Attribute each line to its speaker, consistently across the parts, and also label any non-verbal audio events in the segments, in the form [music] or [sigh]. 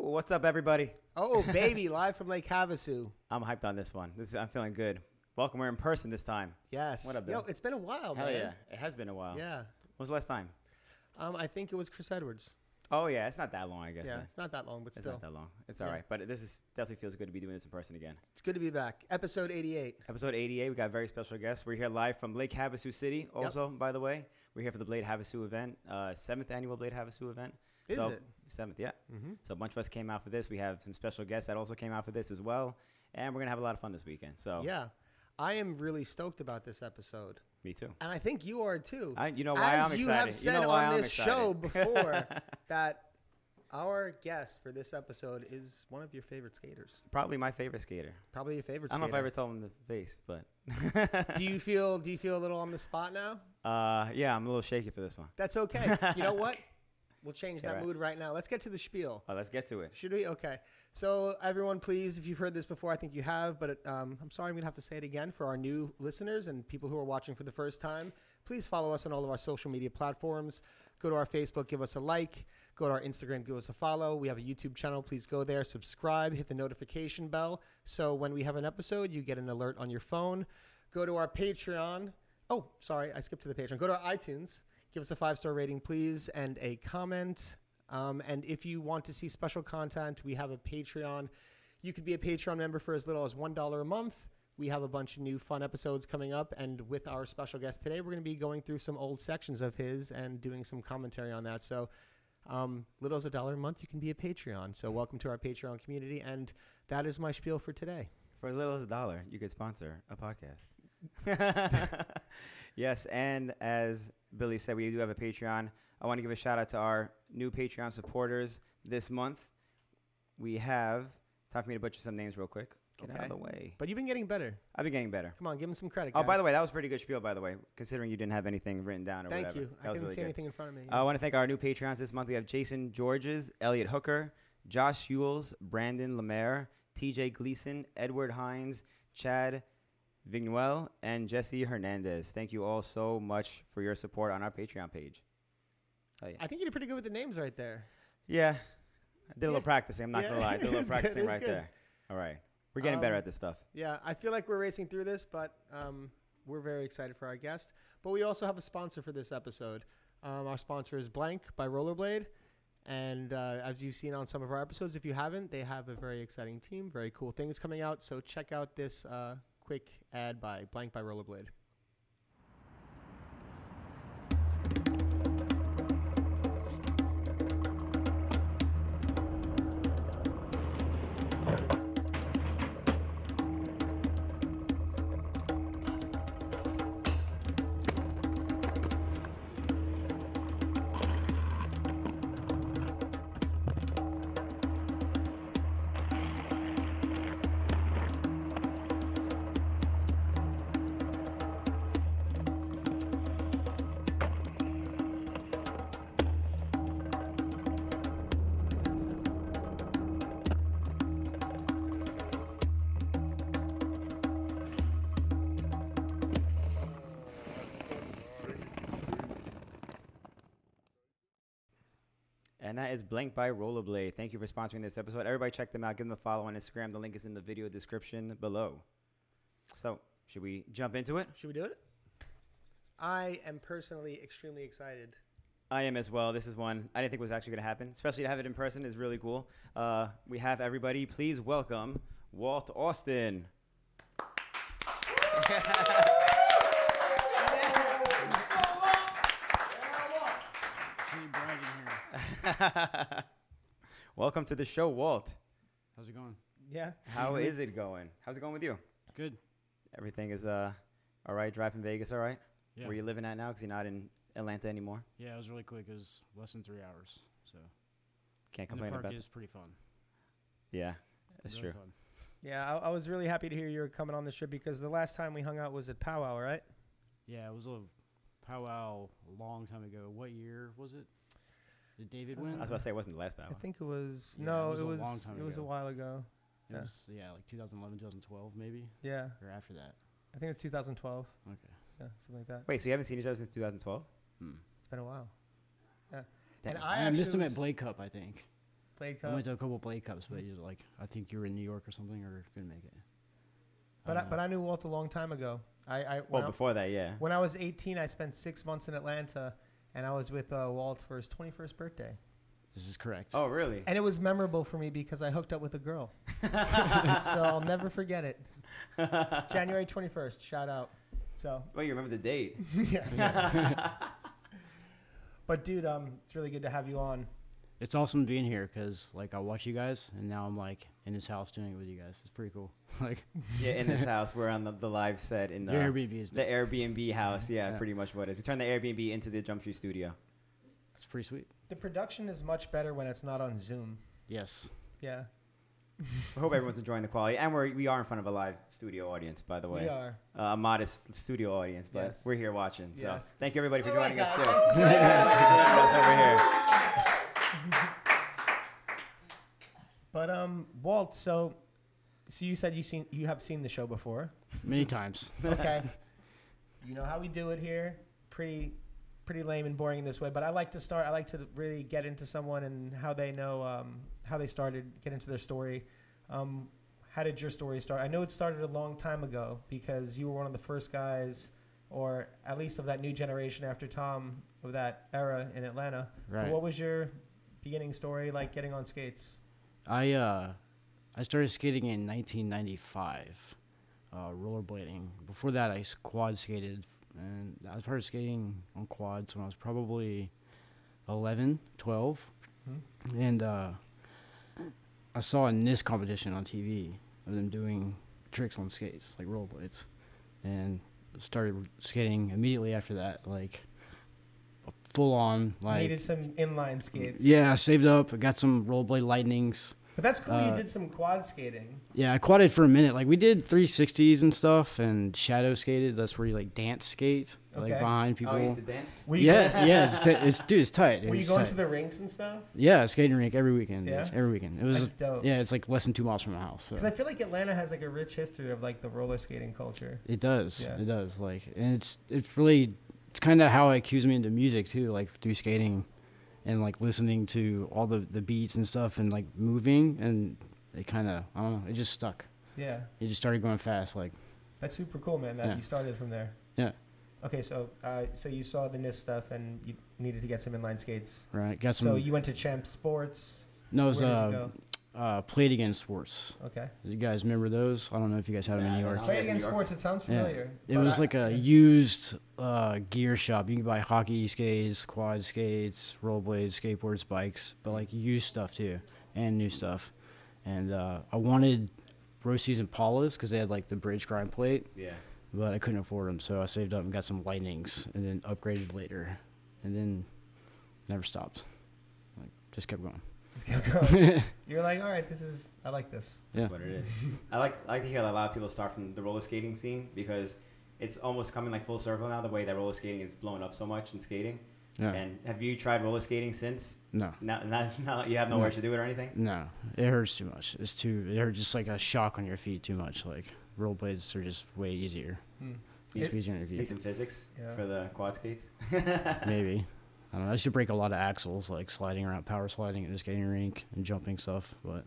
Speaker 1: What's up, everybody? [laughs]
Speaker 2: Oh, baby, live from Lake Havasu.
Speaker 1: I'm hyped on this one. This I'm feeling good. Welcome. We're in person this time.
Speaker 2: Yes.
Speaker 1: What up,
Speaker 2: Yo,
Speaker 1: Bill?
Speaker 2: it's been a while,
Speaker 1: Hell
Speaker 2: Oh, man.
Speaker 1: yeah! It has been a while. When
Speaker 2: Yeah.
Speaker 1: was the last time?
Speaker 2: Um, I think it was Chris Edwards.
Speaker 1: Oh yeah, it's not that long, I guess.
Speaker 2: yeah,
Speaker 1: eh?
Speaker 2: it's not that long, but
Speaker 1: It's
Speaker 2: still.
Speaker 1: not that long. It's
Speaker 2: Yeah.
Speaker 1: all right. But this is definitely feels good to be doing this in person again.
Speaker 2: It's good to be back. Episode 88.
Speaker 1: Episode 88. We got very special guests. We're here live from Lake Havasu City. Also, by the way, we're here for the Blade Havasu event, uh, seventh annual Blade Havasu event.
Speaker 2: Is
Speaker 1: so,
Speaker 2: it?
Speaker 1: Seventh, yeah.
Speaker 2: Mm-hmm.
Speaker 1: So a bunch of us came out for this. We have some special guests that also came out for this as well, and we're gonna have a lot of fun this weekend. So,
Speaker 2: Yeah. I am really stoked about this episode.
Speaker 1: me too.
Speaker 2: And I think you are too.
Speaker 1: I, you know why
Speaker 2: As
Speaker 1: I'm excited.
Speaker 2: you have
Speaker 1: you
Speaker 2: said
Speaker 1: know why
Speaker 2: on
Speaker 1: I'm
Speaker 2: this show
Speaker 1: excited.
Speaker 2: before that our guest for this episode is one of your favorite skaters.
Speaker 1: [laughs] Probably my favorite skater.
Speaker 2: Probably your favorite
Speaker 1: I
Speaker 2: skater.
Speaker 1: don't know if I ever told him the face, but
Speaker 2: [laughs]
Speaker 1: [laughs]
Speaker 2: do you feel do you feel a little on the spot now?
Speaker 1: uh, yeah, I'm a little shaky for this one.
Speaker 2: That's okay.
Speaker 1: [laughs]
Speaker 2: you know what? We'll change
Speaker 1: Yeah,
Speaker 2: that
Speaker 1: right.
Speaker 2: mood right now. Let's get to the spiel.
Speaker 1: Oh, let's get to it.
Speaker 2: Should we? Okay. So everyone, please, if you've heard this before, I think you have, but um, I'm sorry, I'm gonna have to say it again for our new listeners and people who are watching for the first time. Please follow us on all of our social media platforms. Go to our Facebook, give us a like. Go to our Instagram, give us a follow. We have a YouTube channel. Please go there, subscribe, hit the notification bell, so when we have an episode, you get an alert on your phone. Go to our Patreon. Oh, sorry, I skipped to the Patreon. Go to our iTunes. Give us a five star rating, please, and a comment. Um, and if you want to see special content, we have a Patreon. You could be a Patreon member for as little as $1 a month. We have a bunch of new fun episodes coming up. And with our special guest today, we're going to be going through some old sections of his and doing some commentary on that. So, um, little as a dollar a month, you can be a Patreon. So, welcome to our Patreon community. And that is my spiel for today.
Speaker 1: For as little as a dollar, you could sponsor a podcast. [laughs] yes, and as Billy said, we do have a Patreon. I want to give a shout out to our new Patreon supporters this month. We have time for me to butcher some names real quick. Get out
Speaker 2: Okay.
Speaker 1: of the way.
Speaker 2: But you've been getting better.
Speaker 1: I've been getting better.
Speaker 2: Come on, give him some credit.
Speaker 1: Oh, by
Speaker 2: guys.
Speaker 1: the way, that was a pretty good spiel. By the way, considering you didn't have anything written down or
Speaker 2: Thank
Speaker 1: whatever.
Speaker 2: you.
Speaker 1: That
Speaker 2: I
Speaker 1: was
Speaker 2: couldn't
Speaker 1: really
Speaker 2: see
Speaker 1: good. Uh,
Speaker 2: anything in front of me.
Speaker 1: I want to thank our new Patreons this month. We have Jason Georges, Elliot Hooker, Josh Ewells, Brandon Lemaire, TJ Gleason, Edward Hines, Chad Vignuel, and Jesse Hernandez. Thank you all so much for your support on our Patreon page. Hell yeah.
Speaker 2: I think you did pretty good with the names right there.
Speaker 1: yeah. I did a
Speaker 2: Yeah.
Speaker 1: little practicing. I'm not going
Speaker 2: Yeah.
Speaker 1: to lie. I did a
Speaker 2: It [laughs]
Speaker 1: little
Speaker 2: was good.
Speaker 1: practicing
Speaker 2: It was
Speaker 1: right
Speaker 2: good.
Speaker 1: there. All right. We're getting better
Speaker 2: Um,
Speaker 1: at this stuff.
Speaker 2: Yeah, I feel like we're racing through this, but um, we're very excited for our guest. But we also have a sponsor for this episode. Um, our sponsor is Blank by Rollerblade. And uh, as you've seen on some of our episodes, if you haven't, they have a very exciting team, very cool things coming out. So check out this uh, quick ad by Blank by Rollerblade.
Speaker 1: And that is Blank by Rollerblade. Thank you for sponsoring this episode. Everybody check them out. Give them a follow on Instagram. The link is in the video description below. So, should we jump into it?
Speaker 2: Should we do it? I am personally extremely excited.
Speaker 1: I am as well. This is one I didn't think was actually going to happen, especially to have it in person is really cool. Uh, we have everybody. Please welcome Walt Austin. [laughs]
Speaker 3: Kenny Bragging here.
Speaker 1: welcome to the show, Walt.
Speaker 3: How's it going?
Speaker 2: Yeah.
Speaker 1: How is it going? How's it going with you?
Speaker 3: Good.
Speaker 1: Everything is uh, all right. Drive from Vegas, all right.
Speaker 3: Yeah.
Speaker 1: Where you living at now? Because you're not in Atlanta anymore.
Speaker 3: Yeah, it was really quick. It was less than three hours. So
Speaker 1: Can't
Speaker 3: and the
Speaker 1: complain
Speaker 3: park
Speaker 1: about that.
Speaker 3: is pretty fun.
Speaker 1: Yeah, that's
Speaker 3: really
Speaker 1: true.
Speaker 3: Fun.
Speaker 2: Yeah, I, I was really happy to hear you were coming on this trip because the last time we hung out was at Powwow, right?
Speaker 3: Yeah, it was a powwow a long time ago. What year was it? Did David
Speaker 2: Uh,
Speaker 3: win?
Speaker 1: I was about to say it wasn't the last battle.
Speaker 2: I think it was
Speaker 3: Yeah,
Speaker 2: no,
Speaker 3: it was
Speaker 2: it
Speaker 3: a
Speaker 2: was
Speaker 3: long time
Speaker 2: it was a
Speaker 3: ago.
Speaker 2: while ago.
Speaker 3: It
Speaker 2: yeah.
Speaker 3: was yeah, like 2011, 2012 maybe,
Speaker 2: Yeah,
Speaker 3: or after that.
Speaker 2: I think it was 2012.
Speaker 3: Okay.
Speaker 2: Yeah, something like that.
Speaker 1: Wait, so you haven't seen each other since 2012?
Speaker 3: Hmm.
Speaker 2: It's been a while. Yeah,
Speaker 1: Damn.
Speaker 2: and I,
Speaker 3: I missed
Speaker 2: actually
Speaker 3: him at
Speaker 2: was-
Speaker 3: Blake Cup, I think.
Speaker 2: Play
Speaker 3: I
Speaker 2: Cup.
Speaker 3: went to a couple Blake Cups, but you're like, I think you were in New York or something, or couldn't make it.
Speaker 2: But I,
Speaker 3: don't
Speaker 2: but
Speaker 3: know.
Speaker 2: I knew Walt a long time ago. I, I when,
Speaker 1: Well,
Speaker 2: I
Speaker 1: before that, yeah.
Speaker 2: when I was 18, I spent six months in Atlanta, and I was with uh, Walt for his 21st birthday,
Speaker 3: this is correct.
Speaker 1: Oh, really?
Speaker 2: and it was memorable for me because I hooked up with a
Speaker 3: [laughs]
Speaker 2: girl, so I'll never forget it. January 21st, shout out. So [laughs]
Speaker 1: Well, you remember the [laughs] date.
Speaker 3: [laughs]
Speaker 2: yeah. but dude, um, it's really good to have you on.
Speaker 3: It's awesome being here because like I watch you guys, and now I'm like in this house doing it with you guys. It's pretty cool. [laughs] like
Speaker 1: yeah, in this house, we're on the, the live set in the,
Speaker 3: your Airbnb is
Speaker 1: the Airbnb house. Yeah,
Speaker 3: Yeah.
Speaker 1: pretty much what it is. We turned the Airbnb into the Jump Street studio.
Speaker 3: it's pretty sweet.
Speaker 2: The production is much better when it's not on Zoom.
Speaker 3: Yes,
Speaker 2: Yeah,
Speaker 1: I hope everyone's enjoying the quality. And we're, we are in front of a live studio audience, by the way.
Speaker 2: we are.
Speaker 1: Uh, a modest studio audience, but
Speaker 2: Yes.
Speaker 1: we're here watching. So
Speaker 2: Yes.
Speaker 1: thank you, everybody, for
Speaker 2: All right,
Speaker 1: joining us, [laughs]
Speaker 2: guys.
Speaker 1: too. Thank you for joining us over here.
Speaker 2: But um, Walt, so so you said you seen you have seen the show before.
Speaker 3: many times.
Speaker 2: Okay. you know how we do it here. Pretty pretty lame and boring this way, but I like to start I like to really get into someone and how they know um, how they started, get into their story. Um, how did your story start? I know it started a long time ago because you were one of the first guys or at least of that new generation after Tom of that era in Atlanta. But
Speaker 3: Right.
Speaker 2: What was your beginning story like getting on skates?
Speaker 3: I uh, I started skating in 1995, uh, rollerblading. Before that, I s- quad skated, and I started skating on quads when I was probably 11, 12, and uh, I saw a NIST competition on TV of them doing tricks on skates, like rollerblades, and started skating immediately after that, like full on, like.
Speaker 2: Needed some inline skates.
Speaker 3: yeah, I saved up. I got some rollerblade lightnings.
Speaker 2: But that's cool you
Speaker 3: Uh,
Speaker 2: did some quad skating.
Speaker 3: Yeah, I quadded for a minute. Like we did 360s and stuff, and shadow skated. That's where you like dance skate,
Speaker 2: Okay.
Speaker 3: like behind people.
Speaker 1: Oh, I used to dance?
Speaker 2: Were you
Speaker 3: yeah,
Speaker 2: [laughs]
Speaker 3: yeah, it's, t- it's dude, it's tight. dude,
Speaker 2: Were you
Speaker 3: it's
Speaker 2: going
Speaker 3: tight.
Speaker 2: to the rinks and stuff?
Speaker 3: yeah skating rink every weekend?
Speaker 2: Yeah?
Speaker 3: Yeah, every weekend. It was
Speaker 2: That's dope.
Speaker 3: yeah, it's like less than two miles from my house. So.
Speaker 2: Because I feel like Atlanta has like a rich history of like the roller skating culture.
Speaker 3: It does.
Speaker 2: Yeah.
Speaker 3: It does. Like, and it's it's really it's kind of how I cues me into music too, like through skating, and like listening to all the the beats and stuff, and like moving, and it kind of I don't know, it just stuck.
Speaker 2: Yeah,
Speaker 3: It just started going fast. Like,
Speaker 2: that's super cool, man. That
Speaker 3: Yeah.
Speaker 2: you started from there.
Speaker 3: Yeah.
Speaker 2: Okay, so uh, so you saw the NIST stuff and you needed to get some inline skates.
Speaker 3: right? Got some.
Speaker 2: So you went to Champ Sports.
Speaker 3: no, it was
Speaker 2: Where did you
Speaker 3: uh, uh, played against sports.
Speaker 2: Okay.
Speaker 3: You guys remember those? I don't know if you guys had them
Speaker 1: Nah,
Speaker 3: in
Speaker 1: I
Speaker 3: New
Speaker 1: don't
Speaker 3: York.
Speaker 1: know.
Speaker 2: Play
Speaker 1: guys in
Speaker 2: against
Speaker 1: New York.
Speaker 2: sports. It sounds
Speaker 3: Yeah.
Speaker 2: familiar.
Speaker 3: It
Speaker 2: but I-
Speaker 3: was like
Speaker 2: [laughs]
Speaker 3: a
Speaker 2: yeah.
Speaker 3: used uh, gear shop. You could buy hockey skates, quad skates, rollerblades, skateboards, bikes, but like used stuff too and new stuff. And uh, I wanted Rosie's and Paula's because they had like the bridge grind plate,
Speaker 1: Yeah.
Speaker 3: but I couldn't afford them, so I saved up and got some lightnings and then upgraded later, and then never stopped. Like just kept going.
Speaker 2: Just kept going.
Speaker 3: [laughs]
Speaker 2: You're like, all right, this is. I like this.
Speaker 1: That's what it is. I like I like to hear that a lot of people start from the roller skating scene because it's almost coming like full circle now. The way that roller skating is blown up so much in skating.
Speaker 3: Yeah.
Speaker 1: And have you tried roller skating since?
Speaker 3: no.
Speaker 1: Now, now, [laughs] now that you have nowhere to do it or anything.
Speaker 3: No, it hurts too much. It's too. It hurts just like a shock on your feet too much. Like roll blades are just way easier.
Speaker 2: Hmm.
Speaker 3: Just
Speaker 2: It's-
Speaker 3: easier on your
Speaker 1: Need
Speaker 3: feet.
Speaker 1: some physics
Speaker 2: Yeah.
Speaker 1: for the quad skates. [laughs]
Speaker 3: Maybe. I don't know. I used to break a lot of axles, like sliding around, power sliding at the skating rink and jumping stuff. But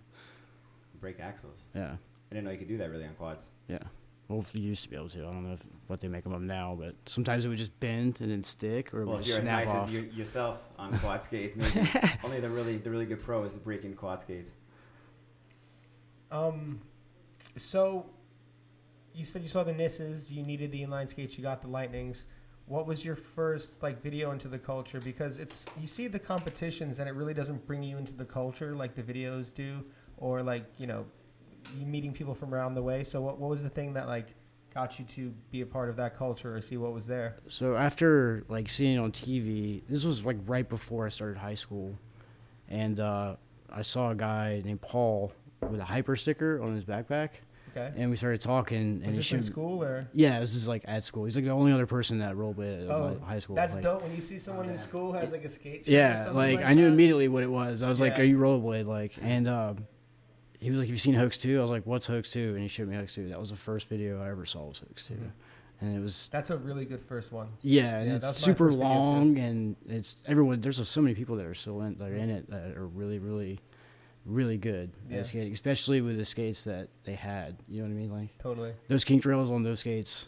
Speaker 1: Break axles. I
Speaker 3: yeah,
Speaker 1: didn't know you could do that really on quads.
Speaker 3: yeah. Well, if you used to be able to. I don't know if, what they make them of now, but sometimes it would just bend and then stick, or it
Speaker 1: Well,
Speaker 3: would
Speaker 1: if you're as
Speaker 3: snap
Speaker 1: nice
Speaker 3: off.
Speaker 1: as you, yourself
Speaker 3: [laughs]
Speaker 1: on quad skates, maybe only the really the really good pro is breaking quad skates.
Speaker 2: Um, so you said you saw the Nisses, you needed the inline skates, you got the Lightnings. What was your first like video into the culture? Because it's you see the competitions and it really doesn't bring you into the culture like the videos do, or like you know, you meeting people from around the way. So what what was the thing that like got you to be a part of that culture or see what was there?
Speaker 3: so after like seeing it on TV, this was like right before I started high school, and uh, I saw a guy named Paul with a hyper sticker on his backpack,
Speaker 2: Okay,
Speaker 3: and we started talking. And
Speaker 2: was
Speaker 3: he
Speaker 2: this in
Speaker 3: showed-
Speaker 2: school or?
Speaker 3: Yeah, this is like at school. He's like the only other person that rollerbladed at
Speaker 2: Oh,
Speaker 3: my high school.
Speaker 2: That's
Speaker 3: like- oh,
Speaker 2: dope when you see someone
Speaker 1: yeah.
Speaker 2: in school has like a skate. show or
Speaker 3: Yeah,
Speaker 2: something
Speaker 3: like, I knew
Speaker 2: that.
Speaker 3: immediately what it was. I was like,
Speaker 2: Yeah.
Speaker 3: "Are you rollerblade?" Like, and uh, he was like, "Have you seen Hoax 2? I was like, "What's Hoax 2? And he showed me Hoax 2. That was the first video I ever saw was Hoax 2,
Speaker 2: Mhm.
Speaker 3: and it was
Speaker 2: That's a really good first one.
Speaker 3: Yeah, and
Speaker 2: Yeah,
Speaker 3: it's
Speaker 2: that's my
Speaker 3: super
Speaker 2: first video, too.
Speaker 3: long, and it's everyone. There's so many people that are still in, that are in it that are really, really really good
Speaker 2: Yeah.
Speaker 3: at skating, especially with the skates that they had. You know what I mean? Like
Speaker 2: Totally.
Speaker 3: those kink drills on those skates,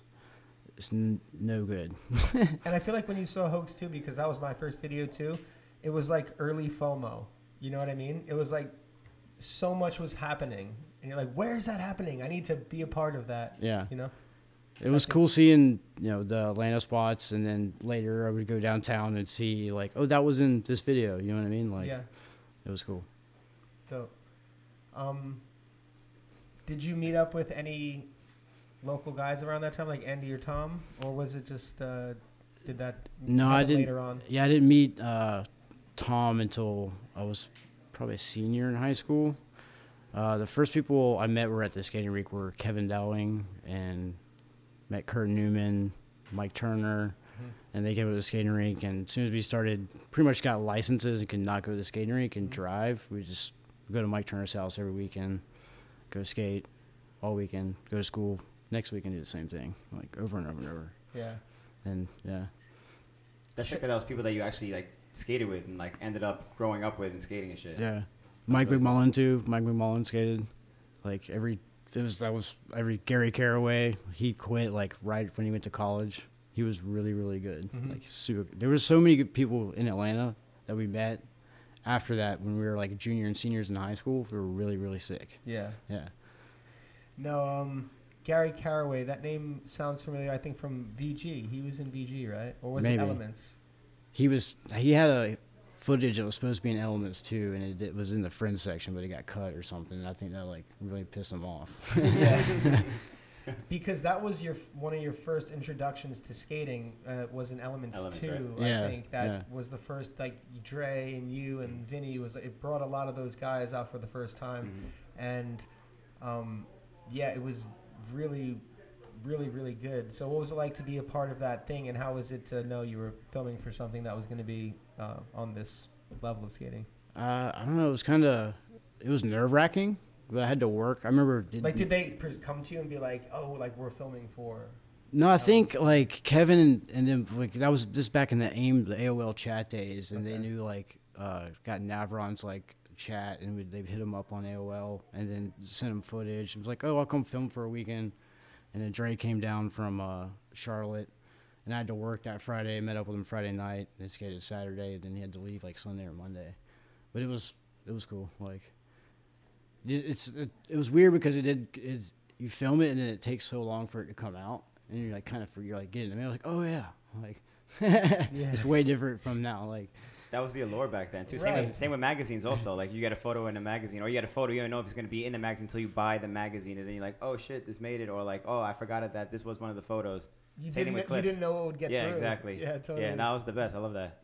Speaker 3: it's n- no good.
Speaker 2: And I feel like when you saw Hoax too, because that was my first video too, it was like early FOMO. You know what I mean? It was like so much was happening, and you're like, "Where is that happening? I need to be a part of that."
Speaker 3: Yeah.
Speaker 2: You know?
Speaker 3: It was cool seeing, you know, the Atlanta spots, and then later I would go downtown and see like, oh, that was in this video. You know what I mean? Like,
Speaker 2: yeah,
Speaker 3: it was cool.
Speaker 2: it's dope. Um, did you meet up with any local guys around that time, like Andy or Tom, or was it just uh, did that?
Speaker 3: No, I
Speaker 2: happen
Speaker 3: didn't-
Speaker 2: Later on,
Speaker 3: Yeah, I didn't meet uh, Tom until I was probably a senior in high school. Uh, the first people I met were at the skating rink were Kevin Dowling and met Kurt Newman, Mike Turner,
Speaker 2: Mhm.
Speaker 3: and they came to the skating rink. And as soon as we started, pretty much got licenses and could not go to the skating rink and
Speaker 2: Mhm.
Speaker 3: drive. We just go to Mike Turner's house every weekend, go skate all weekend, go to school next weekend, do the same thing, like over and over and over.
Speaker 2: yeah.
Speaker 3: And yeah.
Speaker 1: That's sick that was people that you actually like skated with and like ended up growing up with and skating and shit.
Speaker 3: Yeah. Mike
Speaker 1: really cool.
Speaker 3: McMullen too. Mike McMullen skated. Like every it was that was every Gary Caraway. He quit like right when he went to college. He was really, really good.
Speaker 1: Mm-hmm.
Speaker 2: Mhm.
Speaker 3: Like super there was so many good people in Atlanta that we met after that when we were like junior and seniors in high school. We were really, really sick.
Speaker 2: Yeah.
Speaker 3: Yeah.
Speaker 2: No, um, Gary Caraway. That name sounds familiar. I think from VG. He was in VG, right? Or was it
Speaker 3: Maybe.
Speaker 2: Elements?
Speaker 3: He was he had a footage that was supposed to be in elements too and it, it was in the friends section but it got cut or something. I think that like really pissed him off.
Speaker 2: Yeah. because that was your one of your first introductions to skating uh, was in Elements,
Speaker 1: Elements,
Speaker 2: too.
Speaker 3: right.
Speaker 2: I
Speaker 3: Yeah,
Speaker 2: think that
Speaker 3: yeah.
Speaker 2: was the first like Dre and you and Vinny was it brought a lot of those guys out for the first time
Speaker 1: Mhm.
Speaker 2: and um, yeah, it was really. Really, really good. So, what was it like to be a part of that thing, and how was it to know you were filming for something that was going to be uh, on this level of skating?
Speaker 3: Uh, I don't know. It was kind of, it was nerve wracking, but I had to work. I remember.
Speaker 2: Like, did they pres- come to you and be like, "Oh, like we're filming for"?
Speaker 3: No, I think like Kevin and, and then like that was this back in the AIM, the AOL chat days, and they
Speaker 2: Okay.
Speaker 3: knew like uh, got Navron's like chat, and we'd, they'd hit him up on AOL, and then send him footage. It was like, oh, I'll come film for a weekend, and then Dre came down from uh, Charlotte. And I had to work that Friday. Met up with him Friday night. They skated Saturday. Then he had to leave like Sunday or Monday. But it was it was cool. Like it- it's it, it was weird because it did is you film it and then it takes so long for it to come out and you're like kind of you're like getting the mail like oh yeah like [laughs] it's way different from now like
Speaker 1: That was the allure back then too. Same,
Speaker 2: Right.
Speaker 1: with, same with magazines also. Like you get a photo in a magazine, or you get a photo, you don't know if it's gonna be in the magazine until you buy the magazine, and then you're like, oh shit, this made it, or like, oh, I forgot it, that this was one of the photos.
Speaker 2: You
Speaker 1: Same thing with
Speaker 2: didn't, kn- you
Speaker 1: clips.
Speaker 2: didn't know what would get
Speaker 1: yeah,
Speaker 2: through.
Speaker 1: exactly.
Speaker 2: [laughs] Yeah, totally.
Speaker 1: Yeah, and that was the best. I love that.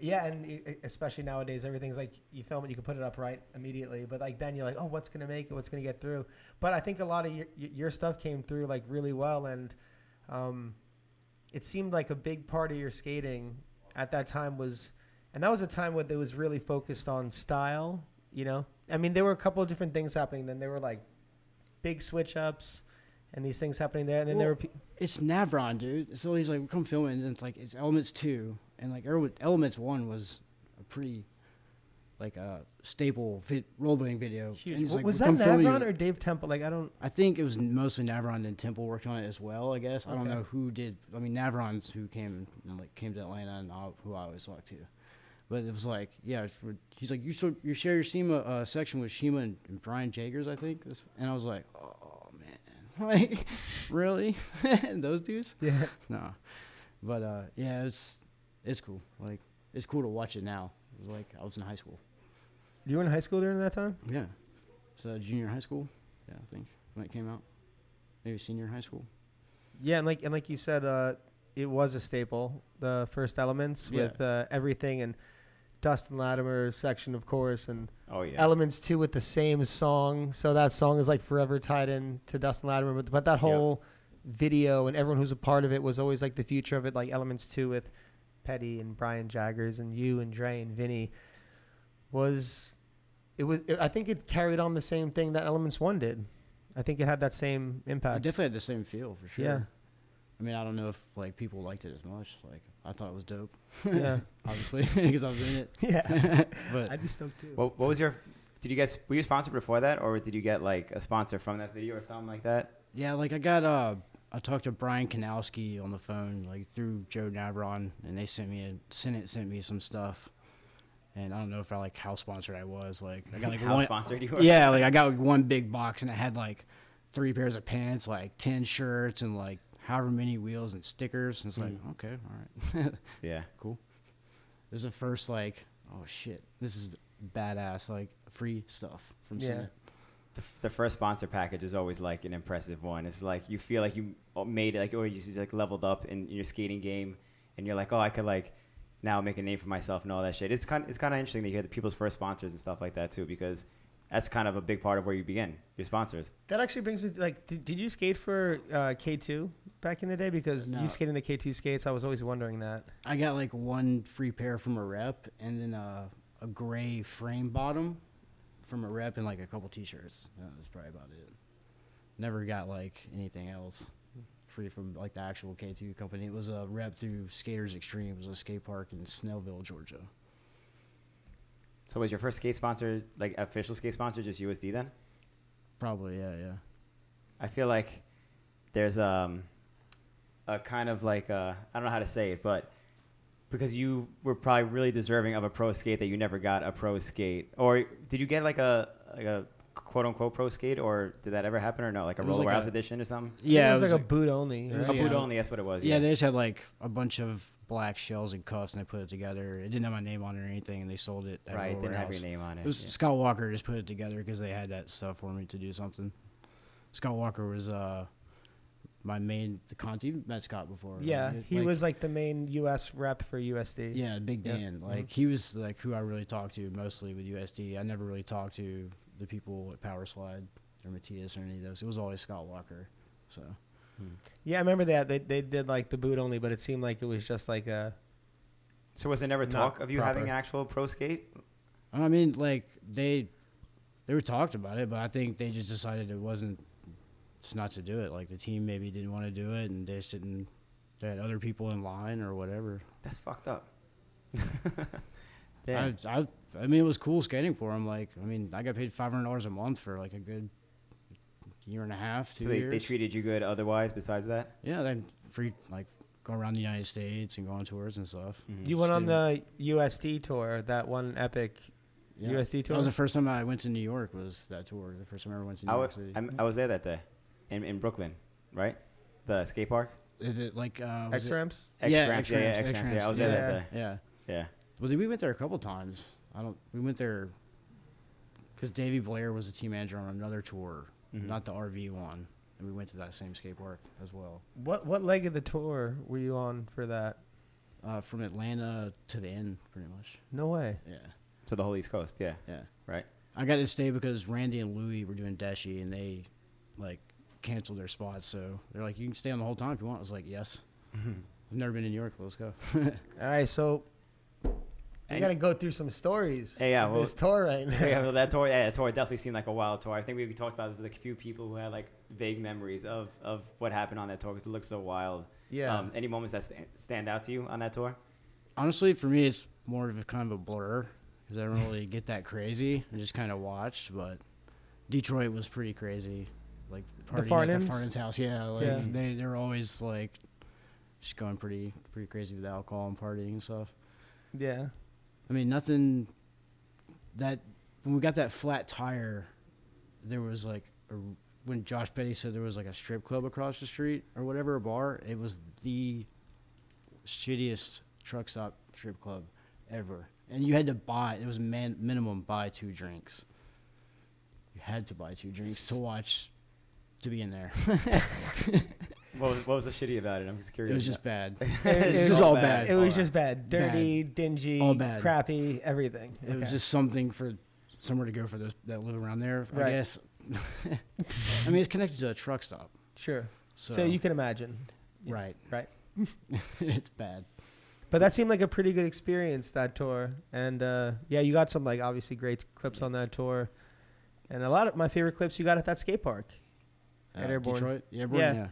Speaker 2: Yeah, and e- e- especially nowadays, everything's like you film it, you can put it up right immediately. But like then you're like, oh, what's gonna make it? What's gonna get through? But I think a lot of your, y- your stuff came through like really well, and um, it seemed like a big part of your skating at that time was, and that was a time where it was really focused on style. You know, I mean, there were a couple of different things happening. Then there were like big switch ups, and these things happening there. And then there
Speaker 3: Well,
Speaker 2: were pe-
Speaker 3: it's Navron dude so he's like come film it and it's like it's Elements two and like Ele- Elements one was a pretty like a staple vi- rollerblading video and
Speaker 2: huge.
Speaker 3: he's
Speaker 2: W-
Speaker 3: like,
Speaker 2: was that
Speaker 3: "Come film
Speaker 2: Navron
Speaker 3: it."
Speaker 2: or Dave Temple? Like I don't.
Speaker 3: I think it was mostly Navron and Temple working on it as well. I guess I don't
Speaker 2: Okay.
Speaker 3: know who did. I mean, Navron's who came and like came to Atlanta and I, who I always talked to, but it was like yeah, it's for- he's like you so you share your Shima uh, section with Shima and, and Brian Jagers, I think. That's- And I was like, oh man, [laughs] like really [laughs] those dudes? [laughs]
Speaker 2: Yeah.
Speaker 3: No, but uh, yeah, it's it's cool. Like it's cool to watch it now. It was like I was in high school.
Speaker 2: You were in high school during that time.
Speaker 3: Yeah, so junior high school. Yeah, I think when it came out, maybe senior high school.
Speaker 2: Yeah, and like and like you said, uh, it was a staple. The first elements
Speaker 3: Yeah.
Speaker 2: with uh, everything and Dustin Latimer's section, of course, and
Speaker 1: Oh yeah.
Speaker 2: elements too with the same song. So that song is like forever tied in to Dustin Latimer. But, but that whole video and everyone who's a part of it was always like the future of it. Like elements too with Petty and Brian Jaggers and you and Dre and Vinny was it was I think it carried on the same thing that Elements One did. I think it had that same
Speaker 3: I
Speaker 2: impact.
Speaker 3: definitely had the same feel for sure.
Speaker 2: Yeah.
Speaker 3: I mean, I don't know if like people liked it as much. Like I thought it was dope,
Speaker 2: yeah,
Speaker 3: [laughs] obviously, because I was in
Speaker 2: [laughs] yeah.
Speaker 3: it.
Speaker 2: [laughs]
Speaker 3: but
Speaker 2: I'd be stoked too.
Speaker 1: What, what was your Did you guys were you sponsored before that, or did you get like a sponsor from that video or something like that?
Speaker 3: Yeah, like I got uh I talked to Brian Kanowski on the phone, like through Joe Navron, and they sent me a Senate sent me some stuff. And I don't know if I like how sponsored I was. Like I got like
Speaker 1: How
Speaker 3: one,
Speaker 1: sponsored you were?
Speaker 3: yeah, like I got like, one big box and I had like three pairs of pants, like ten shirts, and like however many wheels and stickers. And it's like okay, all right, [laughs]
Speaker 1: Yeah.
Speaker 3: cool. There's the first like oh shit, this is badass like free stuff from
Speaker 2: Yeah.
Speaker 3: Senate.
Speaker 1: The, f- the first sponsor package is always like an impressive one. It's like you feel like you oh, made it, like or you just like leveled up in, in your skating game, and you're like, oh, I could like now make a name for myself and all that shit. It's kind it's kind of interesting to hear the people's first sponsors and stuff like that too, because that's kind of a big part of where you begin your sponsors.
Speaker 2: That actually brings me to, like, did, did you skate for uh, K two back in the day? Because
Speaker 3: No.
Speaker 2: you skating the K two skates, I was always wondering that.
Speaker 3: I got like one free pair from a rep, and then a a gray frame bottom from a rep, and like a couple t-shirts. That was probably about it. Never got like anything else free from like the actual K two company. It was a rep through Skaters Extreme. It was a skate park in Snellville, Georgia.
Speaker 1: So was your first skate sponsor like official skate sponsor just USD then?
Speaker 3: Probably yeah yeah.
Speaker 1: I feel like there's um a kind of like uh I don't know how to say it, but because you were probably really deserving of a pro skate that you never got a pro skate, or did you get like a like a quote unquote pro skate, or did that ever happen or no, like a
Speaker 3: It was
Speaker 1: roller
Speaker 3: like
Speaker 1: warehouse
Speaker 3: a-
Speaker 1: edition or something?
Speaker 3: Yeah,
Speaker 2: it was, like a boot only.
Speaker 3: it was
Speaker 1: A
Speaker 3: like
Speaker 1: boot
Speaker 3: a-
Speaker 1: only, that's what it was.
Speaker 3: yeah, they just had like a bunch of black shells and cuffs, and they put it together. It didn't have my name on it or anything, and they sold it. At
Speaker 1: right. it Didn't have
Speaker 3: Warehouse.
Speaker 1: your name on it.
Speaker 3: It was
Speaker 1: yeah.
Speaker 3: Scott Walker just put it together because they had that stuff for me to do something. Scott Walker was uh my main the Conti you met Scott before. right?
Speaker 2: Yeah, he
Speaker 3: Like,
Speaker 2: was like the main U.S. rep for USD.
Speaker 3: Yeah, Big
Speaker 2: Yep.
Speaker 3: Dan. Like he was like who I really talked to mostly with USD. I never really talked to the people at Power Slide or Matias or any of those. It was always Scott Walker. So
Speaker 2: Yeah, I remember that they they did like the boot only, but it seemed like it was just like a
Speaker 1: So was there never
Speaker 2: Not
Speaker 1: talk of you having
Speaker 2: proper.
Speaker 1: an actual pro skate?
Speaker 3: I mean, like they they were talked about it, but I think they just decided it wasn't just not to do it. Like the team maybe didn't want to do it, and they just didn't. They had other people in line or whatever.
Speaker 1: That's fucked up. [laughs]
Speaker 3: I, Uh,
Speaker 1: Damn.
Speaker 3: I, I mean, it was cool skating for him. Like, I mean, I got paid five hundred dollars a month for like a good year and a half, two
Speaker 1: so they,
Speaker 3: years.
Speaker 1: they treated you good otherwise besides that?
Speaker 3: yeah, they free like go around the United States and go on tours and stuff.
Speaker 1: Mm-hmm. Mm,
Speaker 2: you went on the USD tour, that one epic
Speaker 3: Yeah.
Speaker 2: USD
Speaker 3: That
Speaker 2: tour.
Speaker 3: was the first time I went to New York. Was that tour? The first time I ever went to New
Speaker 1: I wa-
Speaker 3: York City.
Speaker 1: I'm- I was there that day in, in Brooklyn, right? The skate park?
Speaker 3: Is it like uh, was
Speaker 2: X
Speaker 3: it-
Speaker 2: ramps.
Speaker 1: X
Speaker 3: Yeah,
Speaker 1: Ramps, yeah, yeah,
Speaker 3: X
Speaker 1: X
Speaker 3: Ramps,
Speaker 1: Ramps, yeah. I was
Speaker 2: yeah.
Speaker 1: there that day.
Speaker 3: yeah.
Speaker 1: Yeah.
Speaker 3: Well, we went there a couple times. I don't. We went there because Davey Blair was a team manager on another tour,
Speaker 1: Mhm.
Speaker 3: not the RV one, and we went to that same skate park as well.
Speaker 2: What what leg of the tour were you on for that?
Speaker 3: Uh, from Atlanta to the end, pretty much.
Speaker 2: No way.
Speaker 3: Yeah,
Speaker 1: So the whole East Coast, yeah. [laughs]
Speaker 3: yeah.
Speaker 1: Right.
Speaker 3: I got to stay because Randy and Louie were doing Deshi, and they like canceled their spots. So they're like, "You can stay on the whole time if you want." I was like, "Yes." I've never been to New York. Let's go. [laughs]
Speaker 2: All right, so we
Speaker 1: And-
Speaker 2: got to go through some stories.
Speaker 1: Hey, yeah,
Speaker 2: of
Speaker 1: well-
Speaker 2: this tour right now.
Speaker 1: yeah, well, that tour, yeah, that tour definitely seemed like a wild tour. I think we talked about this with a few people who had like vague memories of, of what happened on that tour because it looked so wild.
Speaker 2: Yeah.
Speaker 1: Um, any moments that sta- stand out to you on that tour?
Speaker 3: Honestly, for me, it's more of a kind of a blur because I don't really get that crazy. I just kind of watched, but Detroit was pretty crazy. Like partying at the
Speaker 2: Farnhams?
Speaker 3: Farnham's house, yeah. Like
Speaker 2: Yeah.
Speaker 3: they they're always like just going pretty pretty crazy with alcohol and partying and stuff.
Speaker 2: [laughs] yeah.
Speaker 3: I mean, nothing that when we got that flat tire, there was like a, when Josh Petty said there was like a strip club across the street or whatever a bar. It was the shittiest truck stop strip club ever, and you had to buy. It was man minimum buy two drinks. You had to buy two drinks to watch to be in there.
Speaker 1: What was, what was so shitty about it? I'm just curious.
Speaker 3: It was just bad.
Speaker 2: It
Speaker 3: This
Speaker 2: was
Speaker 3: is
Speaker 2: all
Speaker 3: all
Speaker 1: bad.
Speaker 3: bad.
Speaker 2: It was just bad, dirty, dingy,
Speaker 3: All bad.
Speaker 2: crappy, everything.
Speaker 3: It was
Speaker 2: Okay.
Speaker 3: just something for somewhere to go for those that live around there.
Speaker 2: Right.
Speaker 3: I guess. [laughs] I mean, it's connected to a truck stop,
Speaker 2: sure.
Speaker 3: so,
Speaker 2: So, you can imagine, yeah,
Speaker 3: right,
Speaker 2: [laughs] right.
Speaker 3: [laughs] it's bad.
Speaker 2: but that seemed like a pretty good experience that tour, and uh, yeah, you got some like obviously great clips on that tour, and a lot of my favorite clips you got at that skate park. At Airborne.
Speaker 3: Uh, Detroit, yeah, Airborne,
Speaker 2: Yeah.
Speaker 3: yeah.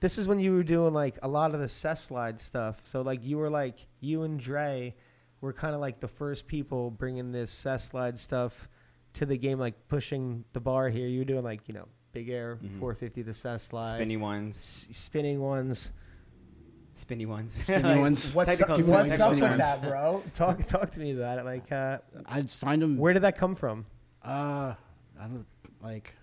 Speaker 2: This is when you were doing like a lot of the Cess slide stuff. So like you were like you and Dre were kind of like the first people bringing this Cess slide stuff to the game, like pushing the bar here. You were doing like you know big air
Speaker 1: Mhm.
Speaker 2: 450 to set slide,
Speaker 1: Spinny ones.
Speaker 2: s- spinning ones.
Speaker 1: Spinny ones. [laughs]
Speaker 3: Spinny
Speaker 1: Like,
Speaker 3: ones.
Speaker 2: What's
Speaker 1: technical
Speaker 2: up,
Speaker 3: dude,
Speaker 1: term,
Speaker 2: what's
Speaker 1: technical
Speaker 2: up with
Speaker 1: terms.
Speaker 2: that, bro? [laughs] Talk talk to me about it. Like, uh,
Speaker 3: I just find them.
Speaker 2: where did that come from?
Speaker 3: Uh, I don't like.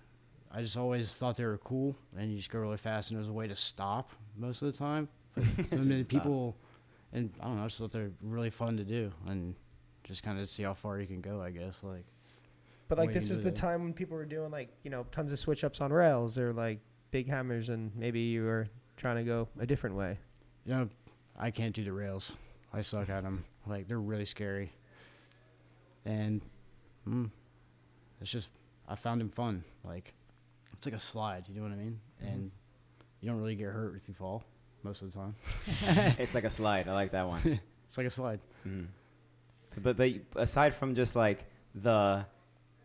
Speaker 3: I just always thought they were cool, and you just go really fast, and there's a way to stop most of the
Speaker 2: [laughs]
Speaker 3: time. But, I mean,
Speaker 1: Just stop.
Speaker 3: people, and I don't know. I just thought they're really fun to do, and just kind of see how far you can go. I guess like
Speaker 2: But
Speaker 3: What
Speaker 2: like,
Speaker 3: you
Speaker 2: this
Speaker 3: can
Speaker 2: was
Speaker 3: do
Speaker 2: the
Speaker 3: there.
Speaker 2: time when people were doing like you know tons of switch ups on rails or like big hammers, and maybe you were trying to go a different way.
Speaker 3: you know, I can't do the rails. I suck at them. Like they're really scary, and mm, it's just I found them fun. Like it's like a slide. You know what I mean? And you don't really get hurt if you fall most of the time.
Speaker 1: It's like a slide. I like that one.
Speaker 3: It's like a slide.
Speaker 1: Mhm. So, but but aside from just like the,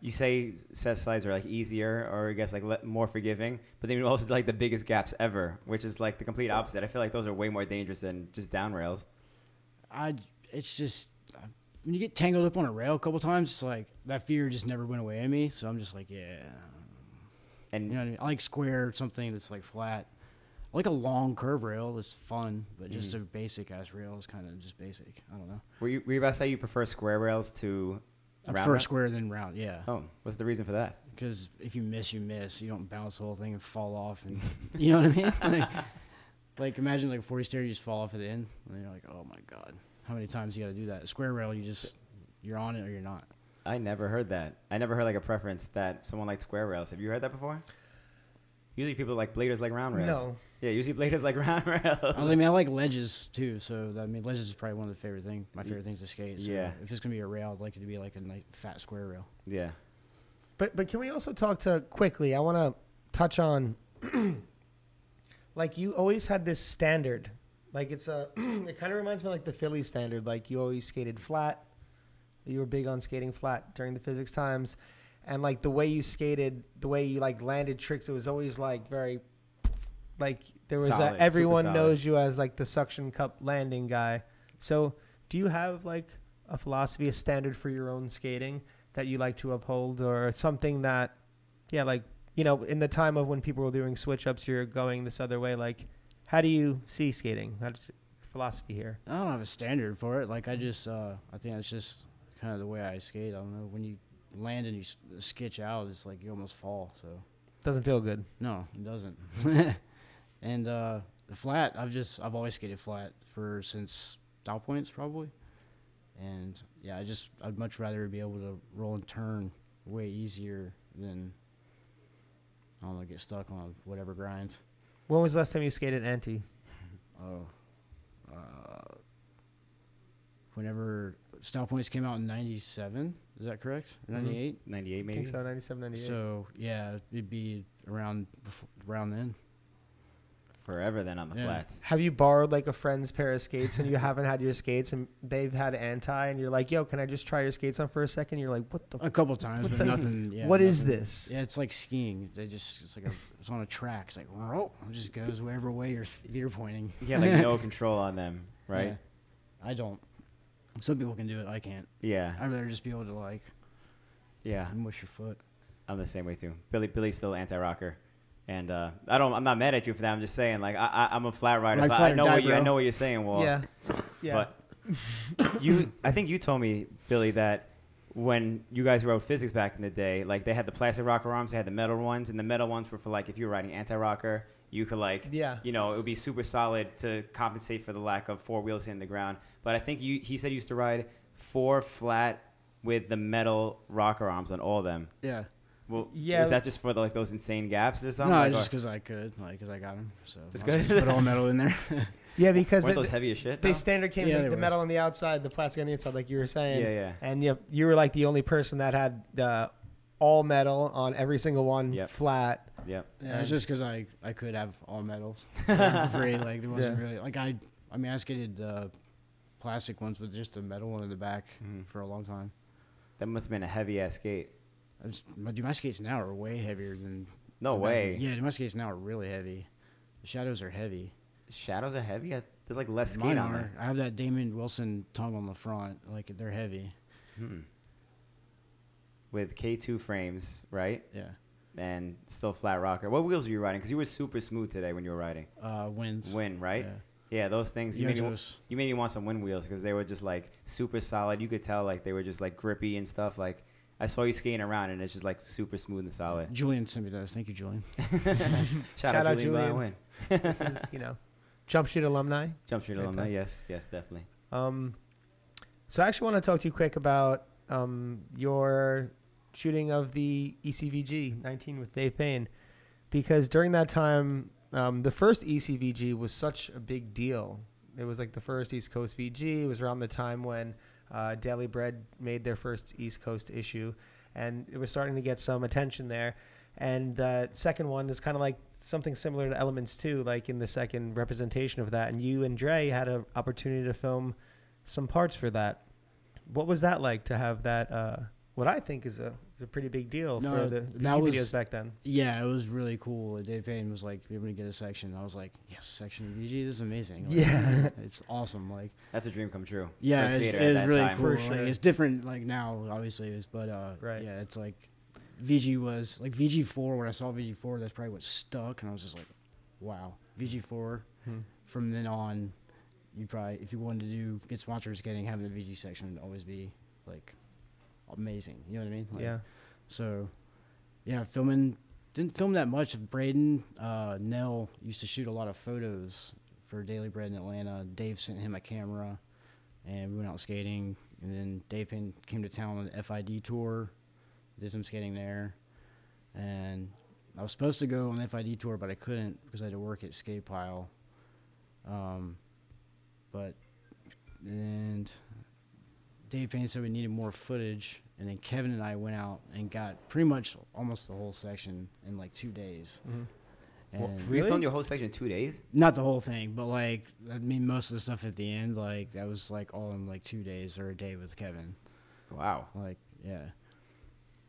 Speaker 1: you say set slides are like easier or I guess like le- more forgiving, but then you also do, like the biggest gaps ever, which is like the complete opposite. I feel like those are way more dangerous than just down rails.
Speaker 3: I it's just I- when you get tangled up on a rail a couple times, it's like that fear just never went away in me. So I'm just like, yeah, you
Speaker 1: And
Speaker 3: know what I mean. I like square something that's like flat. I like a long curve rail that's fun, but just
Speaker 1: Mm-hmm.
Speaker 3: a basic ass rail is kind of just basic. I don't know.
Speaker 1: were you were you about to say you prefer square rails to
Speaker 3: I
Speaker 1: round?
Speaker 3: prefer square than round, yeah.
Speaker 1: rail? Oh, what's the reason for that?
Speaker 3: Because if you miss, you miss. You don't bounce the whole thing and fall off, and [laughs] you know what I mean. [laughs] Like, like imagine like a forty stair, you just fall off at the end, and you're like, oh my god, how many times you got to do that? Square rail, you just you're on it or you're not.
Speaker 1: I never heard that. I never heard like a preference that someone liked square rails. Have you heard that before? Usually people like bladers like round rails.
Speaker 2: No,
Speaker 1: Yeah, usually bladers like [laughs] round rails.
Speaker 3: I was like, man, I like ledges too. So I mean, ledges is probably one of the favorite thing, my
Speaker 1: Ye-
Speaker 3: favorite things to skate. So
Speaker 1: yeah.
Speaker 3: If it's gonna be a rail, I'd like it to be like a nice fat square rail.
Speaker 1: Yeah.
Speaker 2: But but can we also talk to quickly? I want to touch on [clears throat] like you always had this standard. Like it's a [clears throat] it kind of reminds me like the Philly standard. Like you always skated flat. You were big on skating flat during the physics times and like the way you skated, the way you like landed tricks, it was always like very like there was
Speaker 1: Solid,
Speaker 2: a,
Speaker 1: super
Speaker 2: everyone
Speaker 1: solid.
Speaker 2: knows you as like the suction cup landing guy. So, do you have like a philosophy, a standard for your own skating that you like to uphold, or something that, yeah, like you know, in the time of when people were doing switch ups, you're going this other way. Like, how do you see skating? How's your philosophy here?
Speaker 3: I don't have a standard for it. Like I just, uh, I think that's just kind of the way I skate. I don't know when you land and you s- uh, sketch out, it's like you almost fall. So
Speaker 2: Doesn't feel good.
Speaker 3: no, it doesn't. [laughs] and uh, the flat, I've just, I've always skated flat for since dial points probably. And yeah, I just, I'd much rather be able to roll and turn way easier than I don't know, get stuck on whatever grinds.
Speaker 2: When was the last time you skated anti?
Speaker 3: Oh, uh, whenever style points came out in '97, is that correct?
Speaker 2: Mhm.
Speaker 3: '98.
Speaker 1: 98
Speaker 2: I
Speaker 1: maybe.
Speaker 2: think so, 97, 98.
Speaker 3: So yeah, it'd be around befo- around then.
Speaker 1: Forever then on the
Speaker 3: Yeah. [laughs]
Speaker 1: flats.
Speaker 2: Have you borrowed like a friend's pair of skates and you [laughs] haven't had your skates and they've had anti and you're like, yo, can I just try your skates on for a second? You're like, what the?
Speaker 3: A couple times,
Speaker 2: [laughs]
Speaker 3: but nothing. Yeah,
Speaker 2: what is
Speaker 3: nothing-
Speaker 2: this?
Speaker 3: Yeah, it's like skiing. They just it's like a, it's on a track. It's like roll. It just goes wherever way your feet are pointing.
Speaker 1: [laughs] Yeah,
Speaker 3: [laughs]
Speaker 1: like no control on them, right?
Speaker 3: Yeah. I don't. Some people can do it. I Mm. can't.
Speaker 1: Yeah.
Speaker 3: I'd rather just be able to like
Speaker 1: Yeah.
Speaker 3: mush your foot.
Speaker 1: I'm the same way too. Billy Billy's still anti rocker. And uh, I don't I'm not mad at you for that. I'm just saying like I, I I'm a flat rider,
Speaker 3: Ride
Speaker 1: so
Speaker 3: flat
Speaker 1: I
Speaker 3: or
Speaker 1: know
Speaker 3: die,
Speaker 1: what you I
Speaker 3: bro.
Speaker 1: know what you're saying, Wall.
Speaker 2: yeah, yeah.
Speaker 1: But you I think you told me, Billy, that when you guys rode physics back in the day, like they had the plastic rocker arms, they had the metal ones, and the metal ones were for like if you were riding anti rocker, you could like
Speaker 2: yeah.
Speaker 1: you know, it would be super solid to compensate for the lack of four wheels hitting the ground. But I think you, he said you used to ride four flat with the metal rocker arms on all of them.
Speaker 3: Yeah.
Speaker 1: Well, yeah,
Speaker 2: Yeah.
Speaker 1: is that just for the, like those insane gaps or something?
Speaker 3: No,
Speaker 1: like,
Speaker 3: just
Speaker 1: or,
Speaker 3: because I could, like, because I got him. So
Speaker 1: Just
Speaker 3: I was
Speaker 1: good.
Speaker 3: gonna put all metal in there.
Speaker 2: Yeah, because
Speaker 1: weren't
Speaker 2: they,
Speaker 1: those heavy as shit?
Speaker 2: they
Speaker 1: though?
Speaker 2: standard came
Speaker 3: Yeah,
Speaker 2: like
Speaker 3: they
Speaker 2: the
Speaker 3: were.
Speaker 2: metal on the outside, the plastic on the inside, like you were saying.
Speaker 1: yeah, yeah.
Speaker 2: And you, you were like the only person that had the all metal on every single one
Speaker 1: Yep.
Speaker 2: flat.
Speaker 1: Yep.
Speaker 3: yeah,
Speaker 2: And-
Speaker 3: it's just because I I could have
Speaker 1: [laughs]
Speaker 3: all metals for free. Like there wasn't
Speaker 2: Yeah.
Speaker 3: really like I I mean I skated uh, plastic ones with just the metal one in the back
Speaker 1: Mhm.
Speaker 3: for a long time.
Speaker 1: That must have been a heavy ass skate.
Speaker 3: I just, my, dude, my skates now are way heavier than.
Speaker 1: No
Speaker 3: back in-
Speaker 1: way.
Speaker 3: Yeah, dude, my skates now are really heavy. The shadows are heavy.
Speaker 1: Shadows are heavy. I- There's like less skate
Speaker 3: Mine
Speaker 1: on
Speaker 3: are.
Speaker 1: there.
Speaker 3: I have that Damon Wilson tongue on the front. Like they're heavy.
Speaker 1: Hmm. with K2 frames, right?
Speaker 3: Yeah.
Speaker 1: And still flat rocker. What wheels were you riding? Because you were super smooth today when you were riding.
Speaker 3: Uh, wins.
Speaker 1: Win, right?
Speaker 3: Yeah.
Speaker 1: Yeah, those things. You made, me, wa-
Speaker 3: Yotos.
Speaker 1: you made me want some wind wheels because they were just like super solid. You could tell like they were just like grippy and stuff. Like I saw you skating around and it's just like super smooth and solid.
Speaker 3: [laughs]
Speaker 1: [laughs]
Speaker 3: Julian sent me those. Thank you, Julian.
Speaker 1: Shout,
Speaker 2: Shout
Speaker 1: out
Speaker 2: out
Speaker 1: Julian, Julian.
Speaker 2: this is, you know, Jump Street alumni.
Speaker 1: Jump Street
Speaker 2: Right
Speaker 1: alumni.
Speaker 2: there.
Speaker 1: Yes, yes, definitely.
Speaker 2: Um, so I actually want to talk to you quick about um, your shooting of the E ECVG 19 with Dave Payne, because during that time, um, the first ECVG was such a big deal. It was like the first East Coast VG. It was around the time when uh, Daily Bread made their first East Coast issue, and it was starting to get some attention there. And the second one is kind of like something similar to Elements 2, like in the second representation of that. And you and Dre had an opportunity to film some parts for that. What was that like to have that? Uh, what I think is a, is a pretty big deal
Speaker 3: No,
Speaker 2: for the
Speaker 3: that
Speaker 2: music
Speaker 3: was-
Speaker 2: videos back then.
Speaker 3: Yeah, it was really cool. Dave Payne was like, "You're gonna get a section." I was like, "Yes, section of VG. This is amazing. Like,
Speaker 2: Yeah.
Speaker 3: [laughs] it's awesome." Like,
Speaker 1: That's a dream come true.
Speaker 3: yeah,
Speaker 1: For a
Speaker 3: it's,
Speaker 1: skater at
Speaker 3: it's
Speaker 1: that
Speaker 3: really
Speaker 1: time.
Speaker 3: cool.
Speaker 2: For
Speaker 3: Like,
Speaker 2: sure.
Speaker 3: it's different. Like now, obviously, it is, but uh,
Speaker 2: Right.
Speaker 3: yeah, it's like VG was like VG four. When I saw VG four, that's probably what stuck, and I was just like, "Wow, VG four.
Speaker 2: Hmm.
Speaker 3: From then on, you probably if you wanted to do get sponsors, getting having a VG section would always be like amazing. You know what I mean? Like,
Speaker 2: yeah.
Speaker 3: So, yeah, filming didn't film that much. Braden uh, Nell used to shoot a lot of photos for Daily Bread in Atlanta. Dave sent him a camera, and we went out skating. And then Dave Penn came to town on the FID tour, did some skating there, and I was supposed to go on the FID tour, but I couldn't because I had to work at Skate Pile. Um, but and Dave Payne said we needed more footage, and then Kevin and I went out and got pretty much almost the whole section in like two days.
Speaker 2: Mhm.
Speaker 3: And
Speaker 1: Well, We
Speaker 2: Really?
Speaker 1: filmed your whole section in two days.
Speaker 3: not the whole thing, but like I mean, most of the stuff at the end, like that was like all in like two days or a day with Kevin.
Speaker 1: Wow.
Speaker 3: Like yeah,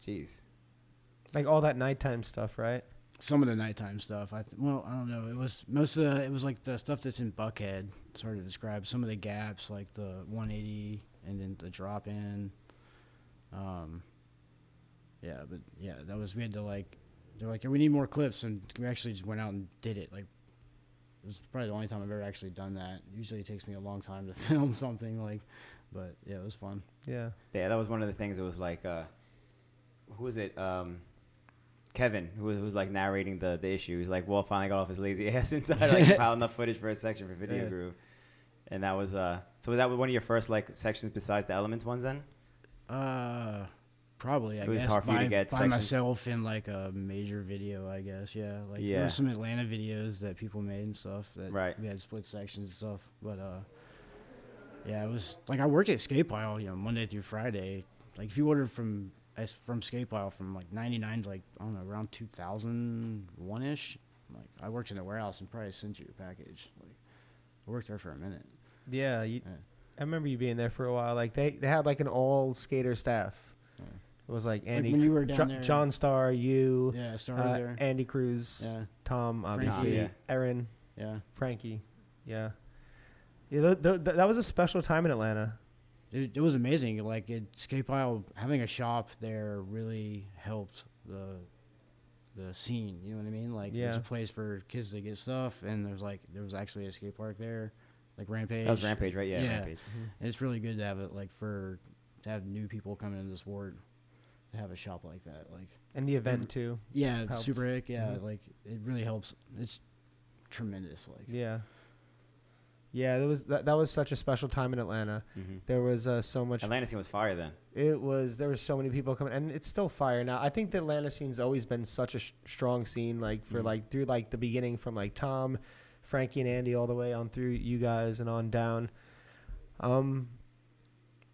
Speaker 1: Jeez.
Speaker 2: Like all that nighttime stuff, right?
Speaker 3: some of the nighttime stuff. I th- well, I don't know. It was most of the, it was like the stuff that's in Buckhead. It's hard to describe. Some of the gaps, like the 180 and then the drop in. Um, yeah, but yeah, that was we had to like. They're like, we need more clips, and we actually just went out and did it. Like, it was probably the only time I've ever actually done that. Usually, it takes me a long time to [laughs] film something. Like, but yeah, it was fun.
Speaker 2: Yeah.
Speaker 1: Yeah, that was one of the things. It was like, uh, who was it? Um, Kevin, who was, who was like narrating the, the issue. He's like, Walt finally got off his lazy [laughs] ass and started like piling up footage for a section for Video
Speaker 2: Yeah.
Speaker 1: Groove. And that was, uh, so was that one of your first like sections besides the Elements ones then?
Speaker 3: Uh, probably. I
Speaker 1: It was
Speaker 3: guess
Speaker 1: hard for you
Speaker 3: by,
Speaker 1: to get
Speaker 3: by
Speaker 1: sections.
Speaker 3: myself in like a major video. I guess yeah. Like there
Speaker 1: Yeah.
Speaker 3: were some Atlanta videos that people made and stuff that
Speaker 1: Right.
Speaker 3: we had split sections and stuff. But uh, yeah, it was like I worked at Skate Pile, you know, Monday through Friday. Like if you ordered from as from Skate Pile from like '99 to like I don't know around 2001 ish. Like I worked in the warehouse and probably sent you a package. Like I worked there for a minute.
Speaker 2: Yeah, you,
Speaker 3: Yeah.
Speaker 2: I remember you being there for a while. Like they, they had like an all skater staff.
Speaker 3: Yeah.
Speaker 2: It was like
Speaker 3: Like
Speaker 2: Andy,
Speaker 3: when you were down
Speaker 2: Jo-
Speaker 3: there,
Speaker 2: John Starr, you,
Speaker 3: Yeah, Star was
Speaker 2: uh,
Speaker 3: there.
Speaker 2: Andy Cruz,
Speaker 3: Yeah,
Speaker 2: Tom,
Speaker 3: Frankie.
Speaker 2: obviously,
Speaker 1: Tom,
Speaker 2: Aaron,
Speaker 3: yeah.
Speaker 2: Frankie, yeah. Yeah, th- th- th- that was a special time in Atlanta.
Speaker 3: it, it was amazing. Like it, skate pile having a shop there really helped the the scene. You know what I mean? Like there's
Speaker 2: Yeah.
Speaker 3: a place for kids to get stuff, and there's like there was actually a skate park there, like Rampage.
Speaker 1: That was Rampage, right? Yeah,
Speaker 3: Yeah.
Speaker 1: Rampage.
Speaker 3: And it's really good to have it like for to have new people coming into the sport to have a shop like that. Like
Speaker 2: And the
Speaker 3: Mm-hmm.
Speaker 2: event too.
Speaker 3: yeah,
Speaker 2: Helps.
Speaker 3: super hick. Yeah,
Speaker 2: Mhm.
Speaker 3: like it really helps. It's tremendous. Like
Speaker 2: Yeah. Yeah, that was that, that was such a special time in Atlanta.
Speaker 1: hmm
Speaker 2: There was uh, so much
Speaker 1: Atlanta scene was fire then.
Speaker 2: It was there was so many people coming, and it's still fire now. I think the Atlanta scene's always been such a sh- strong scene, like for
Speaker 1: Mhm.
Speaker 2: like through like the beginning from like Tom, Frankie, and Andy all the way on through you guys and on down. Um,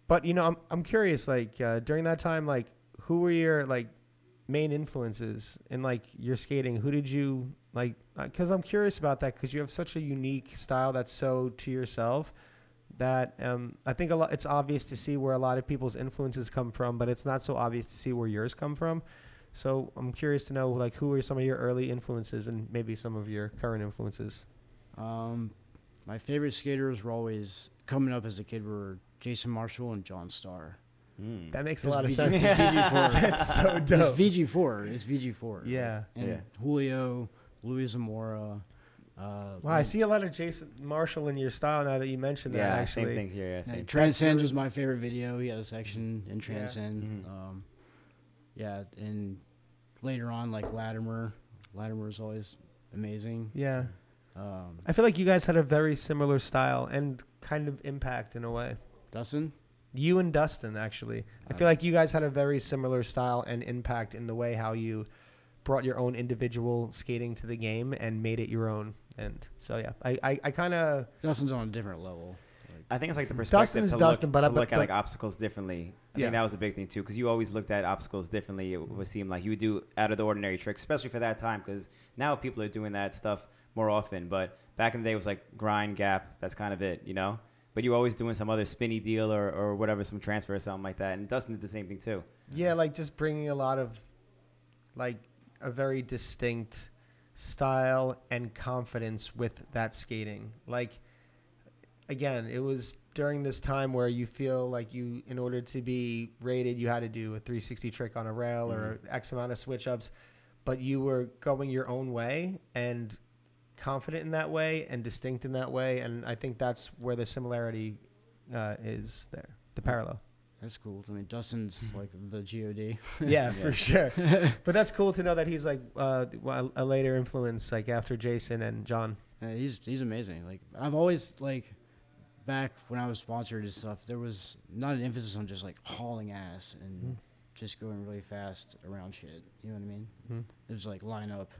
Speaker 2: but you know, I'm I'm curious, like uh, during that time, like who were your like main influences in like your skating? Who did you like? Because I'm curious about that because you have such a unique style that's so to yourself that um, I think a lot. It's obvious to see where a lot of people's influences come from, but it's not so obvious to see where yours come from. So I'm curious to know, like, who are some of your early influences and maybe some of your current influences?
Speaker 3: Um, my favorite skaters were always coming up as a kid were Jason Marshall and John Starr.
Speaker 1: Mm.
Speaker 2: That makes a
Speaker 3: It's
Speaker 2: lot of
Speaker 3: VG
Speaker 2: sense. [laughs]
Speaker 3: VG4.
Speaker 2: That's so
Speaker 3: It's
Speaker 2: dope.
Speaker 3: VG4. It's VG4.
Speaker 2: Yeah.
Speaker 3: And
Speaker 1: Yeah.
Speaker 3: Julio, Luis Zamora. Uh,
Speaker 2: Wow, I see a lot of Jason Marshall in your style now that you mentioned that.
Speaker 1: yeah,
Speaker 2: actually,
Speaker 1: same thing here. Yeah, same.
Speaker 3: Transcend was my favorite video. He had a section in Transcend.
Speaker 1: Mhm.
Speaker 3: Um, yeah, and later on, like Latimer. Latimer is always amazing.
Speaker 2: Yeah,
Speaker 3: Um,
Speaker 2: I feel like you guys had a very similar style and kind of impact in a way.
Speaker 3: Dustin?
Speaker 2: You and Dustin, actually, I feel like you guys had a very similar style and impact in the way how you brought your own individual skating to the game and made it your own. And so, yeah, I, I, I kind of
Speaker 3: Dustin's on a different level. Like,
Speaker 1: I think it's like the
Speaker 2: Dustin
Speaker 1: perspective
Speaker 2: is
Speaker 1: to
Speaker 2: Dustin,
Speaker 1: look,
Speaker 2: but I-
Speaker 1: to
Speaker 2: but-
Speaker 1: look at
Speaker 2: but-
Speaker 1: like obstacles differently. I
Speaker 2: Yeah.
Speaker 1: think that was a big thing too, because you always looked at obstacles differently. It would seem like you would do out of the ordinary tricks, especially for that time, because now people are doing that stuff more often. But back in the day, it was like grind gap. That's kind of it, you know. But you were always doing some other spinny deal or, or whatever, some transfer or something like that. And Dustin did the same thing too.
Speaker 2: Yeah, like just bringing a lot of, like, a very distinct style and confidence with that skating. Like, again, it was during this time where you feel like you, in order to be rated, you had to do a 360 trick on a rail or X amount of switch ups, but you were going your own way and confident in that way and distinct in that way. And I think that's where the similarity uh, is there, the parallel.
Speaker 3: that's cool. I mean, Dustin's like the
Speaker 2: [laughs]
Speaker 3: God.
Speaker 2: yeah,
Speaker 1: Yeah.
Speaker 2: for sure.
Speaker 3: [laughs]
Speaker 2: But that's cool to know that he's like uh, a a later influence, like after Jason and John.
Speaker 3: Uh, he's he's amazing. Like I've always like back when I was sponsored and stuff, there was not an emphasis on just like hauling ass and
Speaker 2: Mhm.
Speaker 3: just going really fast around shit. You know what I mean?
Speaker 2: Mhm.
Speaker 3: It was like line up.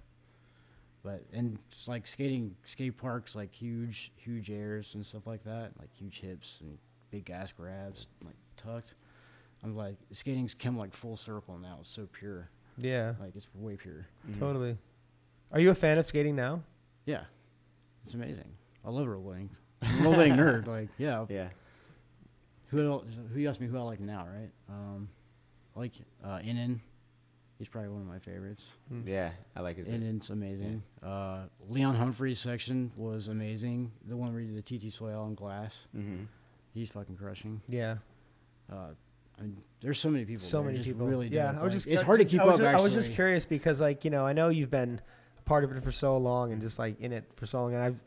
Speaker 3: But and it's like skating skate parks, like huge huge airs and stuff like that, like huge hips and big ass grabs, like tucked. I'm like skating's come like full circle now. It's so pure,
Speaker 2: Yeah,
Speaker 3: like it's way pure.
Speaker 1: Mhm.
Speaker 2: totally. Are you a fan of skating now?
Speaker 3: Yeah, it's amazing. I love rolling. I'm a rolling nerd. Like
Speaker 2: [laughs]
Speaker 3: yeah, I've
Speaker 1: Yeah.
Speaker 3: Who else, who you asked me who I like now, right? Um, I like uh, Inan. He's probably one of my favorites.
Speaker 1: Yeah. I like his.
Speaker 3: Inan's amazing. Uh, Leon Humphrey's section was amazing. The one where you did the TT Soil on glass.
Speaker 1: Mhm.
Speaker 3: He's fucking crushing.
Speaker 2: Yeah,
Speaker 3: Uh, I mean, there's so many people.
Speaker 2: so
Speaker 3: that are
Speaker 2: many
Speaker 3: just
Speaker 2: people.
Speaker 3: Really
Speaker 2: yeah,
Speaker 3: dope.
Speaker 2: I was
Speaker 3: Like,
Speaker 2: just
Speaker 3: It's hard to keep
Speaker 2: I was
Speaker 3: up.
Speaker 2: Just,
Speaker 3: actually,
Speaker 2: I was just curious because, like, you know, I know you've been a part of it for so long and just like in it for so long, and I've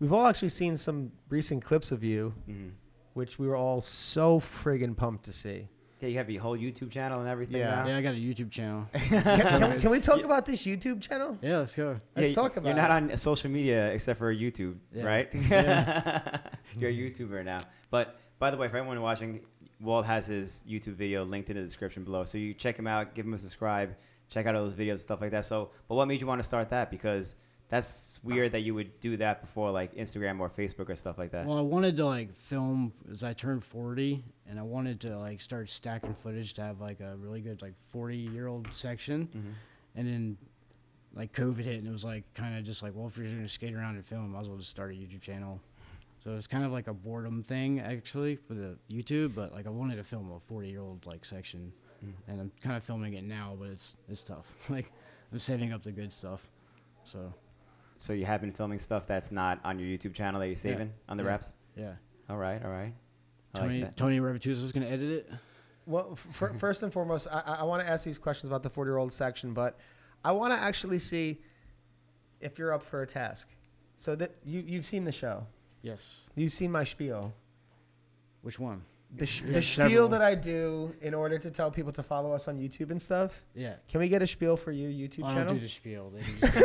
Speaker 2: we've all actually seen some recent clips of you,
Speaker 1: Mhm.
Speaker 2: which we were all so friggin' pumped to
Speaker 3: [laughs]
Speaker 2: see.
Speaker 1: Yeah. You have your whole YouTube channel and everything.
Speaker 2: Yeah.
Speaker 1: Now.
Speaker 3: Yeah, I got a YouTube channel.
Speaker 2: [laughs] can, can- can we talk about this YouTube channel?
Speaker 3: yeah, let's go.
Speaker 2: Let's
Speaker 1: Yeah,
Speaker 2: talk about
Speaker 1: You're not
Speaker 2: it.
Speaker 1: on social media except for YouTube,
Speaker 3: Yeah.
Speaker 2: [laughs]
Speaker 1: right?
Speaker 3: Yeah.
Speaker 1: [laughs] you're a YouTuber now. But by the way, for everyone watching, Walt has his YouTube video linked in the description below. So you check him out, give him a subscribe, check out all those videos and stuff like that. So, but what made you want to start that? Because that's weird that you would do that before like Instagram or Facebook or stuff like that.
Speaker 3: Well, I wanted to like film as I turned 40, and I wanted to like start stacking footage to have like a really good like 40 year old section.
Speaker 1: Mhm.
Speaker 3: And then like COVID hit, and it was like kind of just like, well, if you're gonna skate around and film, might as well just start a YouTube channel. So it's kind of like a boredom thing actually for the YouTube, but like I wanted to film a 40 year old like section,
Speaker 1: Mm.
Speaker 3: and I'm kind of filming it now, but it's it's tough. [laughs] like I'm saving up the good stuff. So
Speaker 1: So you have been filming stuff that's not on your YouTube channel that you're saving on the
Speaker 3: Yeah.
Speaker 1: wraps.
Speaker 3: yeah,
Speaker 1: All right, all right. I like
Speaker 3: Tony
Speaker 1: that.
Speaker 3: Tony Revituso gonna edit it.
Speaker 2: Well,
Speaker 3: [laughs]
Speaker 2: f- f- first and foremost, I, I- I want to ask these questions about the 40 year old section, but I want to actually see if you're up for a task. So that you you've seen the show,
Speaker 3: Yes.
Speaker 2: you've seen my spiel,
Speaker 3: Which one?
Speaker 2: the, sh-
Speaker 3: Yeah,
Speaker 2: the
Speaker 3: several.
Speaker 2: spiel that I do in order to tell people to follow us on YouTube and stuff.
Speaker 3: Yeah.
Speaker 2: Can we get a spiel for your YouTube
Speaker 3: I
Speaker 2: channel?
Speaker 3: don't do the
Speaker 2: [laughs]
Speaker 3: spiel. They just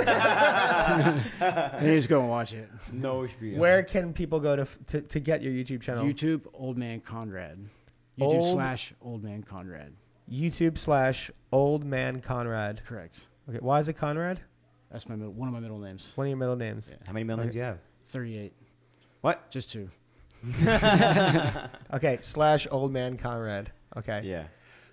Speaker 3: go, they just go and watch it.
Speaker 1: [laughs] No spiel.
Speaker 2: [laughs] Where can people go to, f- to to get your YouTube channel?
Speaker 3: YouTube Old Man Conrad. YouTube
Speaker 2: Old-
Speaker 3: slash Old Man Conrad.
Speaker 2: YouTube slash Old Man Conrad.
Speaker 3: Correct.
Speaker 2: Okay, why is it Conrad?
Speaker 3: That's my middle, one of my middle names.
Speaker 2: One of your middle names.
Speaker 3: Yeah.
Speaker 1: How many millions do you have?
Speaker 3: Thirty-eight.
Speaker 1: What?
Speaker 3: Just two.
Speaker 2: Okay, slash Old Man Conrad. Okay.
Speaker 1: Yeah.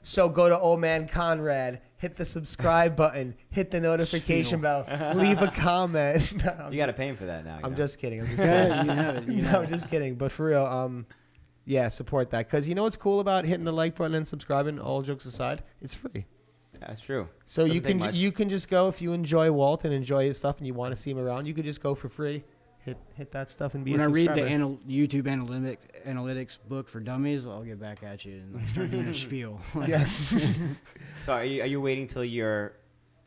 Speaker 2: So go to Old Man Conrad, hit the subscribe button, hit the notification bell, leave a comment. [laughs] No, I'm,
Speaker 1: You got to pay him for that now. you
Speaker 2: I'm
Speaker 1: know?
Speaker 2: just kidding. I'm just
Speaker 3: you
Speaker 2: kidding. [laughs]
Speaker 3: have [laughs] it. You
Speaker 2: no,
Speaker 3: have
Speaker 2: I'm
Speaker 3: it.
Speaker 2: just kidding. But for real, um, yeah, support that because you know what's cool about hitting the like button and subscribing. All jokes aside, it's free.
Speaker 1: That's true.
Speaker 2: So you
Speaker 1: Doesn't take
Speaker 2: can
Speaker 1: much.
Speaker 2: you can just go if you enjoy Walt and enjoy his stuff and you want to see him around. You could just go for free hit hit that stuff and be
Speaker 3: when
Speaker 2: a
Speaker 3: I read the
Speaker 2: subscriber.
Speaker 3: anal- YouTube analytic analytics book for dummies, I'll get back at you and like, start doing a spiel. Like,
Speaker 2: yeah.
Speaker 1: So are you, are you waiting till you're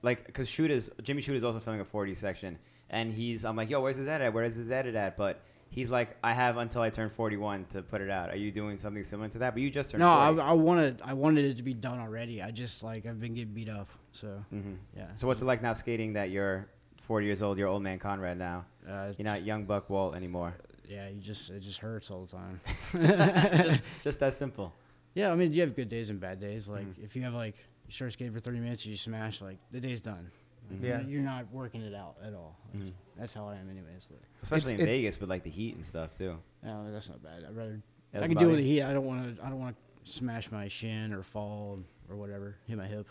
Speaker 1: like because shoot is Jimmy Shoot is also filming a 40 section and he's I'm like yo where's his edit at where's his edit at but he's like I have until I turn 41 to put it out are you doing something similar to that but you just turned
Speaker 3: [laughs] No, I,
Speaker 1: 40.
Speaker 3: I wanted I wanted it to be done already. I just like I've been getting beat up, so
Speaker 1: Mhm.
Speaker 3: yeah.
Speaker 1: so what's it like now skating that you're 40 years old you're old man Conrad now
Speaker 3: uh,
Speaker 1: you're not young buck Walt anymore
Speaker 3: Yeah, you just it just hurts all the time.
Speaker 1: just that simple
Speaker 3: yeah, I mean, you have good days and bad days. Like
Speaker 2: Mm.
Speaker 3: if you have like you start skating for thirty minutes, you smash. Like the day's done. Like,
Speaker 2: Yeah. Mm-hmm.
Speaker 3: you're not working it out at all. Like, That's how I am, anyways. But
Speaker 1: especially
Speaker 2: It's-
Speaker 1: Mm-hmm. in
Speaker 2: it's-
Speaker 1: Vegas with like the heat and stuff too
Speaker 3: no, that's not bad. I'd rather
Speaker 1: Yeah,
Speaker 3: I
Speaker 1: that's
Speaker 3: can deal
Speaker 1: about
Speaker 3: with the
Speaker 1: it.
Speaker 3: heat. I don't want to. I don't want to smash my shin or fall or whatever. Hit my hip.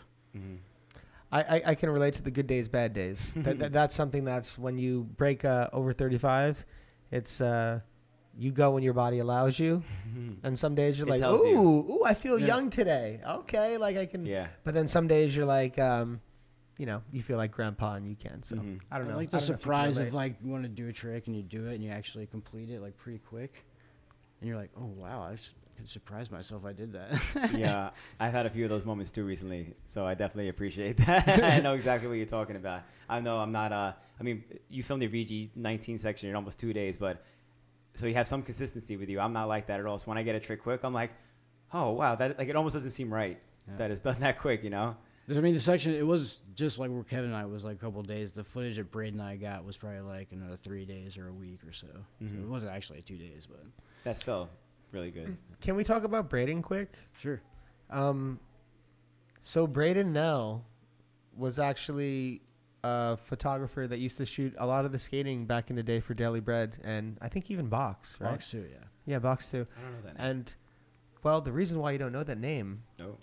Speaker 2: I, I, I can relate to the good days, bad days.
Speaker 1: [laughs]
Speaker 2: that, that, that's something that's when you break uh, over 35, it's uh, you go when your body allows you.
Speaker 1: Mm-hmm.
Speaker 2: And some days you're
Speaker 1: It
Speaker 2: like,
Speaker 1: tells
Speaker 2: ooh,
Speaker 1: you.
Speaker 2: ooh, I feel
Speaker 3: Yeah.
Speaker 2: young today. Okay, like I
Speaker 1: [laughs]
Speaker 2: can.
Speaker 1: yeah
Speaker 2: But then some days you're like, um, you know, you feel like grandpa and you can. So
Speaker 1: Mhm.
Speaker 2: I don't know. I don't
Speaker 3: like the
Speaker 2: know if you can
Speaker 3: surprise
Speaker 2: relate.
Speaker 3: of like you want to do a trick and you do it and you actually complete it like pretty quick, and you're like, oh wow, I s- I surprised myself I did that.
Speaker 1: yeah, I've had a few of those moments too recently, so I definitely appreciate [laughs] that. I know exactly what you're talking about. I know I'm not. Uh, I mean, you filmed your VG 19 section in almost two days, but so you have some consistency with you. I'm not like that at all. So when I get a trick quick, I'm like, oh wow, that like it almost doesn't seem right
Speaker 3: Yeah.
Speaker 1: that it's done that quick, you know?
Speaker 3: I mean, the section it was just like where Kevin and I was like a couple of days. The footage that Braden and I got was probably like another three days or a week or so.
Speaker 1: Mm-hmm.
Speaker 3: It wasn't actually two days, but
Speaker 1: That's still really good.
Speaker 2: Can we talk about braiding quick?
Speaker 3: sure.
Speaker 2: Um, so Braden Nell was actually a photographer that used to shoot a lot of the skating back in the day for Daily Bread, and I think even Box, right?
Speaker 3: Box two, yeah.
Speaker 2: Yeah, Box too.
Speaker 1: I don't know that.
Speaker 2: And well, the reason why you don't know that name
Speaker 1: Name.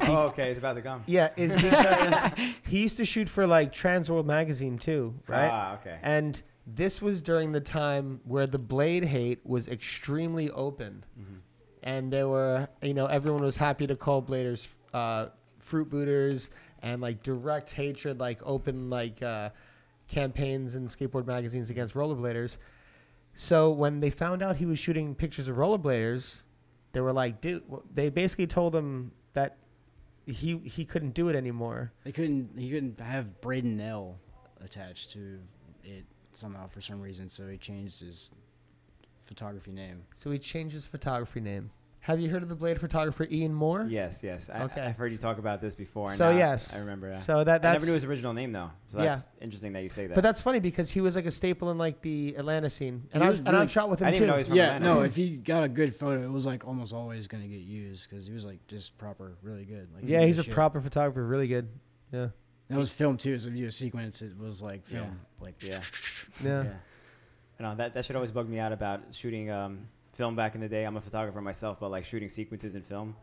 Speaker 1: [laughs] Oh.
Speaker 2: be-
Speaker 1: oh, okay, it's about to come.
Speaker 2: yeah, is because he used to shoot for like Trans World magazine too, [laughs] right?
Speaker 1: Ah, okay.
Speaker 2: And this was during the time where the blade hate was extremely open.
Speaker 1: Mm-hmm.
Speaker 2: And they were, you know, everyone was happy to call bladers uh, fruit booters and like direct hatred, like open like uh, campaigns in skateboard magazines against rollerbladers. So when they found out he was shooting pictures of rollerbladers, they were like, dude, well, they basically told him that he he couldn't do it anymore.
Speaker 3: They couldn't. He couldn't have Braden Nell attached to it somehow for some reason. So he changed his photography name.
Speaker 2: So he changed his photography name. Have you heard of the blade photographer Ian Moore?
Speaker 1: Yes, yes. I,
Speaker 2: Okay.
Speaker 1: I've heard you talk about this before. and
Speaker 2: So
Speaker 1: now
Speaker 2: yes,
Speaker 1: I remember that.
Speaker 2: So that
Speaker 1: I
Speaker 2: that's
Speaker 1: never knew his original name though, so
Speaker 2: Yeah.
Speaker 1: that's interesting that you say that.
Speaker 2: but that's funny because he was like a staple in like the Atlanta scene, and
Speaker 3: He
Speaker 2: I've
Speaker 3: was
Speaker 2: and
Speaker 3: really-
Speaker 2: I've shot with him
Speaker 1: I didn't even
Speaker 2: too.
Speaker 1: know he was from
Speaker 3: Yeah,
Speaker 1: Atlanta.
Speaker 3: no. If he got a good photo, it was like almost always gonna get used because he was like just proper, really good. Like, he
Speaker 2: yeah,
Speaker 3: knew
Speaker 2: he's a
Speaker 3: his shit.
Speaker 2: proper photographer, really good.
Speaker 1: [laughs]
Speaker 2: Yeah,
Speaker 3: That was filmed too. It's a video sequence. It was like
Speaker 1: Yeah.
Speaker 3: film, like
Speaker 1: Yeah.
Speaker 2: yeah.
Speaker 1: Yeah. I know that that should always bug me out about shooting um, film back in the day. I'm a photographer myself, but like shooting sequences in film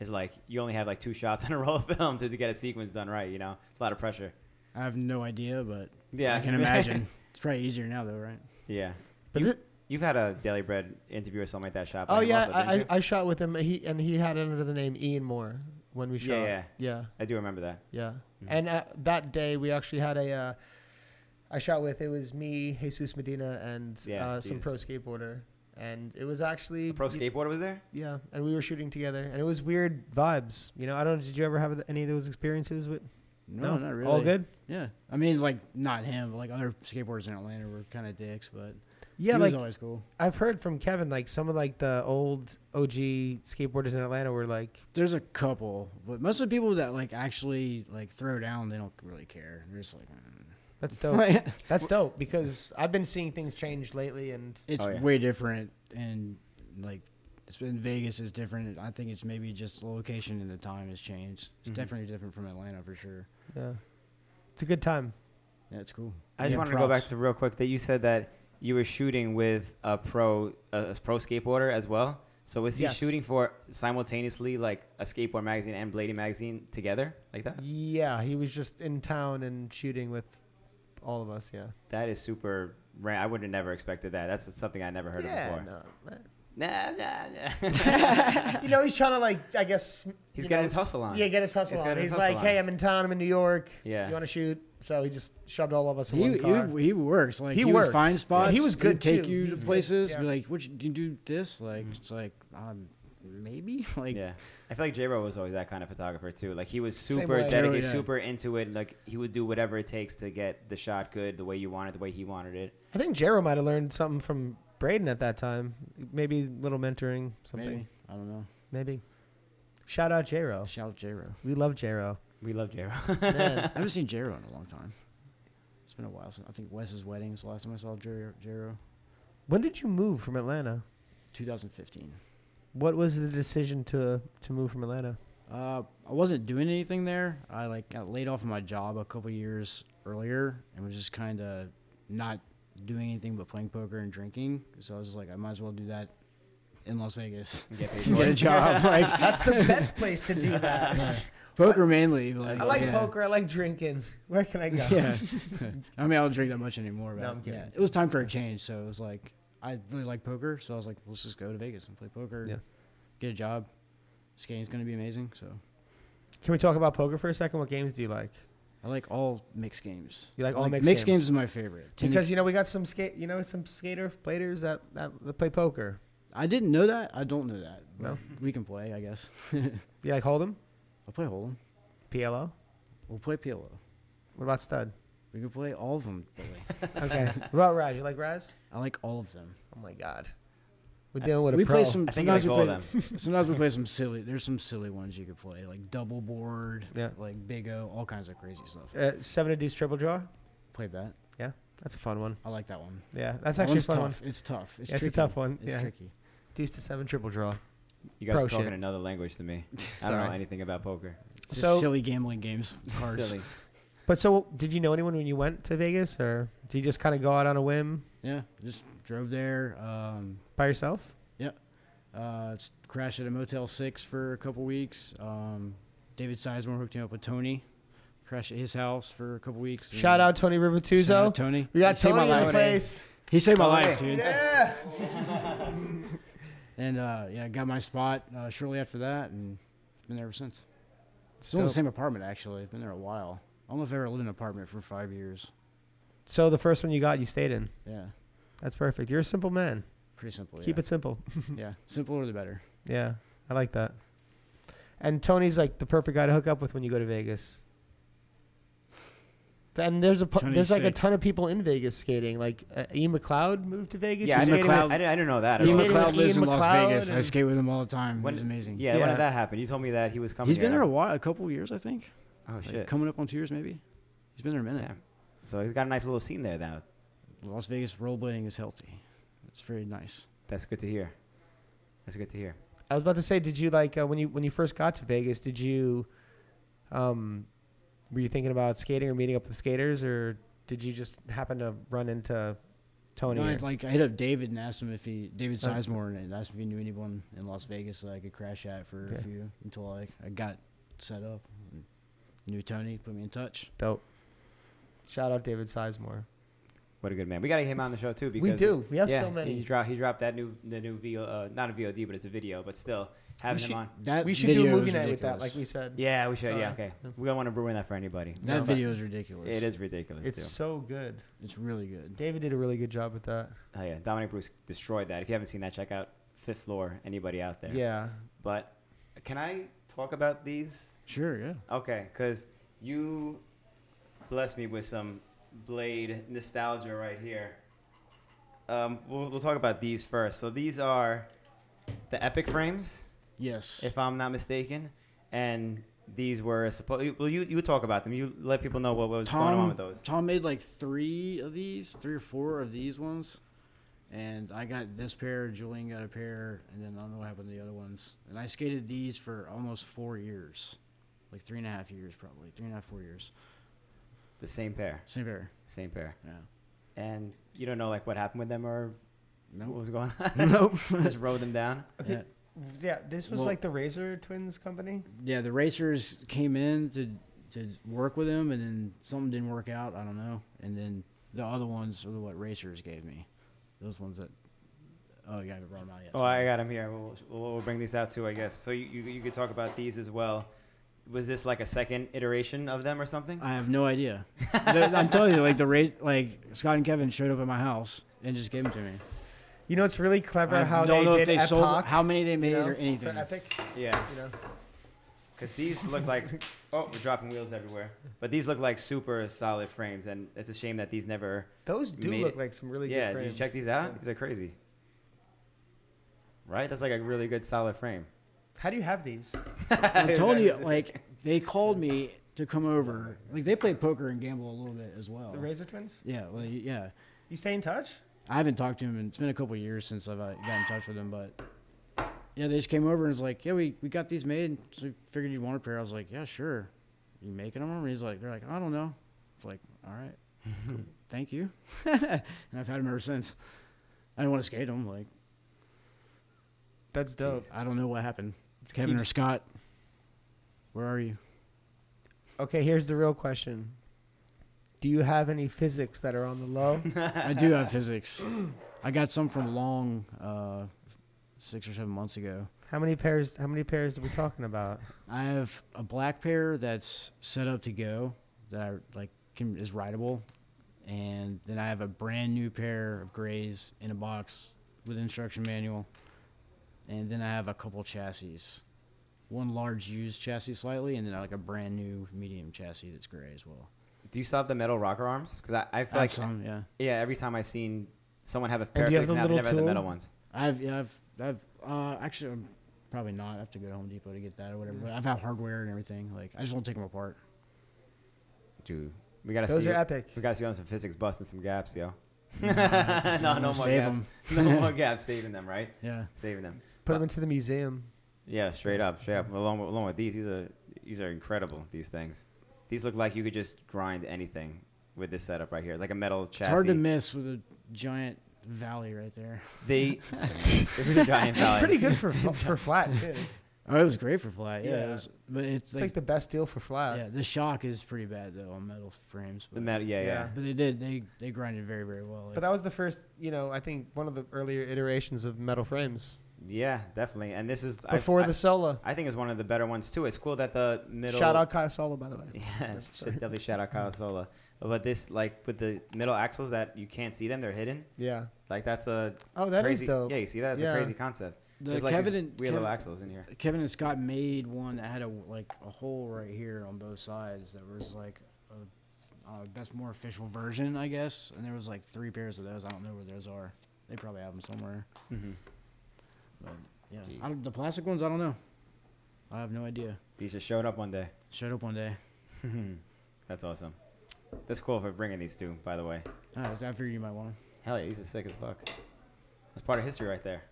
Speaker 1: is like you only have like two shots [laughs] on a roll of film to, to get a sequence done right. You know, it's a lot of pressure.
Speaker 3: I have no idea, but
Speaker 1: Yeah,
Speaker 3: I can imagine. [laughs] it's probably easier now though, right?
Speaker 1: [laughs] yeah,
Speaker 2: But
Speaker 1: You-
Speaker 2: thi-
Speaker 1: you've had a Daily Bread interview or something like that shot. by
Speaker 2: oh
Speaker 1: him
Speaker 2: yeah,
Speaker 1: also, didn't
Speaker 2: I,
Speaker 1: you?
Speaker 2: I, I shot with him. He and he had it under the name Ian Moore when we shot.
Speaker 1: yeah, yeah, Mm-hmm.
Speaker 2: yeah.
Speaker 1: I do remember that.
Speaker 2: Yeah. And uh, that day we actually had a. Uh, I shot with it was me, Jesus Medina, and
Speaker 1: Yeah,
Speaker 2: uh, some
Speaker 1: Jesus.
Speaker 2: pro skateboarter, and it was actually
Speaker 1: A pro
Speaker 2: you-
Speaker 1: skateboarder was there.
Speaker 2: Yeah, and we were shooting together, and it was weird vibes. You know, I don't. Did you ever have th- any of those experiences with?
Speaker 3: No, not really.
Speaker 2: All good.
Speaker 3: Yeah, I mean, like not him, but like other skateboarders in Atlanta were kind of dicks, but
Speaker 2: Yeah,
Speaker 3: he
Speaker 2: like
Speaker 3: was always cool.
Speaker 2: I've heard from Kevin, like some of like the old OG skateboarders in Atlanta were like,
Speaker 3: There's a couple, but most of the people that like actually like throw down, they don't really care. They're just like, mm.
Speaker 2: "That's dope.
Speaker 3: [laughs] Like,
Speaker 2: That's dope." Because I've been seeing things change lately, and
Speaker 3: it's
Speaker 1: Oh, yeah.
Speaker 3: way different, and like it's been Vegas is different. I think it's maybe just the location and the time has changed. It's
Speaker 1: Mhm.
Speaker 3: definitely different from Atlanta for sure.
Speaker 2: yeah, it's a good time.
Speaker 3: Yeah, it's cool.
Speaker 1: I just
Speaker 3: Yeah,
Speaker 1: wanted to go back
Speaker 3: props.
Speaker 1: to real quick that you said that you were shooting with a pro a, a pro skateboarder as well. So was he
Speaker 2: Yes.
Speaker 1: shooting for simultaneously like a skateboard magazine and blading magazine together like that?
Speaker 2: Yeah, he was just in town and shooting with all of us. Yeah.
Speaker 1: That is super. ra- I would have never expected that. That's something I never heard
Speaker 2: yeah.
Speaker 1: of before.
Speaker 2: No.
Speaker 1: Nah, nah, [laughs] nah.
Speaker 2: [laughs] you know, he's trying to like, I guess
Speaker 1: He's
Speaker 2: you
Speaker 1: getting
Speaker 2: know,
Speaker 1: his hustle on.
Speaker 2: Yeah, get his hustle
Speaker 1: He's
Speaker 2: on.
Speaker 1: got his
Speaker 2: He's
Speaker 1: hustle
Speaker 2: like, hey,
Speaker 1: on.
Speaker 2: I'm in town. I'm in New York.
Speaker 1: Yeah.
Speaker 2: You want to shoot? So he just shoved all of us in
Speaker 3: He,
Speaker 2: one car.
Speaker 3: he, he works like
Speaker 2: He
Speaker 3: he,
Speaker 2: worked.
Speaker 3: would find spots.
Speaker 2: He was
Speaker 3: he'd
Speaker 2: good,
Speaker 3: Take
Speaker 2: too.
Speaker 3: you
Speaker 2: He
Speaker 3: to
Speaker 2: was good,
Speaker 3: places.
Speaker 2: yeah. Mm-hmm.
Speaker 3: Be like, "What you, you do this?" Like it's like um, maybe [laughs] like
Speaker 1: yeah, I feel like J. Ro was always that kind of photographer too. Like he was
Speaker 2: Same
Speaker 1: super
Speaker 2: way. Oh,
Speaker 1: dedicated,
Speaker 3: J-Ro, yeah.
Speaker 1: super into it. Like he would do whatever it takes to get the shot good, the way you wanted, the way he wanted it.
Speaker 2: I think Jero might have learned something from Braden at that time. Maybe a little mentoring, something. Oh.
Speaker 3: maybe I don't know.
Speaker 2: Maybe. Shout out Jero.
Speaker 3: Shout out J-Ro.
Speaker 2: We love Jero.
Speaker 1: We love
Speaker 2: [laughs]
Speaker 1: J. Ro.
Speaker 3: [laughs] I haven't seen J-Ro in a long time. It's been a while since I think Wes's wedding is the last time I saw J- J-Ro.
Speaker 2: When did you move from Atlanta?
Speaker 3: 2015.
Speaker 2: What was the decision to to move from Atlanta?
Speaker 3: Uh, I wasn't doing anything there. I like got laid off of my job a couple years earlier and was just kind of not doing anything but playing poker and drinking. So I was like, I might as well do that in Las Vegas.
Speaker 1: Get paid for
Speaker 3: Get a
Speaker 1: it.
Speaker 2: [laughs]
Speaker 3: job. Like
Speaker 2: That's the best place to
Speaker 3: [laughs]
Speaker 2: do that.
Speaker 3: poker mainly. Like,
Speaker 2: I like
Speaker 3: yeah.
Speaker 2: poker. I like drinking. Where can I go?
Speaker 3: Yeah.
Speaker 2: [laughs]
Speaker 3: I mean, I don't drink that much anymore. But
Speaker 2: No, I'm kidding.
Speaker 3: yeah, it was time for a change. So it was like, I really like poker. So I was like, let's just go to Vegas and play poker.
Speaker 2: Yeah.
Speaker 3: Get a job. Skating's going to be amazing. So
Speaker 2: Can we talk about poker for a second? What games do you like?
Speaker 3: I like all mixed games.
Speaker 2: You like
Speaker 3: I
Speaker 2: all mixed games?
Speaker 3: games is my favorite. Ten-
Speaker 2: Because you know we got some skate, you know some skater players that that, that play poker.
Speaker 3: I didn't know that. I don't know that. but
Speaker 2: No.
Speaker 3: We can play, I guess.
Speaker 2: You like Hold'em,
Speaker 3: I'll play Hold'em.
Speaker 2: PLO.
Speaker 3: We'll play PLO.
Speaker 2: What about Stud?
Speaker 3: We can play all of them. Billy.
Speaker 2: Okay. [laughs] what about Raz? You like Raz?
Speaker 3: I like all of them.
Speaker 2: Oh my God. We're dealing with a
Speaker 3: Uh, we
Speaker 2: pro.
Speaker 3: play some.
Speaker 1: I think I like
Speaker 3: sometimes we
Speaker 1: all of
Speaker 3: play-
Speaker 1: them.
Speaker 3: Sometimes we play some silly. There's some silly ones you could play, like double board,
Speaker 2: Yeah.
Speaker 3: like big O, all kinds of crazy stuff.
Speaker 2: Uh, seven of deuce triple draw.
Speaker 3: Played that.
Speaker 2: That's a fun one.
Speaker 3: I like that one.
Speaker 2: Yeah, that's actually
Speaker 3: That
Speaker 2: a
Speaker 3: one's
Speaker 2: fun
Speaker 3: tough.
Speaker 2: one.
Speaker 3: It's tough. It's,
Speaker 2: Yeah, it's a
Speaker 3: tricky.
Speaker 2: tough one.
Speaker 3: It's
Speaker 2: yeah.
Speaker 3: tricky.
Speaker 2: Deuce to seven triple draw.
Speaker 1: You guys
Speaker 2: Pro
Speaker 1: are talking
Speaker 2: shit.
Speaker 1: another language to me. [laughs] I don't know
Speaker 3: Sorry.
Speaker 1: anything about
Speaker 2: [laughs]
Speaker 1: poker.
Speaker 3: It's just
Speaker 2: So-
Speaker 3: silly gambling games [laughs] cards.
Speaker 1: Silly.
Speaker 2: But so, did you know anyone when you went to Vegas, or did you just kind of go out on a whim
Speaker 3: Yeah, just drove there. Um,
Speaker 2: by yourself?
Speaker 3: Uh, s- crashed at a Motel 6 for a couple weeks. Um, David Sizemore hooked him up with Tony. Crashed at his house for a couple weeks. and-
Speaker 2: Shout out Tony
Speaker 3: Shout out
Speaker 2: Rivertuzo.
Speaker 3: Tony.
Speaker 2: We got
Speaker 3: He saved
Speaker 2: Tony
Speaker 3: my
Speaker 2: in the
Speaker 3: life.
Speaker 2: place.
Speaker 3: He saved my
Speaker 1: Tony.
Speaker 3: life, dude.
Speaker 2: Yeah.
Speaker 3: And uh, yeah, got my spot uh, shortly after that, and been there ever since. Still in
Speaker 2: Dope.
Speaker 3: the same apartment, actually. I've been there a while. I don't know if I ever lived in an apartment for five years.
Speaker 2: So the first one you got, you stayed in.
Speaker 3: Yeah,
Speaker 2: That's perfect. You're a simple man.
Speaker 3: pretty simple.
Speaker 2: Keep
Speaker 3: Oh, yeah.
Speaker 2: it simple.
Speaker 3: Yeah, simpler the better.
Speaker 2: Yeah, I like that. And Tony's like the perfect guy to hook up with when you go to Vegas. And there's a pu-
Speaker 3: Tony's
Speaker 2: there's like a
Speaker 3: sick.
Speaker 2: ton of people in Vegas skating. Like uh, Ian McLeod moved to Vegas.
Speaker 1: Yeah,
Speaker 2: You're
Speaker 1: I didn't,
Speaker 2: skating
Speaker 1: know-
Speaker 2: with-
Speaker 1: I, didn't, I didn't know that. at
Speaker 2: He's
Speaker 3: Ian
Speaker 1: all.
Speaker 2: skating with
Speaker 3: McLeod lives
Speaker 2: Ian
Speaker 3: in Las
Speaker 2: McLeod
Speaker 3: Vegas. I
Speaker 2: and-
Speaker 3: skate with him all the time.
Speaker 1: When-
Speaker 3: He's amazing.
Speaker 1: yeah, when
Speaker 2: Yeah.
Speaker 1: did that happen? You told me that he was coming.
Speaker 3: he's been
Speaker 1: here.
Speaker 3: there a while, a couple years, I think.
Speaker 1: Oh
Speaker 3: Like,
Speaker 1: shit.
Speaker 3: coming up on two years, maybe. He's been there a minute.
Speaker 1: Yeah. So he's got a nice little scene there now.
Speaker 3: Las Vegas rollerblading is healthy. It's very nice.
Speaker 1: That's good to hear. That's good to hear.
Speaker 2: I was about to say, did you like uh, when you when you first got to Vegas? Did you, um, were you thinking about skating or meeting up with skaters, or did you just happen to run into Tony?
Speaker 1: Oh,
Speaker 3: No, I,
Speaker 2: or-
Speaker 3: like I hit up David and asked him if he David
Speaker 2: Oh.
Speaker 3: Sizemore and asked him if he knew anyone in Las Vegas that I could crash at for
Speaker 2: Okay.
Speaker 3: a few until like I got set up. And knew Tony, put me in touch.
Speaker 2: Dope. Shout out David Sizemore.
Speaker 1: What a good man. We got to get him on the show too. Because
Speaker 2: We do. We have
Speaker 1: yeah,
Speaker 2: so many.
Speaker 1: He dropped. He dropped that new the new VO, uh, not a VOD, but it's a video. But still having
Speaker 2: should-
Speaker 1: him on.
Speaker 3: That
Speaker 2: we should
Speaker 3: video
Speaker 2: do a movie
Speaker 3: is
Speaker 2: night with that,
Speaker 3: ridiculous.
Speaker 2: like we said.
Speaker 1: Yeah, we should. Yeah,
Speaker 2: Sorry.
Speaker 1: okay. We don't want to ruin that for anybody.
Speaker 3: that
Speaker 2: No, but-
Speaker 3: video is ridiculous.
Speaker 1: It is ridiculous
Speaker 2: It's so good.
Speaker 3: It's really good.
Speaker 2: David did a really good job with that.
Speaker 1: too. Oh yeah, Dominic Bruce destroyed that. If you haven't seen that, check out Fifth Floor. Anybody out there?
Speaker 2: Yeah.
Speaker 1: But can I talk about these?
Speaker 3: Sure, yeah.
Speaker 1: Okay, because you blessed me with some Blade nostalgia right here. Um, we'll, we'll talk about these first. So these are the Epic frames,
Speaker 3: Yes.
Speaker 1: if I'm not mistaken, and these were supposed. Well, you you talk about them. You let people know what, what was going on with those.
Speaker 3: Tom made like three of these, three or four of these ones, and I got this pair. Julian got a pair, and then I don't know what happened to the other ones. And I skated these for almost four years, like three and a half years, probably three and a half, four years.
Speaker 1: The same pair,
Speaker 3: Same pair.
Speaker 1: same pair.
Speaker 3: Yeah.
Speaker 1: And you don't know like what happened with them or what [laughs]
Speaker 3: Nope.
Speaker 1: was going
Speaker 3: [laughs]
Speaker 1: on.
Speaker 3: nope.
Speaker 1: [laughs] Just rode them down.
Speaker 2: Okay.
Speaker 3: yeah.
Speaker 2: Yeah, this was
Speaker 3: Well-
Speaker 2: like the Razor Twins company.
Speaker 3: yeah, the racers came in to to work with him, and then something didn't work out. I don't know. And then the other ones are what racers gave me. Those ones that. Oh, yeah, I haven't brought 'em out yet.
Speaker 1: Oh,
Speaker 3: sorry.
Speaker 1: I got them here. We'll, we'll, we'll bring these out too, I guess. So you, you, you could talk about these as well. was this like a second iteration of them or something?
Speaker 2: Uh.
Speaker 3: I have no idea. The- I'm telling you, like the race, like Scott and Kevin showed up at my house and just gave them to me.
Speaker 2: You know, it's really clever
Speaker 3: I
Speaker 2: how
Speaker 3: don't
Speaker 2: they
Speaker 3: know
Speaker 2: did
Speaker 3: if they
Speaker 2: Epoch,
Speaker 3: sold how many they made
Speaker 2: you know,
Speaker 3: or
Speaker 2: [laughs]
Speaker 3: anything.
Speaker 2: For Epic,
Speaker 1: Yeah,
Speaker 2: you know.
Speaker 1: because these look
Speaker 2: [laughs]
Speaker 1: like oh, we're dropping wheels everywhere. But these look like super solid frames, and it's a shame that these never.
Speaker 2: Those do
Speaker 1: Made
Speaker 2: look
Speaker 1: it.
Speaker 2: like some really
Speaker 1: yeah,
Speaker 2: good
Speaker 1: did
Speaker 2: frames.
Speaker 1: you check these out? These are crazy. Right, that's like a really good solid frame.
Speaker 2: How do you have these?
Speaker 3: I told
Speaker 1: That
Speaker 3: you,
Speaker 1: is just-
Speaker 3: like they called me to come over. Like they play poker and gamble a little bit as well.
Speaker 1: Oh.
Speaker 2: The Razor Twins?
Speaker 3: Yeah, well, yeah.
Speaker 2: You stay in touch?
Speaker 3: I haven't talked to him, and it's been a couple years since I've uh, got in touch with him. But yeah, they just came over and was like, "Yeah, we, we got these made. So we figured you'd want a pair." I was like, "Yeah, sure." You making them? And he's like, "They're like, I don't know." It's like, "All right, cool. thank you." [laughs] and I've had them ever since. I didn't want to skate them. Like,
Speaker 2: That's dope.
Speaker 3: I don't know what happened. It's Kevin or Scott. Where are you?
Speaker 2: Okay, here's the real question. Do you have any physics that are on
Speaker 1: [laughs]
Speaker 2: the low?
Speaker 3: I do have physics. I got some from Long uh, six or seven months ago.
Speaker 2: how many pairs how many pairs are we talking about?
Speaker 3: I have a black pair that's set up to go that I like can is rideable, and then I have a brand new pair of grays in a box with instruction manual, and then I have a couple chassis, one large used chassis slightly, and then like a brand new medium chassis that's gray as well.
Speaker 1: Do you still have the metal rocker arms? Because I, I
Speaker 3: I
Speaker 1: feel
Speaker 3: have
Speaker 1: like
Speaker 3: some, yeah.
Speaker 1: yeah, every time I've seen someone have a pair of
Speaker 2: do you have
Speaker 1: these
Speaker 2: the
Speaker 1: now, they
Speaker 2: little
Speaker 1: never had the
Speaker 2: tool?
Speaker 1: metal ones.
Speaker 3: I've yeah, I've I've uh, actually I'm probably not. I have to go to Home Depot to get that or whatever. But I've had hardware and everything. Like I just don't take them apart.
Speaker 1: Dude, we gotta
Speaker 2: Those
Speaker 1: see.
Speaker 2: are epic.
Speaker 1: we gotta see on some physics busting some gaps,
Speaker 2: [laughs]
Speaker 1: yo. [laughs] no, no more
Speaker 3: Save
Speaker 1: gaps. [laughs]
Speaker 3: 'em.
Speaker 1: No more gaps. Saving them, right?
Speaker 3: Yeah.
Speaker 1: Saving them.
Speaker 2: Put them into the museum.
Speaker 1: Yeah, straight up, straight up. Along with, along with these, these are these are incredible. These things. These look like you could just grind anything with this setup right here. It's like a metal chassis.
Speaker 3: It's hard to miss with a giant valley right there.
Speaker 2: [laughs]
Speaker 1: they. it was a giant
Speaker 2: It's
Speaker 1: valley.
Speaker 2: pretty good for
Speaker 1: [laughs]
Speaker 2: for flat too.
Speaker 3: Oh, it was great for flat. Yeah, it
Speaker 2: Yeah.
Speaker 3: was, but it's,
Speaker 2: It's
Speaker 3: like, uh,
Speaker 2: like the best deal for flat.
Speaker 3: yeah, the shock is pretty bad though on metal frames. But,
Speaker 1: The metal. Yeah, yeah.
Speaker 2: Yeah.
Speaker 3: but they did they they grinded very very well.
Speaker 2: But that was the first, you know, I think one of the earlier iterations of metal frames
Speaker 1: Yeah, definitely. And this is I-
Speaker 2: before
Speaker 1: I,
Speaker 2: the Sola.
Speaker 1: I think it's one of the better ones too. It's cool that the middle.
Speaker 2: Shout out Kyle Sola, by the way.
Speaker 1: [laughs] Yeah,
Speaker 2: That's
Speaker 1: should
Speaker 2: right.
Speaker 1: definitely shout out Kyle Sola. But this, like, with the middle axles that you can't see them, they're hidden.
Speaker 2: Yeah.
Speaker 1: Like that's a
Speaker 2: Oh, that is
Speaker 1: crazy.
Speaker 2: dope.
Speaker 1: Yeah, you see that? It's
Speaker 2: Yeah.
Speaker 1: a crazy concept.
Speaker 3: the
Speaker 1: There's like
Speaker 3: Kevin
Speaker 1: these
Speaker 3: and
Speaker 1: weird little
Speaker 3: Kevin-
Speaker 1: axles in here.
Speaker 3: Kevin and Scott made one that had a like a hole right here on both sides that was like a uh, that's more official version, I guess. And there was like three pairs of those. I don't know where those are. They probably have them somewhere.
Speaker 1: hmm
Speaker 3: But yeah,
Speaker 1: Jeez.
Speaker 3: I don't- the plastic ones, I don't know. I have no idea.
Speaker 1: These just showed up one day. [laughs]
Speaker 3: Showed up one day.
Speaker 1: that's awesome. That's cool for bringing these two, by the way.
Speaker 3: Oh, I figured you might want them.
Speaker 1: Hell yeah, these are sick as fuck. That's part of history right there.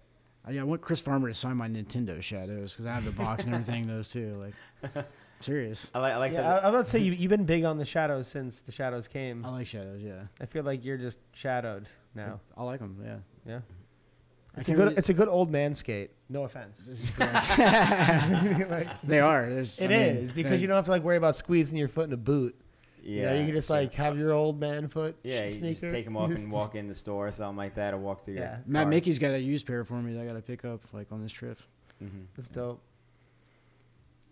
Speaker 3: Uh, yeah, I want Chris Farmer to sign my Nintendo Shadows because I have the box and everything. Those too. Like, I'm serious.
Speaker 1: I like, I like
Speaker 2: yeah,
Speaker 1: that. Oh.
Speaker 2: I, I
Speaker 1: [laughs]
Speaker 2: would say you, you've been big on the shadows since the shadows came.
Speaker 3: I like Shadows. Yeah.
Speaker 2: I feel like you're just shadowed now.
Speaker 3: I like them. Yeah.
Speaker 2: Yeah.
Speaker 3: I
Speaker 2: It's a
Speaker 3: can't
Speaker 2: good,
Speaker 3: really-
Speaker 2: it's a good old man skate. No offense.
Speaker 3: [laughs] This is correct. [laughs]
Speaker 2: like,
Speaker 3: they are. There's,
Speaker 2: it is because you
Speaker 3: know.
Speaker 2: don't have to like worry about squeezing your foot in a boot.
Speaker 1: yeah,
Speaker 2: Yeah, you, know, you can just like have your old man foot.
Speaker 1: yeah, you
Speaker 2: sneak
Speaker 1: just
Speaker 2: through.
Speaker 1: take
Speaker 2: [laughs]
Speaker 1: them off and walk in the store or something like that, or walk through.
Speaker 2: Yeah.
Speaker 1: Yeah,
Speaker 3: Matt Mickey's got a used pair for me that I got to pick up like on this trip.
Speaker 1: hmm
Speaker 2: That's dope.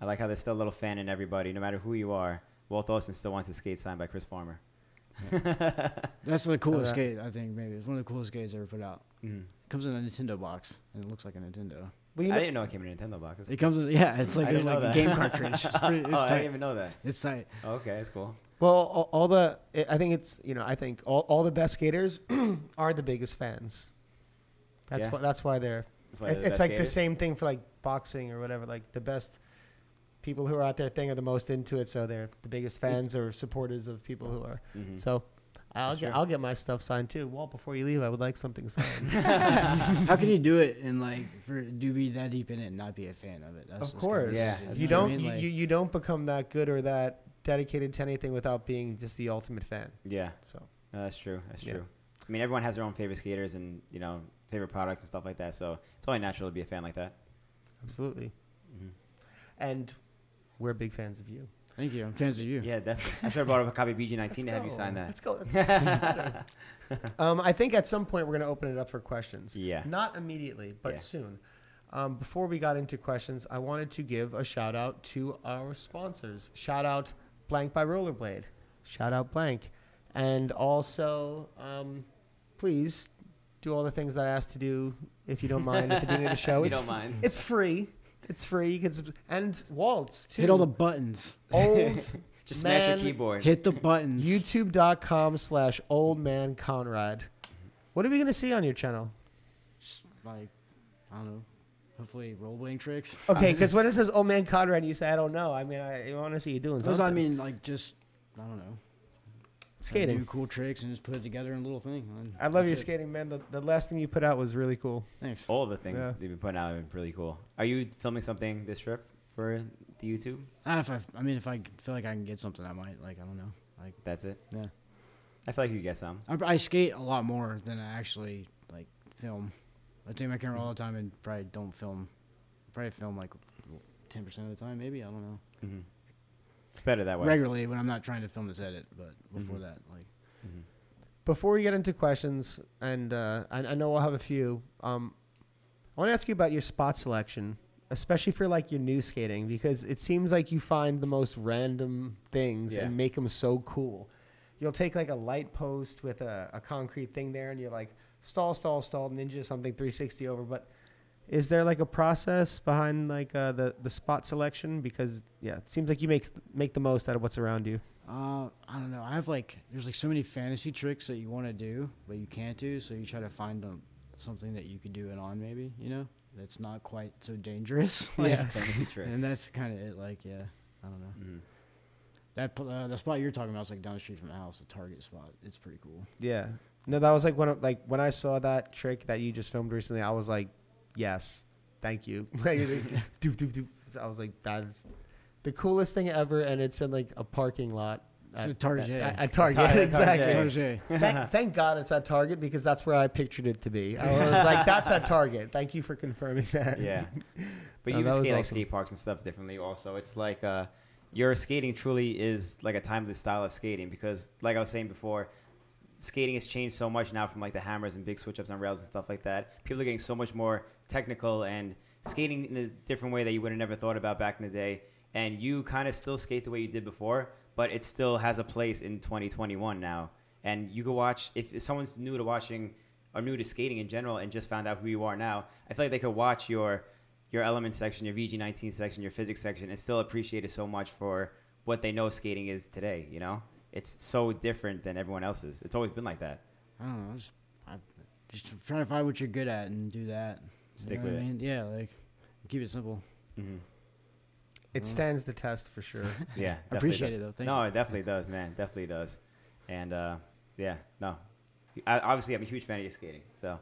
Speaker 1: I like how there's still a little fan in everybody, no matter who you are. Walt Austin still wants his skate signed by Chris Farmer. [laughs]
Speaker 3: That's the coolest
Speaker 2: that.
Speaker 3: skate I think maybe it's one of the coolest skates ever put out.
Speaker 1: Mhm.
Speaker 3: comes in a Nintendo box and it looks like a Nintendo.
Speaker 2: Well, you
Speaker 1: I
Speaker 2: know,
Speaker 1: didn't know it came in a Nintendo box. That's
Speaker 3: It comes in yeah, it's like,
Speaker 1: I didn't
Speaker 3: like
Speaker 1: know
Speaker 3: a
Speaker 1: that.
Speaker 3: game cartridge. It's, pretty,
Speaker 1: [laughs] oh,
Speaker 3: it's
Speaker 1: I
Speaker 3: tight.
Speaker 1: didn't even know that.
Speaker 3: It's tight.
Speaker 1: Okay, that's cool.
Speaker 2: well, all, all the I- I think it's you know I think all, all the best skaters [clears throat] are the biggest fans. That's
Speaker 1: Yeah.
Speaker 2: why that's why they're.
Speaker 1: That's why
Speaker 2: it-
Speaker 1: they're
Speaker 2: it's
Speaker 1: best
Speaker 2: like the
Speaker 1: skaters.
Speaker 2: same thing for like boxing or whatever. Like the best people who are out there thing are the most into it, so they're the biggest fans or supporters of people who are.
Speaker 1: Mhm.
Speaker 2: So I'll
Speaker 1: That's
Speaker 2: get
Speaker 1: true.
Speaker 2: I'll get my stuff signed too. Walt, before you leave, I would like something signed.
Speaker 3: How can you do it and like for do be that deep in it and not be a fan of it? That's
Speaker 2: of
Speaker 3: just kinda
Speaker 2: course,
Speaker 1: Yeah.
Speaker 3: crazy.
Speaker 1: That's
Speaker 2: You
Speaker 3: know what
Speaker 2: don't
Speaker 3: I mean?
Speaker 2: you,
Speaker 3: Like,
Speaker 2: you, you don't become that good or that dedicated to anything without being just the ultimate fan.
Speaker 1: Yeah,
Speaker 2: So
Speaker 1: no, that's true. That's
Speaker 2: Yeah.
Speaker 1: true. I mean, everyone has their own favorite skaters and you know favorite products and stuff like that. So it's only natural to be a fan like that.
Speaker 2: absolutely,
Speaker 1: Mhm.
Speaker 2: and we're big fans of you.
Speaker 3: Thank you. I'm fans of you.
Speaker 1: Yeah, definitely. I should have brought up a copy of BG19
Speaker 2: Let's
Speaker 1: to have you
Speaker 2: go.
Speaker 1: sign that.
Speaker 2: Let's go.
Speaker 1: [laughs]
Speaker 2: [laughs] That's- um, I think at some point we're going to open it up for questions.
Speaker 1: Yeah.
Speaker 2: Not immediately, but
Speaker 1: Yeah.
Speaker 2: soon. Um, before we got into questions, I wanted to give a shout out to our sponsors. Shout out Blank by Rollerblade. Shout out Blank. And also, um, please do all the things that I asked to do if you don't mind at
Speaker 1: [laughs]
Speaker 2: the beginning of the show.
Speaker 1: We
Speaker 2: It's
Speaker 1: don't mind.
Speaker 2: [laughs] It's free. It's free. You can sub- and Waltz too.
Speaker 3: Hit all the buttons.
Speaker 2: [laughs] old
Speaker 1: Just smash your
Speaker 2: man
Speaker 1: keyboard.
Speaker 3: Hit the buttons.
Speaker 2: YouTube.com slash old man Conrad. What are we gonna see on your channel?
Speaker 3: Just, like, I don't know. Hopefully, rollerblading tricks.
Speaker 2: Okay, because when it says old man Conrad, you say I don't know. I mean, I, want to see you doing
Speaker 3: Those
Speaker 2: something.
Speaker 3: I mean, like just I don't know. kinda Do
Speaker 2: skating.
Speaker 3: cool tricks and just put it together in a little thing. and
Speaker 2: I love
Speaker 3: that's
Speaker 2: your
Speaker 3: it.
Speaker 2: skating, man. The, the last thing you put out was really cool.
Speaker 3: Thanks.
Speaker 1: All the things
Speaker 2: Yeah.
Speaker 1: they've been putting out have been really cool. Are you filming something this trip for the YouTube?
Speaker 3: Ah, if I, I mean, if I feel like I can get something, I might. Like I don't know. Like
Speaker 1: That's it.
Speaker 3: Yeah.
Speaker 1: I feel like you get some.
Speaker 3: I, I skate a lot more than I actually like film. I take my camera all the time and probably don't film. Probably film like ten percent of the time, maybe. I don't know.
Speaker 1: hmm It's better that way.
Speaker 3: Regularly when I'm not trying to film this edit, but before
Speaker 1: Mhm.
Speaker 3: that, like
Speaker 1: Mhm.
Speaker 2: Before we get into questions, and uh, I, I know we'll have a few. Um, I want to ask you about your spot selection, especially for like your new skating, because it seems like you find the most random things
Speaker 1: Yeah.
Speaker 2: and make them so cool. You'll take like a light post with a, a concrete thing there, and you're like stall, stall, stall, ninja something 360 over. But is there like a process behind like uh, the the spot selection? Because yeah, it seems like you make make the most out of what's around you.
Speaker 3: Uh, I don't know. I have like there's like so many fantasy tricks that you want to do but you can't do, so you try to find um, something that you could do it on maybe, you know, that's not quite so dangerous. [laughs]
Speaker 2: [laughs]
Speaker 3: Like,
Speaker 2: Yeah.
Speaker 1: Fantasy trick.
Speaker 3: And that's kind of it. Like yeah, I don't know.
Speaker 1: Mhm.
Speaker 3: That pl- uh, the spot you're talking about is like down the street from the house, the Target spot. It's pretty cool.
Speaker 2: Yeah. No, that was like when like when I saw that trick that you just filmed recently, I was like, yes, thank you. [laughs] Like, it was like, doop, doop, doop. I was like, that's the coolest thing ever, and it's in like a parking lot.
Speaker 3: It's a Target.
Speaker 1: [laughs]
Speaker 2: At, at [laughs] Target,
Speaker 1: Target,
Speaker 2: exactly.
Speaker 1: Target.
Speaker 3: Target.
Speaker 2: Thank, thank God it's at Target because that's where I pictured it to be. I was like, that's at Target. Thank you for confirming that.
Speaker 1: Yeah. But
Speaker 2: No,
Speaker 1: you can
Speaker 2: that was
Speaker 1: skate like
Speaker 2: awesome.
Speaker 1: skate parks and stuff differently also. It's like uh your skating truly is like a timeless style of skating because like I was saying before, skating has changed so much now from like the hammers and big switch ups on rails and stuff like that. People are getting so much more technical and skating in a different way that you would have never thought about back in the day. And you kind of still skate the way you did before, but it still has a place in 2021 now. And you can watch if, if someone's new to watching or new to skating in general and just found out who you are now. I feel like they could watch your your element section, your VG19 section, your physics section, and still appreciate it so much for what they know skating is today. You know, it's so different than everyone else's. It's always been like that.
Speaker 3: I don't know. Just, I, just trying to find what you're good at and do that. You
Speaker 1: Stick
Speaker 3: know what
Speaker 1: with
Speaker 3: I
Speaker 1: it.
Speaker 3: mean? Yeah, like keep it simple. [laughs]
Speaker 1: hmm
Speaker 2: [laughs] It stands the test
Speaker 1: [laughs]
Speaker 2: for sure.
Speaker 1: Yeah, definitely
Speaker 3: Appreciate
Speaker 1: does.
Speaker 3: it, though. Thank
Speaker 1: no,
Speaker 3: you.
Speaker 1: it definitely does, man. Definitely does. And uh, yeah, no. I, obviously, I'm a huge fan of your skating.
Speaker 3: [laughs]
Speaker 1: So,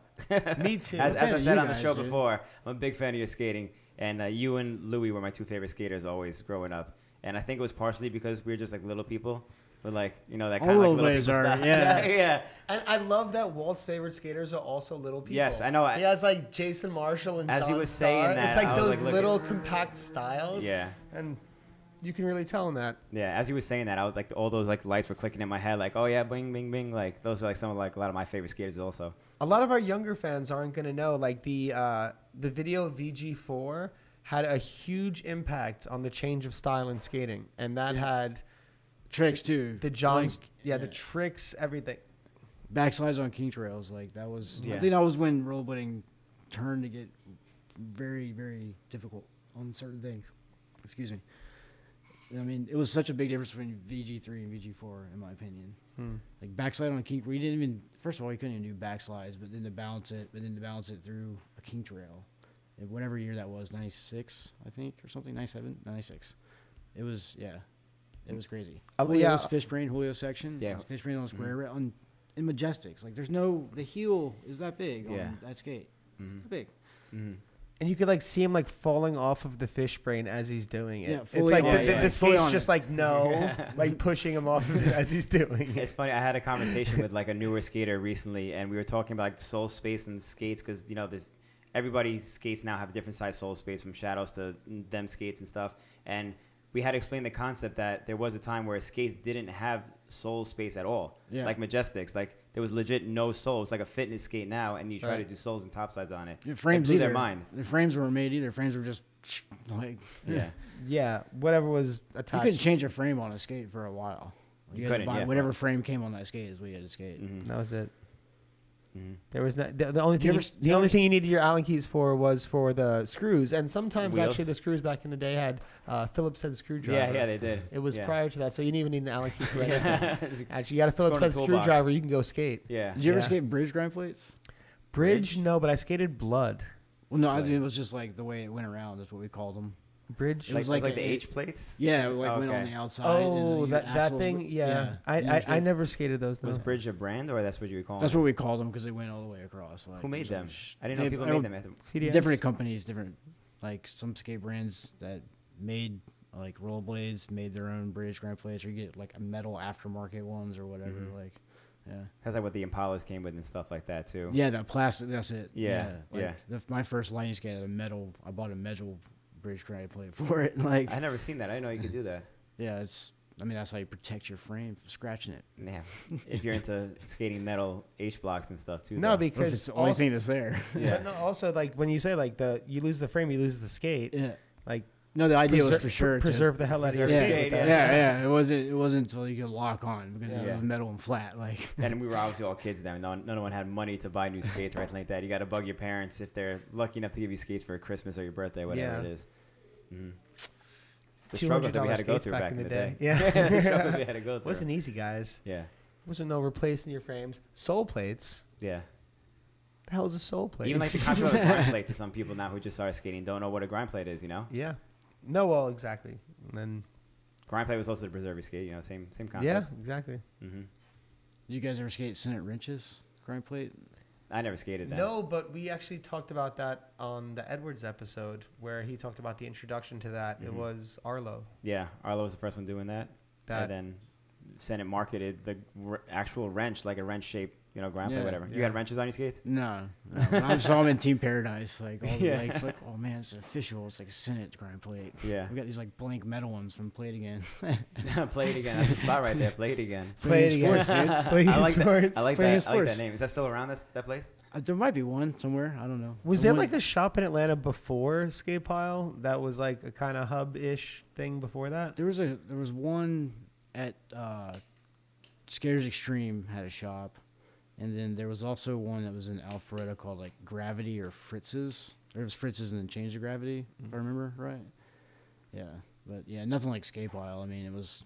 Speaker 2: Me
Speaker 1: [laughs]
Speaker 2: too.
Speaker 1: as, as
Speaker 3: fan
Speaker 1: I
Speaker 3: of
Speaker 1: said
Speaker 3: you
Speaker 1: on the
Speaker 3: guys,
Speaker 1: show
Speaker 3: dude.
Speaker 1: before, I'm a big fan of your skating, and uh, you and Louis were my two favorite skaters always growing up. And I think it was partially because we were just like little people, with like you know that
Speaker 3: All
Speaker 1: kind of like little
Speaker 3: roadways
Speaker 1: people
Speaker 3: are,
Speaker 1: style. [laughs]
Speaker 3: yeah.
Speaker 1: yeah.
Speaker 2: and I love that Walt's favorite skaters are also little people.
Speaker 1: Yes, I know. I-
Speaker 2: He has like Jason Marshall and
Speaker 1: As he
Speaker 2: John
Speaker 1: was saying
Speaker 2: Starr.
Speaker 1: that,
Speaker 2: it's like
Speaker 1: I was,
Speaker 2: those
Speaker 1: like, looking-
Speaker 2: little compact styles.
Speaker 1: Yeah.
Speaker 2: and you can really tell in that.
Speaker 1: Yeah, as you were saying that, I was like, all those like lights were clicking in my head, like, oh yeah, bing, bing, bing. Like those are like some of like a lot of my favorite skaters also.
Speaker 2: A lot of our younger fans aren't going to know like the uh, the video VG4 had a huge impact on the change of style in skating, and that had
Speaker 3: Tricks too.
Speaker 2: the John's
Speaker 3: Like,
Speaker 2: yeah, the tricks everything.
Speaker 3: backslides on king trails. Like that was. I
Speaker 1: Yeah.
Speaker 3: think that was when rollerblading turned to get very very difficult on certain things. Excuse me. I mean, it was such a big difference between VG3 and VG4, in my opinion.
Speaker 2: Hmm.
Speaker 3: Like backslide on kink, we didn't even. First of all, we couldn't even do backslides, but then to balance it, but then to balance it through a kink trail, And whatever year that was, ninety six, I think, or something, 97, 96. It was yeah, it was crazy.
Speaker 2: Uh,
Speaker 3: Julio's
Speaker 2: yeah.
Speaker 3: fish brain, Julio section,
Speaker 1: Yeah. Mm-hmm.
Speaker 3: uh, fish brain on square rail on in majestics. Like there's no the heel is that big
Speaker 1: Yeah.
Speaker 3: on that skate.
Speaker 1: Mm-hmm.
Speaker 3: It's that big.
Speaker 2: And you could like see him like falling off of the fish brain as he's doing it.
Speaker 3: Yeah,
Speaker 2: it's
Speaker 3: fully
Speaker 2: like
Speaker 1: on
Speaker 2: the,
Speaker 1: it,
Speaker 2: the,
Speaker 1: yeah.
Speaker 2: this
Speaker 3: Fully on
Speaker 2: face
Speaker 3: it.
Speaker 2: just like
Speaker 3: [laughs]
Speaker 2: no, like pushing him off of it as he's doing
Speaker 1: [laughs]
Speaker 2: it.
Speaker 1: It's funny. I had a conversation with like a newer skater recently, and we were talking about like soul space and skates because you know there's everybody's skates now have a different size soul space from shadows to them skates and stuff. And we had explained the concept that there was a time where skates didn't have sole space at all.
Speaker 3: Yeah.
Speaker 1: Like Majestics, like there was legit no soles. like a fitness skate now, and you try to
Speaker 4: Right.
Speaker 1: do soles and topsides on it.
Speaker 3: The
Speaker 1: It
Speaker 3: frames
Speaker 1: blew
Speaker 3: either.
Speaker 1: their mind.
Speaker 3: The frames weren't made either. Frames were just [sniffs] like
Speaker 1: Yeah.
Speaker 2: [laughs] Yeah, whatever was
Speaker 3: you
Speaker 2: attached.
Speaker 3: couldn't change a frame on a skate for a while. You, had to
Speaker 1: couldn't,
Speaker 3: buy
Speaker 1: yeah.
Speaker 3: whatever frame came on that skate is what you had to skate.
Speaker 1: Mhm.
Speaker 2: that was it.
Speaker 1: Mhm.
Speaker 2: There was no, the, the only
Speaker 3: You
Speaker 2: thing.
Speaker 3: ever
Speaker 2: you-
Speaker 3: s-
Speaker 4: The only thing you needed your Allen keys for was for the screws, and sometimes
Speaker 1: Wheels.
Speaker 4: actually the screws back in the day had uh, Phillips head screwdriver.
Speaker 1: Yeah, yeah, they did.
Speaker 4: It was
Speaker 1: yeah.
Speaker 4: prior to that, so you didn't even need an Allen key for anything.
Speaker 1: [laughs] Yeah.
Speaker 4: [laughs] Actually, you got a
Speaker 1: go in
Speaker 4: Phillips
Speaker 1: the
Speaker 4: head
Speaker 1: toolbox.
Speaker 4: screwdriver, you can go skate.
Speaker 1: yeah.
Speaker 3: Did you ever
Speaker 2: Yeah.
Speaker 3: skate bridge grind plates?
Speaker 2: bridge, no, but I skated blood.
Speaker 3: Well, no, I
Speaker 1: Like-
Speaker 3: think it was just like the way it went around. That's what we called them.
Speaker 2: Bridge.
Speaker 3: It
Speaker 1: Like,
Speaker 3: was
Speaker 1: was
Speaker 3: like
Speaker 1: like,
Speaker 3: a-
Speaker 1: the H plates.
Speaker 3: Yeah, it, like went
Speaker 1: Okay.
Speaker 3: on the outside. and then
Speaker 2: Oh,
Speaker 3: you
Speaker 2: that, that
Speaker 3: axles-
Speaker 2: thing. Yeah, I,
Speaker 3: you
Speaker 2: I,
Speaker 3: just
Speaker 2: I
Speaker 3: did-
Speaker 2: never skated those.
Speaker 1: Was
Speaker 2: no.
Speaker 1: Bridge a brand or that's what you would call
Speaker 3: That's
Speaker 1: them?
Speaker 3: what we called them because they went all the way across. Like,
Speaker 1: Who
Speaker 3: it
Speaker 1: made
Speaker 3: was like,
Speaker 1: them?
Speaker 3: sh-
Speaker 1: I didn't know
Speaker 3: they-
Speaker 1: people
Speaker 3: I don't-
Speaker 1: made them. at the-
Speaker 2: CDS?
Speaker 3: Different companies, different like some skate brands that made like rollerblades made their own bridge grind plates, or you get like metal aftermarket ones or whatever.
Speaker 1: Mhm.
Speaker 3: Like, yeah.
Speaker 1: That's like what the Impalas came with and stuff like that too.
Speaker 3: Yeah, that plastic. That's it.
Speaker 1: Yeah,
Speaker 3: like
Speaker 1: yeah.
Speaker 3: The, my first lightning skate had a metal. I bought a metal bridge grind [laughs] plate for it. Like,
Speaker 1: I never seen that. I didn't know you could do
Speaker 3: [laughs]
Speaker 1: that.
Speaker 3: yeah, it's. I mean, that's how you protect your frame from scratching it.
Speaker 1: Yeah. if you're into skating metal H blocks and stuff too.
Speaker 4: No,
Speaker 1: though.
Speaker 3: Or if
Speaker 4: because
Speaker 3: it's the only
Speaker 4: also-
Speaker 3: thing that's there.
Speaker 1: yeah.
Speaker 2: But no, also like when you say like the you lose the frame, you lose the skate.
Speaker 3: yeah.
Speaker 2: Like
Speaker 3: No, the idea
Speaker 2: preser-
Speaker 3: was for sure to-
Speaker 2: preserve the hell out of your
Speaker 1: preserve
Speaker 3: yeah,
Speaker 2: skate. with
Speaker 1: skate,
Speaker 2: that.
Speaker 3: yeah, yeah. It wasn't. It wasn't until you could lock on because it
Speaker 2: Yeah.
Speaker 3: was metal and flat. Like, [laughs]
Speaker 1: and we were obviously all kids then. No, no one had money to buy new skates or anything like that. You got to bug your parents if they're lucky enough to give you skates for Christmas or your birthday, whatever
Speaker 2: Yeah.
Speaker 1: it is. Mhm. The struggles that we
Speaker 2: $200
Speaker 1: had to go
Speaker 2: skates
Speaker 1: through back, in the [laughs] day.
Speaker 2: Yeah.
Speaker 1: the struggles we had to go through.
Speaker 2: Wasn't easy, guys.
Speaker 1: yeah.
Speaker 4: wasn't no replacing your frames. Sole plates.
Speaker 1: Yeah.
Speaker 4: The hell is a sole plate? [laughs]
Speaker 1: Even like the concept of a grind plate to some people now who just started skating don't know what a grind plate is, you know?
Speaker 2: Yeah. No, well, exactly. And then
Speaker 1: Grind plate was also the preserve your skate, you know, same same
Speaker 4: yeah,
Speaker 1: concept.
Speaker 4: exactly.
Speaker 1: hmm
Speaker 3: you guys ever skate Senate wrenches grind plate?
Speaker 1: I never skated that.
Speaker 4: No, but we actually talked about that on the Edwards episode where he talked about the introduction to that. It
Speaker 1: Mhm.
Speaker 4: was Arlo.
Speaker 1: Yeah, Arlo was the first one doing that.
Speaker 4: That
Speaker 1: and then Senate marketed the r- actual wrench, like a wrench shape, you know, grind plate,
Speaker 3: Yeah.
Speaker 1: whatever. You
Speaker 4: Yeah.
Speaker 1: had wrenches on your skates?
Speaker 3: No, no. When I saw them in Team Paradise. Like, all the,
Speaker 1: Yeah.
Speaker 3: like, it's like, oh man, it's official. It's like a Senate grind plate.
Speaker 1: Yeah.
Speaker 3: We got these like blank metal ones from Play It Again.
Speaker 1: [laughs] play it again. That's the spot right there. Play it again.
Speaker 2: Play It Again.
Speaker 3: Sports, dude.
Speaker 1: [laughs]
Speaker 2: Play
Speaker 1: I like
Speaker 2: sports.
Speaker 1: that. I like
Speaker 3: Play
Speaker 1: that. I like
Speaker 3: sports.
Speaker 1: that name. Is that still around? That that place?
Speaker 3: [laughs] Uh, there might be one somewhere. I don't know.
Speaker 2: was
Speaker 3: The
Speaker 2: there
Speaker 3: one-
Speaker 2: like a shop in Atlanta before Skate Pile that was like a kind of hub ish thing before that?
Speaker 3: There was a there was one at uh, Scares Extreme had a shop, and then there was also one that was in Alpharetta called like Gravity or Fritz's. There was Fritz's and then Change of Gravity,
Speaker 2: Mm-hmm.
Speaker 3: if I remember right. Yeah, but yeah, nothing like Skate Pile. I mean, it was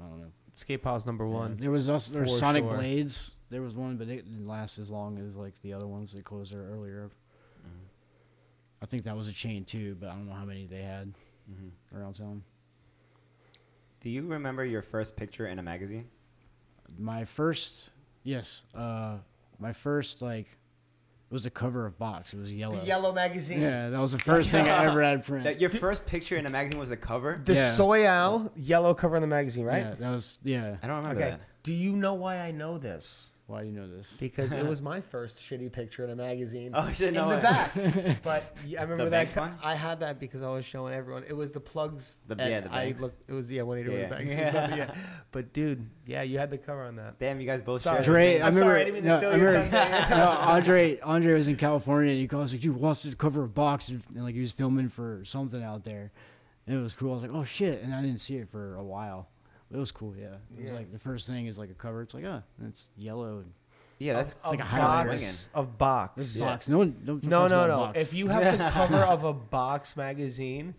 Speaker 3: I don't know.
Speaker 2: Skate Pile's number
Speaker 3: Yeah,
Speaker 2: one.
Speaker 3: There was also there was
Speaker 2: For
Speaker 3: Sonic
Speaker 2: sure.
Speaker 3: Blades. There was one, but it didn't last as long as like the other ones that closed there earlier.
Speaker 1: Mm-hmm.
Speaker 3: I think that was a chain too, but I don't know how many they had
Speaker 1: Mm-hmm.
Speaker 3: around town.
Speaker 1: Do you remember your first picture in a magazine?
Speaker 3: My first, yes, uh, my first like it was the cover of Box. It was yellow.
Speaker 4: the Yellow Magazine.
Speaker 3: Yeah, that was the first thing I ever had print.
Speaker 1: That your first picture in a magazine was the cover?
Speaker 4: The
Speaker 3: Yeah.
Speaker 4: Soyal yellow cover on the magazine, right?
Speaker 3: Yeah, that was yeah.
Speaker 1: I don't remember
Speaker 4: Okay.
Speaker 1: that.
Speaker 4: Do you know why I know this?
Speaker 3: Why do you know this?
Speaker 4: Because it was my first shitty picture in a magazine.
Speaker 1: [laughs] Oh shit! No
Speaker 4: in the
Speaker 1: way.
Speaker 4: back. but yeah, I remember that.
Speaker 1: Banks
Speaker 4: co-
Speaker 1: one?
Speaker 4: I had that because I was showing everyone. It was the plugs.
Speaker 1: The-
Speaker 4: and
Speaker 1: yeah, the
Speaker 4: I
Speaker 1: Banks.
Speaker 4: looked. It was yeah, one eighty
Speaker 1: Yeah.
Speaker 4: yeah. [laughs] banks.
Speaker 1: Yeah.
Speaker 4: yeah.
Speaker 2: But dude, yeah, you had the cover on
Speaker 1: [laughs]
Speaker 2: that.
Speaker 1: Damn, you guys both
Speaker 4: Sorry.
Speaker 1: share.
Speaker 4: Dre-
Speaker 1: Dre-
Speaker 3: Andre, I
Speaker 4: I'm
Speaker 3: remember.
Speaker 4: sorry, I didn't mean to
Speaker 3: no,
Speaker 4: steal
Speaker 3: I
Speaker 4: your
Speaker 3: remember- [laughs]
Speaker 4: thunder.
Speaker 3: no, Andre, Andre was in California and he calls like, "Dude, watch the cover of Box," and, and, like he was filming for something out there, and it was cool. I was like, "Oh shit!" and I didn't see it for a while. It was cool, yeah. It was
Speaker 4: Yeah.
Speaker 3: like the first thing is like a cover. It's like, oh, and it's yellow. And
Speaker 1: yeah, that's
Speaker 4: Of
Speaker 3: like a highlighter.
Speaker 4: box.
Speaker 2: Of box.
Speaker 3: this is box. No one. No, one
Speaker 4: No,
Speaker 3: talks
Speaker 4: no,
Speaker 3: about
Speaker 4: no.
Speaker 3: Box.
Speaker 4: If you have the
Speaker 3: [laughs]
Speaker 4: cover of a box magazine,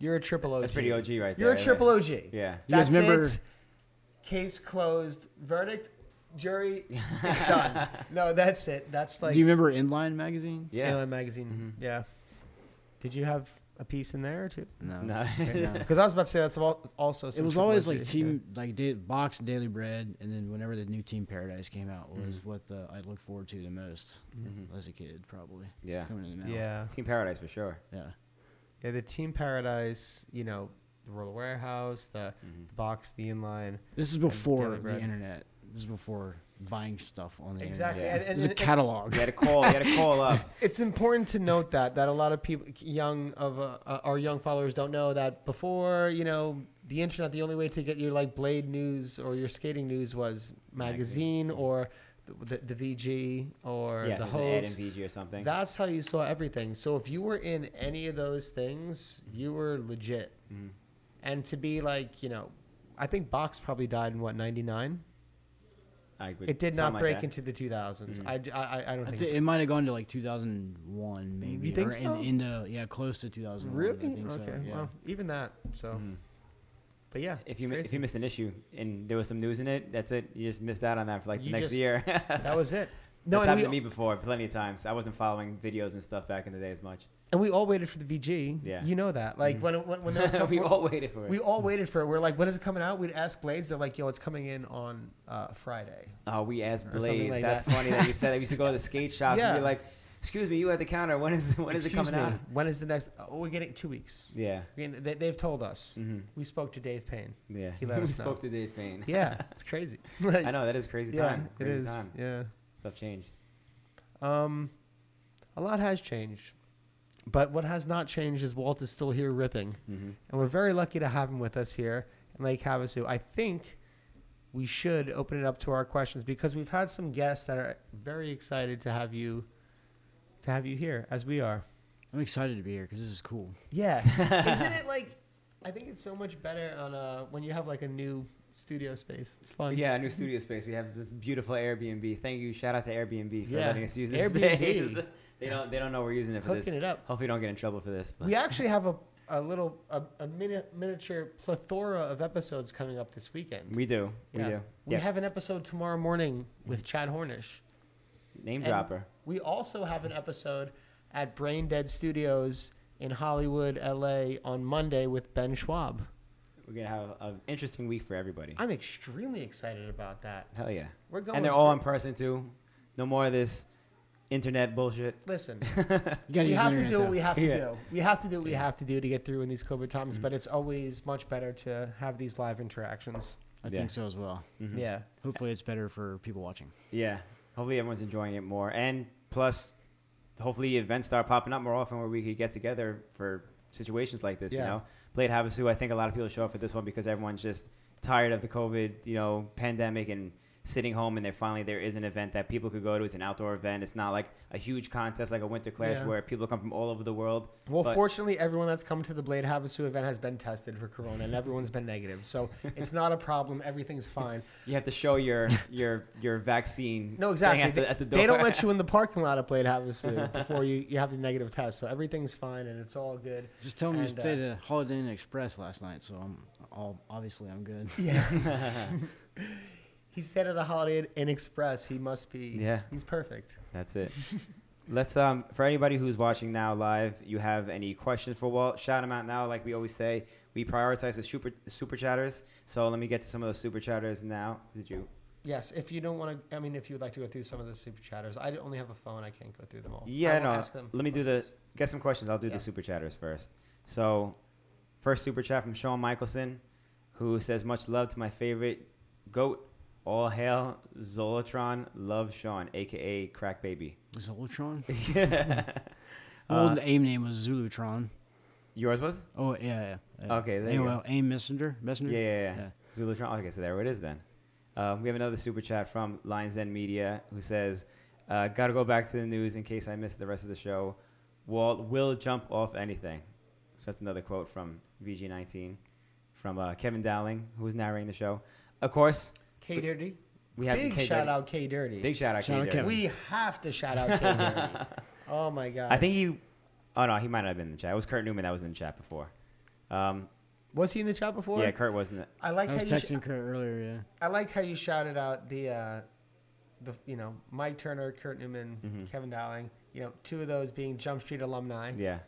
Speaker 4: you're a triple OG.
Speaker 1: that's pretty OG right there.
Speaker 4: You're a
Speaker 1: yeah.
Speaker 4: triple OG.
Speaker 1: Yeah.
Speaker 3: You guys
Speaker 4: That's
Speaker 3: remember-
Speaker 4: it. Case closed. Verdict. Jury. It's done. no, that's it. That's like
Speaker 3: do you remember Inline magazine?
Speaker 1: Yeah. [laughs]
Speaker 2: Alien magazine. Yeah. Did you have a piece in there too?
Speaker 3: No.
Speaker 1: [laughs] No.
Speaker 3: no.
Speaker 4: because I was about to say that's al- also.
Speaker 3: it
Speaker 4: some
Speaker 3: was
Speaker 4: triple
Speaker 3: always
Speaker 4: OG.
Speaker 3: like team like da- box and daily bread and then whenever the new team paradise came out was what the i looked forward to the most
Speaker 1: Mhm.
Speaker 3: as a kid probably
Speaker 1: yeah.
Speaker 3: coming in the mail
Speaker 2: Yeah.
Speaker 1: Team Paradise for sure.
Speaker 3: yeah
Speaker 4: Yeah, the Team Paradise, you know, the Royal Warehouse, the
Speaker 1: Mhm.
Speaker 4: box, the inline.
Speaker 3: this is before
Speaker 4: Daily
Speaker 3: the
Speaker 4: Bread.
Speaker 3: internet this is before buying stuff on the
Speaker 2: Exactly.
Speaker 1: Yeah.
Speaker 2: And,
Speaker 3: internet.
Speaker 2: and,
Speaker 3: There's a
Speaker 2: and-
Speaker 3: catalog.
Speaker 1: You had to call. You had to call
Speaker 4: [laughs]
Speaker 1: up.
Speaker 2: it's
Speaker 4: important to note that that a lot of people young of uh, uh, our young followers don't know that before you know the internet the only way to get your like blade news or your skating news was magazine or the, the, the VG or
Speaker 1: yeah,
Speaker 4: the
Speaker 1: there's an ad in
Speaker 4: hoax
Speaker 1: VG or something.
Speaker 4: that's how you saw everything so if you were in any of those things you were legit
Speaker 1: Mhm.
Speaker 4: and to be like you know I think Box probably died in what 99
Speaker 1: I agree.
Speaker 4: it did
Speaker 1: Something
Speaker 4: not
Speaker 1: like
Speaker 4: break
Speaker 1: that.
Speaker 4: into the 2000s
Speaker 1: Mhm.
Speaker 4: I d- I, I- I don't [laughs]
Speaker 3: I
Speaker 4: think
Speaker 3: thi- it might have gone to like 2001, maybe.
Speaker 4: think
Speaker 3: or
Speaker 4: so?
Speaker 3: In, into, yeah, close to 2001. I
Speaker 4: Really?
Speaker 3: think
Speaker 4: okay.
Speaker 3: So, yeah.
Speaker 4: Well, even that. So,
Speaker 1: Mhm.
Speaker 4: but yeah.
Speaker 1: If
Speaker 4: it's
Speaker 1: you mi- if
Speaker 4: crazy.
Speaker 1: you missed an issue and there was some news in it, that's it. You just missed out on that for like the
Speaker 4: You
Speaker 1: next
Speaker 4: just- [laughs]
Speaker 1: year.
Speaker 4: that was it.
Speaker 1: No,
Speaker 4: No,
Speaker 1: that's
Speaker 4: and
Speaker 1: happened
Speaker 4: we,
Speaker 1: to me before plenty of times. I wasn't following videos and stuff back in the day as much.
Speaker 4: and we all waited for the VG.
Speaker 1: Yeah.
Speaker 4: You know that. Like
Speaker 1: Mhm.
Speaker 4: when it- when when they were coming,
Speaker 1: [laughs] we all waited for it.
Speaker 4: we all waited for it. We're like, when is it coming out? We'd ask Blades. They're like, yo, it's coming in on uh, Friday.
Speaker 1: oh, we asked
Speaker 4: Or something
Speaker 1: Blaze.
Speaker 4: like
Speaker 1: that's
Speaker 4: that.
Speaker 1: funny that
Speaker 4: [laughs]
Speaker 1: you said that. We used to go to the skate shop and
Speaker 4: Yeah.
Speaker 1: be like, "Excuse me, you at the counter. When is when is
Speaker 4: Excuse
Speaker 1: it coming
Speaker 4: me,
Speaker 1: out?"
Speaker 4: When is the next? Oh, we're getting two weeks.
Speaker 1: Yeah.
Speaker 4: We're getting- They, they've told us.
Speaker 1: Mm-hmm.
Speaker 4: We spoke to Dave [laughs] Payne.
Speaker 1: Yeah.
Speaker 4: He let
Speaker 1: [laughs] we
Speaker 4: us know.
Speaker 1: spoke to Dave Payne.
Speaker 4: Yeah, [laughs] it's crazy. like,
Speaker 1: I know that is crazy
Speaker 4: yeah,
Speaker 1: time.
Speaker 4: it
Speaker 1: Crazy
Speaker 4: is.
Speaker 1: time.
Speaker 4: Yeah.
Speaker 1: Stuff changed.
Speaker 4: Um, a lot has changed, but what has not changed is Walt is still here ripping.
Speaker 1: Mm-hmm.
Speaker 4: and we're very lucky to have him with us here in Lake Havasu. I think we should open it up to our questions because we've had some guests that are very excited to have you to have you here as we are.
Speaker 3: I'm excited to be here because this is cool.
Speaker 4: Yeah, [laughs] isn't it like? I think it's so much better on a when you have like a new studio space. It's
Speaker 1: [laughs]
Speaker 4: fun.
Speaker 1: Yeah, a new studio space. We have this beautiful Airbnb. Thank you. Shout out to Airbnb for
Speaker 4: Yeah.
Speaker 1: letting us use this
Speaker 4: Airbnb.
Speaker 1: space. [laughs] they don't. They don't know we're using it for this.
Speaker 4: hooking it up.
Speaker 1: Hopefully, we don't get in trouble for this. But
Speaker 4: We actually have a a little a, a mini, miniature plethora of episodes coming up this weekend.
Speaker 1: we do. We
Speaker 4: Yeah.
Speaker 1: do.
Speaker 4: We
Speaker 1: yeah.
Speaker 4: have an episode tomorrow morning with Chad Hornish.
Speaker 1: Name
Speaker 4: and-
Speaker 1: dropper.
Speaker 4: We also have an episode at Brain Dead Studios in Hollywood, LA on Monday with Ben Schwab.
Speaker 1: We're gonna have an interesting week for everybody.
Speaker 4: I'm extremely excited about that.
Speaker 1: Hell yeah.
Speaker 4: We're going
Speaker 1: and they're all in
Speaker 4: through-
Speaker 1: person too. No more of this internet bullshit. [laughs]
Speaker 4: Listen,
Speaker 3: You gotta
Speaker 4: we
Speaker 3: use
Speaker 4: have to
Speaker 3: internet,
Speaker 4: do what
Speaker 3: though.
Speaker 4: we have to
Speaker 1: Yeah. Mm-hmm.
Speaker 4: do. We have to do what we have to do to get through in these COVID times, but it's always much better to have these live interactions.
Speaker 3: I
Speaker 1: Yeah.
Speaker 3: think so as well.
Speaker 1: Mhm.
Speaker 4: Yeah.
Speaker 3: Hopefully, it's better for people watching.
Speaker 1: Yeah. Hopefully everyone's enjoying it more. And plus hopefully events start popping up more often where we could get together for situations like this, you
Speaker 4: Yeah.
Speaker 1: know. Blade Havasu, I think a lot of people show up for this one because everyone's just tired of the COVID, you know, pandemic and sitting home and there finally there is an event that people could go to. It's an outdoor event. It's not like a huge contest like a winter clash
Speaker 4: Yeah.
Speaker 1: where people come from all over the world.
Speaker 4: Well,
Speaker 1: But-
Speaker 4: fortunately, everyone that's come to the Blade Havasu event has been tested for corona, and everyone's been
Speaker 1: [laughs]
Speaker 4: negative. So it's not a problem. Everything's fine.
Speaker 1: You have to show
Speaker 4: [laughs]
Speaker 1: your your your vaccine.
Speaker 4: No,
Speaker 1: thing
Speaker 4: exactly.
Speaker 1: At
Speaker 4: They-
Speaker 1: the, at the door.
Speaker 4: They don't
Speaker 1: [laughs]
Speaker 4: let you in the parking lot at Blade Havasu before you, you have the negative test. So everything's fine and it's all good.
Speaker 3: Just tell me you
Speaker 4: And, uh,
Speaker 3: stayed at Holiday Inn Express last night, so I'm all obviously I'm
Speaker 4: [laughs]
Speaker 3: good.
Speaker 4: Yeah. he stayed at a Holiday Inn Express. He must be.
Speaker 1: Yeah.
Speaker 4: He's perfect.
Speaker 1: That's it. Let's um for anybody who's watching now live, you have any questions for Walt? Shout them out now, like we always say. We prioritize the super super chatters. So let me get to some of those super chatters now. Did you?
Speaker 4: Yes. If you don't want to, I mean, if you would like to go through some of the super chatters, I only have a phone. I can't go through them all.
Speaker 1: Yeah,
Speaker 4: I will
Speaker 1: no,
Speaker 4: ask them
Speaker 1: let me do the-
Speaker 4: questions.
Speaker 1: Get some questions. I'll do
Speaker 4: Yeah.
Speaker 1: the super chatters first. So first super chat from Sean Michelson, who says much love to my favorite goat. All hail Zolotron, love Sean, aka Crack Baby. [laughs]
Speaker 3: Zolotron.
Speaker 1: Yeah.
Speaker 3: [laughs] Old
Speaker 1: Uh,
Speaker 3: AIM name was Zulutron.
Speaker 1: yours was?
Speaker 3: Oh yeah, yeah. yeah.
Speaker 1: Okay, there you go.
Speaker 3: AOL AIM Messenger. Messenger.
Speaker 1: Yeah, yeah, yeah.
Speaker 3: Yeah.
Speaker 1: Zulutron. Okay, so there it is then. Um, we have another super chat from Lions Den Media who says, uh, "Got to go back to the news in case I missed the rest of the show." Walt will jump off anything. So that's another quote from VG19 from uh, Kevin Dowling, who was narrating the show. Of course,
Speaker 4: K Dirty.
Speaker 1: we have
Speaker 4: Big
Speaker 1: K
Speaker 4: shout
Speaker 1: Dirty.
Speaker 4: out K Dirty.
Speaker 1: Big shout out,
Speaker 3: Shout
Speaker 1: K
Speaker 3: out
Speaker 1: Dirty.
Speaker 3: Kevin.
Speaker 4: We have to shout out K
Speaker 1: [laughs]
Speaker 4: Dirty. oh my God.
Speaker 1: I think he. Oh no, he might not have been in the chat. It was Kurt Newman that was in the chat before. Um,
Speaker 4: Was he in the chat before?
Speaker 1: yeah, Kurt wasn't. it.
Speaker 4: I like
Speaker 3: I
Speaker 4: how
Speaker 3: was
Speaker 4: you sh-
Speaker 3: texting Kurt earlier.
Speaker 4: I like how you shouted out the, uh, the you know Mike Turner, Kurt Newman,
Speaker 1: Mhm.
Speaker 4: Kevin Dowling. You know, two of those being Jump Street alumni,
Speaker 1: Yeah,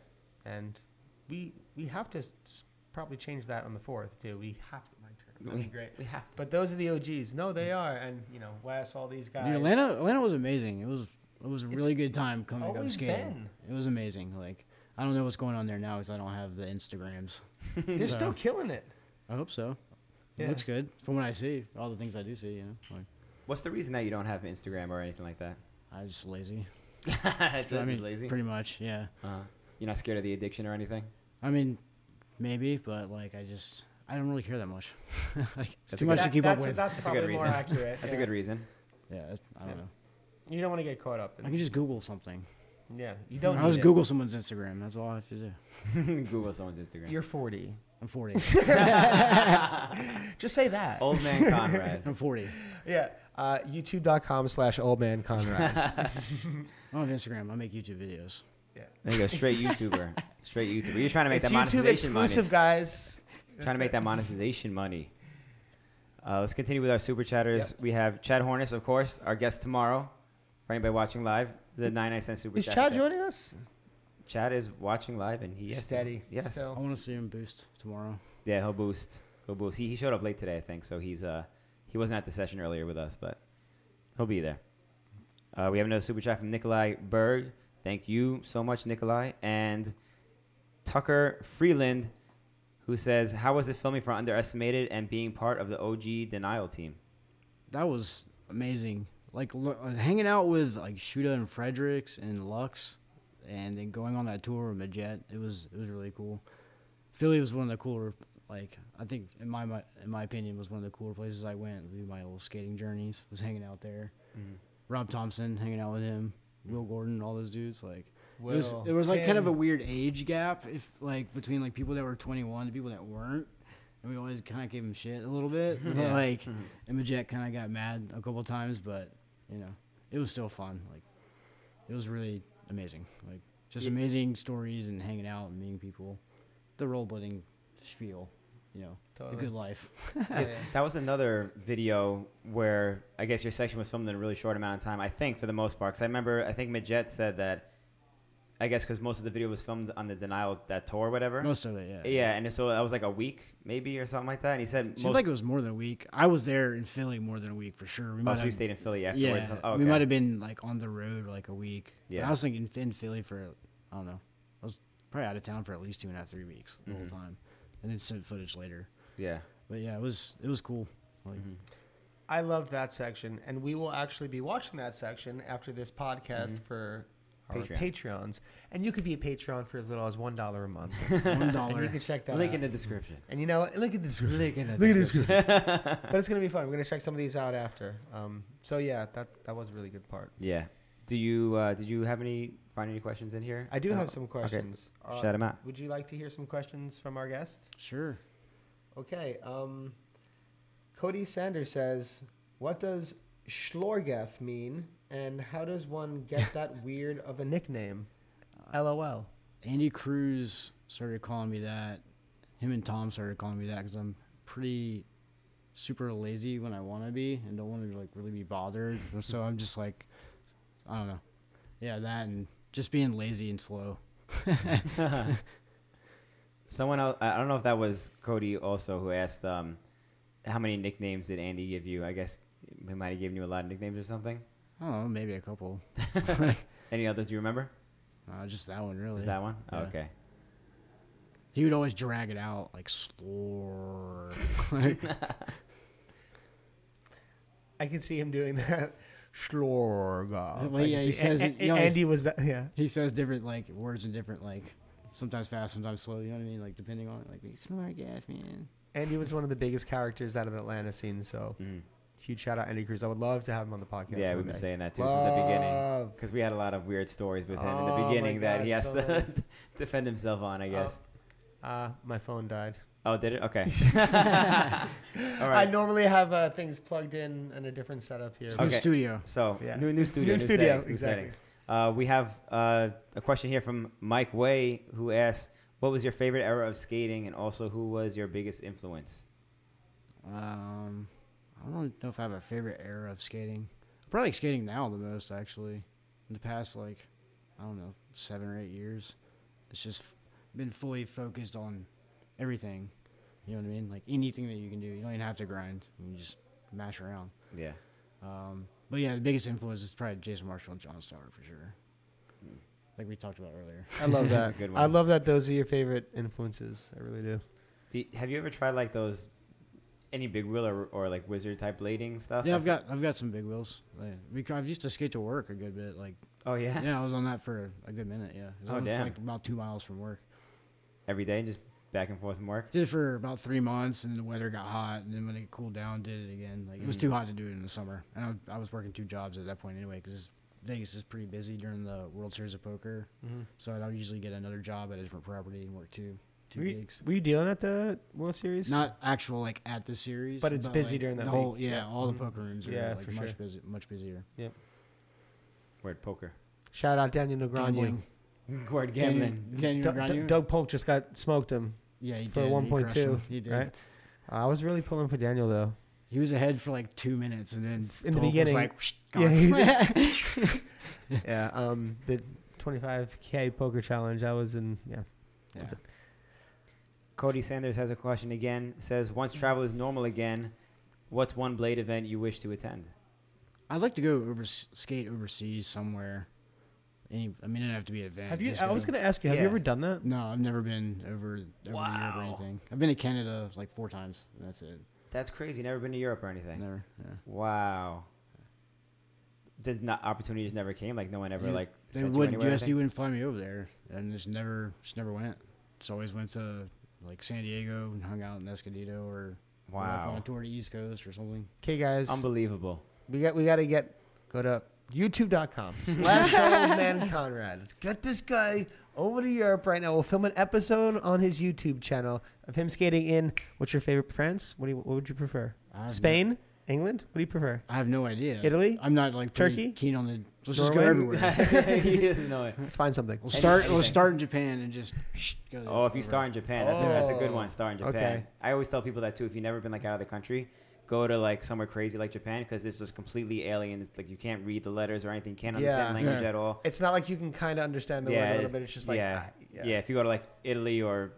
Speaker 4: and we we have to s- probably change that on the fourth too. We have to Mike Turner. That'd be great.
Speaker 1: we have to.
Speaker 4: But those are the OGs. No, they
Speaker 1: Mm-hmm.
Speaker 4: are, and you know Wes, all these
Speaker 3: Yeah.
Speaker 4: guys.
Speaker 3: Dude, Atlanta, Atlanta was amazing. It was it was a really good time coming up
Speaker 4: always
Speaker 3: skating.
Speaker 4: been.
Speaker 3: It was amazing. Like I don't know what's going on there now because I don't have the
Speaker 4: [laughs]
Speaker 3: Instagrams.
Speaker 4: they're
Speaker 3: So,
Speaker 4: still killing it.
Speaker 3: I hope so. It
Speaker 4: Yeah.
Speaker 3: looks good from what I see. All the things I do see, you know. Like,
Speaker 1: What's the reason that you don't have Instagram or anything like that?
Speaker 3: I was just lazy.
Speaker 1: [laughs] That's
Speaker 3: I
Speaker 1: it,
Speaker 3: mean,
Speaker 1: just lazy.
Speaker 3: Pretty much, yeah.
Speaker 1: uh-huh. You're not scared of the addiction or anything.
Speaker 3: I mean, maybe, but like I just I don't really care that much. [laughs] like, it's
Speaker 1: That's
Speaker 3: too
Speaker 1: a
Speaker 3: much
Speaker 1: good-
Speaker 3: to keep
Speaker 4: that's,
Speaker 3: up with.
Speaker 4: That's,
Speaker 1: a good
Speaker 4: probably more
Speaker 1: reason.
Speaker 4: accurate.
Speaker 1: [laughs] That's
Speaker 4: yeah.
Speaker 1: a good reason.
Speaker 3: yeah, that's- I don't
Speaker 4: Yeah.
Speaker 3: know.
Speaker 4: You don't want to get caught up. In,
Speaker 3: I can just Google something.
Speaker 4: yeah, you don't.
Speaker 3: I
Speaker 4: need
Speaker 3: just
Speaker 4: it.
Speaker 3: Google someone's Instagram. That's all I have to do.
Speaker 1: Google someone's Instagram. [laughs]
Speaker 4: You're 40. [laughs]
Speaker 3: I'm 40.
Speaker 4: Just say that.
Speaker 1: Old man Conrad. [laughs]
Speaker 3: I'm 40.
Speaker 4: Yeah.
Speaker 2: Uh, YouTube.com slash old man Conrad.
Speaker 3: I don't have Instagram. I make YouTube videos.
Speaker 1: There you go, straight YouTuber. Straight YouTuber. You're trying to make
Speaker 4: It's
Speaker 1: that
Speaker 4: YouTube
Speaker 1: monetization
Speaker 4: exclusive,
Speaker 1: money.
Speaker 4: guys.
Speaker 1: Trying to make that monetization money. Uh, let's continue with our super chatters. We have Chad Hornis, of course, our guest tomorrow. For anybody watching live, the 99 cent super
Speaker 4: Is
Speaker 1: chat.
Speaker 4: Chad joining us?
Speaker 1: Chad is watching live and he is
Speaker 4: Steady.
Speaker 1: Yes.
Speaker 4: Still.
Speaker 3: I want to see him boost tomorrow.
Speaker 1: Yeah, he'll boost. He'll boost. He, he showed up late today, I think, so he's uh he wasn't at the session earlier with us, but he'll be there. Uh, we have another super chat from Nikolai Berg. Thank you so much, Nikolai. And Tucker Freeland, who says, How was it filming for Underestimated and being part of the OG denial team?
Speaker 3: That was amazing. Like lo- uh, hanging out with like Shuda and Fredericks and Lux, and then going on that tour with Majet. It was it was really cool. Philly was one of the cooler. Like I think in my, my in my opinion was one of the cooler places I went. Do my little skating journeys. Was hanging out there. Rob Thompson hanging out with him. Will Gordon, all those dudes. Like it was
Speaker 4: Will,
Speaker 3: it was like kind of a
Speaker 4: Tim.
Speaker 3: weird age gap if like between like people that were 21 to people that weren't and we always kind of gave him shit a
Speaker 1: [laughs]
Speaker 3: little bit but, like Imajet kind of got mad a couple times but you know it was still fun like it was really amazing like just
Speaker 1: Yeah.
Speaker 3: amazing stories and hanging out and meeting people the rollerblading spiel you know
Speaker 1: Oh,
Speaker 3: the
Speaker 4: Totally.
Speaker 3: good life
Speaker 1: [laughs]
Speaker 4: Yeah.
Speaker 1: That was another video where I guess your section was filmed in a really short amount of time. I think for the most part, because I remember I think Majet said that. I guess because most of the video was filmed on the denial that tour, or whatever.
Speaker 3: most of it yeah
Speaker 1: yeah, and so that was like a week maybe or something like that. And he said
Speaker 3: seems
Speaker 1: most.
Speaker 3: like it was more than a week I was there in Philly more than a week for sure we
Speaker 1: oh,
Speaker 3: might
Speaker 1: so you
Speaker 3: have-
Speaker 1: stayed in Philly afterwards.
Speaker 3: Yeah,
Speaker 1: huh? oh, okay.
Speaker 3: we might have been like on the road like a week. Yeah,
Speaker 1: Yeah.
Speaker 3: I was thinking in Philly for I don't know. I was probably out of town for at least two and a half, three weeks the
Speaker 1: Mhm.
Speaker 3: whole time, and then sent footage later.
Speaker 1: Yeah.
Speaker 3: But yeah, it was it was cool. Like
Speaker 1: Mhm.
Speaker 4: I loved that section, and we will actually be watching that section after this podcast for our
Speaker 1: Mm-hmm. Patreon.
Speaker 4: Patreons. And you could be a Patreon for as little as one dollar a month,
Speaker 1: Mm-hmm. [laughs]
Speaker 3: one
Speaker 4: and you
Speaker 3: dollar.
Speaker 4: can check that
Speaker 1: Link
Speaker 4: out.
Speaker 1: in the description.
Speaker 4: and you know, what? link at the description.
Speaker 1: Link in the
Speaker 4: Link in the
Speaker 1: description.
Speaker 4: But it's gonna be fun. We're gonna check some of these out after. Um, so yeah, that that was a really good part.
Speaker 1: yeah. Do you uh, did you have any find any questions in here?
Speaker 4: I do
Speaker 1: Oh,
Speaker 4: have some questions. Uh,
Speaker 1: Shout them out.
Speaker 4: would you like to hear some questions from our guests?
Speaker 3: sure.
Speaker 4: Okay. Um, Cody Sanders says, "What does Schlorgef mean, and how does one
Speaker 1: [laughs]
Speaker 4: get that weird of a nickname?" Uh, LOL.
Speaker 3: Andy Cruz started calling me that. Him and Tom started calling me that because I'm pretty super lazy when I want to be and don't want to like really
Speaker 1: [laughs]
Speaker 3: be bothered. And so I'm just like, I don't know. Yeah, that and just being lazy and slow.
Speaker 1: [laughs] Someone else. I I don't know if that was Cody also who asked um, how many nicknames did Andy give you? I guess he might have given you a lot of nicknames or something.
Speaker 3: I don't know, maybe a couple.
Speaker 1: Any others you remember?
Speaker 3: Uh, just that one, really.
Speaker 1: Was that one?
Speaker 3: Yeah.
Speaker 1: Okay.
Speaker 3: He would always drag it out, like slore. Like,
Speaker 4: I can see him doing that. Schlorgef.
Speaker 3: Well,
Speaker 4: I can
Speaker 3: yeah, he
Speaker 4: see- and-
Speaker 3: says it-
Speaker 4: and-
Speaker 3: yeah, he's-
Speaker 4: Andy was that. Yeah.
Speaker 3: he says different like words in different like sometimes fast, sometimes slow. You know what I mean? Like depending on like the smart gas man.
Speaker 4: Andy was one of the biggest characters out of the Atlanta scene. So
Speaker 1: Mm.
Speaker 4: huge shout out Andy Cruz. I would love to have him on the podcast.
Speaker 1: Yeah,
Speaker 4: one
Speaker 1: we've been
Speaker 4: day.
Speaker 1: saying that too since the beginning.
Speaker 4: Love.
Speaker 1: Because we had a lot of weird stories with him
Speaker 4: Oh
Speaker 1: in
Speaker 4: my
Speaker 1: the beginning that
Speaker 4: God,
Speaker 1: he has
Speaker 4: so Oh.
Speaker 1: to
Speaker 4: many.
Speaker 1: [laughs] defend himself on, I guess.
Speaker 4: Uh, my phone died.
Speaker 1: Oh, did it?
Speaker 3: [laughs]
Speaker 1: Okay. [laughs] All
Speaker 4: I
Speaker 1: right.
Speaker 4: normally have uh, things plugged in in a different setup here.
Speaker 3: It's
Speaker 1: Okay.
Speaker 3: New studio.
Speaker 1: So,
Speaker 4: Yeah.
Speaker 1: new, new studio. New,
Speaker 4: studio,
Speaker 1: settings, new
Speaker 4: exactly.
Speaker 1: settings. Uh, we have uh, a question here from Mike Way who asks, What was your favorite era of skating and also who was your biggest influence?
Speaker 3: Um, I don't know if I have a favorite era of skating. I probably like skating now the most actually. In the past like I don't know seven or eight years, it's just f- been fully focused on everything. You know what I mean? Like anything that you can do, you don't even have to grind. You just mash around.
Speaker 1: Yeah.
Speaker 3: Um, but yeah, the biggest influence is probably Jason Marshall and John Starr for sure. Like we talked about earlier.
Speaker 4: I love [laughs]
Speaker 1: Those are
Speaker 4: that.
Speaker 1: good
Speaker 4: I
Speaker 1: ones.
Speaker 4: love that. Those are your favorite influences. I really do.
Speaker 1: Do you, have you ever tried like those any big wheel or, or like wizard type blading stuff?
Speaker 3: Yeah,
Speaker 1: I
Speaker 3: I've
Speaker 1: f-
Speaker 3: got I've got some big wheels. Like, we- I've used to skate to work a good bit. Like
Speaker 1: Oh yeah.
Speaker 3: yeah, I was on that for a good minute. Yeah, I was
Speaker 1: Oh,
Speaker 3: on it for,
Speaker 1: damn.
Speaker 3: Like about two miles from work.
Speaker 1: Every day, just back and forth from work.
Speaker 3: Did it for about three months, and the weather got hot. And then when it cooled down, did it again. Like it was
Speaker 1: Mhm.
Speaker 4: Mm.
Speaker 3: too hot to do it in the summer, and I, I was working two jobs at that point anyway, because Vegas is pretty busy during the World Series of Poker.
Speaker 4: Mm-hmm.
Speaker 3: So I'd usually get another job at a different property and work two two
Speaker 4: Were you-
Speaker 3: gigs.
Speaker 4: Were you dealing at the World Series?
Speaker 3: Not actual like at the series,
Speaker 4: But it's busy
Speaker 3: like,
Speaker 4: during that
Speaker 3: the whole.
Speaker 4: week.
Speaker 3: Yeah,
Speaker 4: Yeah.
Speaker 3: all the
Speaker 4: Mhm.
Speaker 3: poker rooms are
Speaker 4: Yeah,
Speaker 3: like
Speaker 4: for
Speaker 3: much
Speaker 4: sure.
Speaker 3: busy, much busier.
Speaker 1: Word poker.
Speaker 4: Shout out Daniel Negreanu.
Speaker 3: Gambling.
Speaker 1: Word
Speaker 3: Can you-
Speaker 1: gambling.
Speaker 3: can you
Speaker 4: D-
Speaker 3: grind you?
Speaker 4: Doug Polk just got smoked him.
Speaker 3: Yeah, he
Speaker 4: for
Speaker 3: did. He
Speaker 4: 1.2,
Speaker 3: crushed him. He did.
Speaker 4: right? I was really pulling for Daniel though.
Speaker 3: He was ahead for like two minutes, and then
Speaker 4: In the
Speaker 3: Volk was
Speaker 4: beginning-
Speaker 3: like, "Whoosh,
Speaker 4: [laughs] Yeah,
Speaker 3: gone."
Speaker 4: [laughs] yeah. Um, the 25k poker challenge. I was in. Yeah.
Speaker 3: Yeah.
Speaker 1: Cody Sanders has a question again. Says once travel is normal again, what's one blade event you wish to attend?
Speaker 3: [laughs] I'd like to go over skate overseas somewhere. Any, I mean, it'd have to be an event.
Speaker 4: Have you?
Speaker 3: just
Speaker 4: I was gonna ask you. Have
Speaker 1: Yeah.
Speaker 4: you ever done that?
Speaker 3: No, I've never been over, over Europe or
Speaker 1: Wow.
Speaker 3: anything. I've been to Canada like four times. and That's it.
Speaker 1: That's crazy. Never been to Europe or anything.
Speaker 3: Never. Yeah.
Speaker 1: Wow. Did not opportunity just never came. Like no one ever
Speaker 3: You-
Speaker 1: like
Speaker 3: They
Speaker 1: sent
Speaker 3: wouldn't.
Speaker 1: you anywhere. or
Speaker 3: USD
Speaker 1: anything?
Speaker 3: wouldn't fly me over there, and just never, just never went. Just always went to like San Diego and hung out in Escondido or or, like, on a
Speaker 1: Wow.
Speaker 3: tour to East Coast or something.
Speaker 4: Okay, guys. [laughs]
Speaker 1: Unbelievable.
Speaker 4: we got. We got to get. Go to YouTube.com slash old man Conrad. Let's get this guy over to Europe right now. We'll film an episode on his YouTube channel of him skating in. What's your favorite France? What do you, What would you prefer?
Speaker 3: I have no-
Speaker 4: Spain, England. What do you prefer?
Speaker 3: I have no idea.
Speaker 4: Italy?
Speaker 3: I'm not like pretty
Speaker 4: Turkey?
Speaker 3: Keen on the. Let's just go
Speaker 4: Norway? [laughs]
Speaker 3: everywhere.
Speaker 1: He doesn't know it.
Speaker 4: Let's find something.
Speaker 3: We'll
Speaker 1: Any-
Speaker 3: start. We'll
Speaker 1: anything.
Speaker 3: start in Japan and just. Go there
Speaker 1: Oh, if you
Speaker 3: over.
Speaker 1: star in Japan, that's, a, that's a good
Speaker 4: Oh,
Speaker 1: one. Star in Japan.
Speaker 4: okay.
Speaker 1: I always tell people that too. If you've never been like out of the country, go to like somewhere crazy like Japan because it's just completely alien. It's like you can't read the letters or anything. Can't
Speaker 4: Yeah.
Speaker 1: understand language
Speaker 3: Yeah.
Speaker 1: at all.
Speaker 4: It's not like you can kind of understand the
Speaker 1: Yeah,
Speaker 4: word a little
Speaker 1: it's-
Speaker 4: bit. It's just like
Speaker 1: yeah,
Speaker 4: ah,
Speaker 1: Yeah. If you go to like Italy or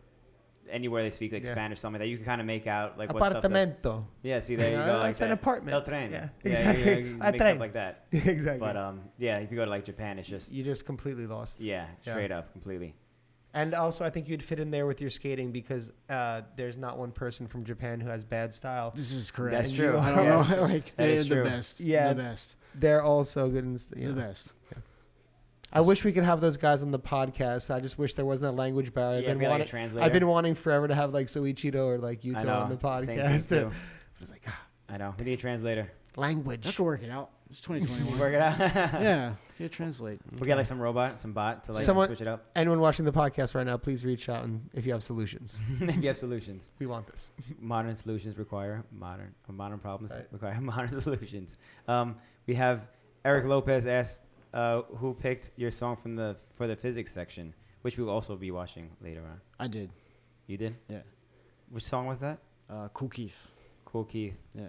Speaker 1: anywhere they speak like
Speaker 4: Yeah.
Speaker 1: Spanish, something like that you can kind of make out like what stuff. says.
Speaker 4: Apartamento.
Speaker 1: Yeah. See, there you go. Like
Speaker 4: it's an
Speaker 1: that.
Speaker 4: apartment.
Speaker 1: El tren.
Speaker 4: Yeah,
Speaker 1: Yeah,
Speaker 4: exactly.
Speaker 1: you, know,
Speaker 4: El
Speaker 1: you make stuff
Speaker 4: tren.
Speaker 1: like that.
Speaker 4: exactly.
Speaker 1: But um, yeah. If you go to like Japan, it's just
Speaker 4: you just completely lost.
Speaker 1: yeah,
Speaker 4: Yeah.
Speaker 1: straight up, completely.
Speaker 4: And also, I think you'd fit in there with your skating because uh, there's not one person from Japan who has bad style.
Speaker 3: This is correct.
Speaker 1: That's true.
Speaker 3: I don't
Speaker 1: Yeah.
Speaker 3: [laughs] know. like
Speaker 1: That
Speaker 3: they
Speaker 1: is
Speaker 3: are the
Speaker 1: true.
Speaker 3: best.
Speaker 4: Yeah.
Speaker 3: the best.
Speaker 4: They're all so good. And st- you
Speaker 3: The
Speaker 4: know.
Speaker 3: best.
Speaker 4: I wish we could have those guys on the podcast. I just wish there wasn't a language barrier. I've,
Speaker 1: yeah, if
Speaker 4: been,
Speaker 1: you're like a
Speaker 4: wanting,
Speaker 1: translator.
Speaker 4: I've been wanting forever to have like Soichiro or like
Speaker 1: I
Speaker 4: Yuto
Speaker 1: know,
Speaker 4: on the
Speaker 1: same
Speaker 4: podcast.
Speaker 1: thing, too.
Speaker 4: [laughs] it's like ah,
Speaker 1: I know. We need a translator.
Speaker 3: I
Speaker 4: language.
Speaker 3: could work it out.
Speaker 1: [laughs]
Speaker 3: It's 2021.
Speaker 1: Work it out. [laughs]
Speaker 3: yeah, yeah. Translate.
Speaker 1: We get like some robot, some bot to like
Speaker 4: Someone-
Speaker 1: switch it up. [laughs]
Speaker 4: Anyone watching the podcast right now, please reach out and if you have
Speaker 1: [laughs]
Speaker 4: solutions,
Speaker 1: if you have solutions,
Speaker 4: we want this.
Speaker 1: modern solutions require modern or modern problems
Speaker 4: Right.
Speaker 1: require [laughs] modern solutions. Um, we have Eric Lopez asked uh, who picked your song from the for the physics section, which we will also be watching later on.
Speaker 3: I did.
Speaker 1: You did?
Speaker 3: Yeah.
Speaker 1: Which song was that?
Speaker 3: Uh, cool Keith.
Speaker 1: Cool Keith.
Speaker 3: Yeah,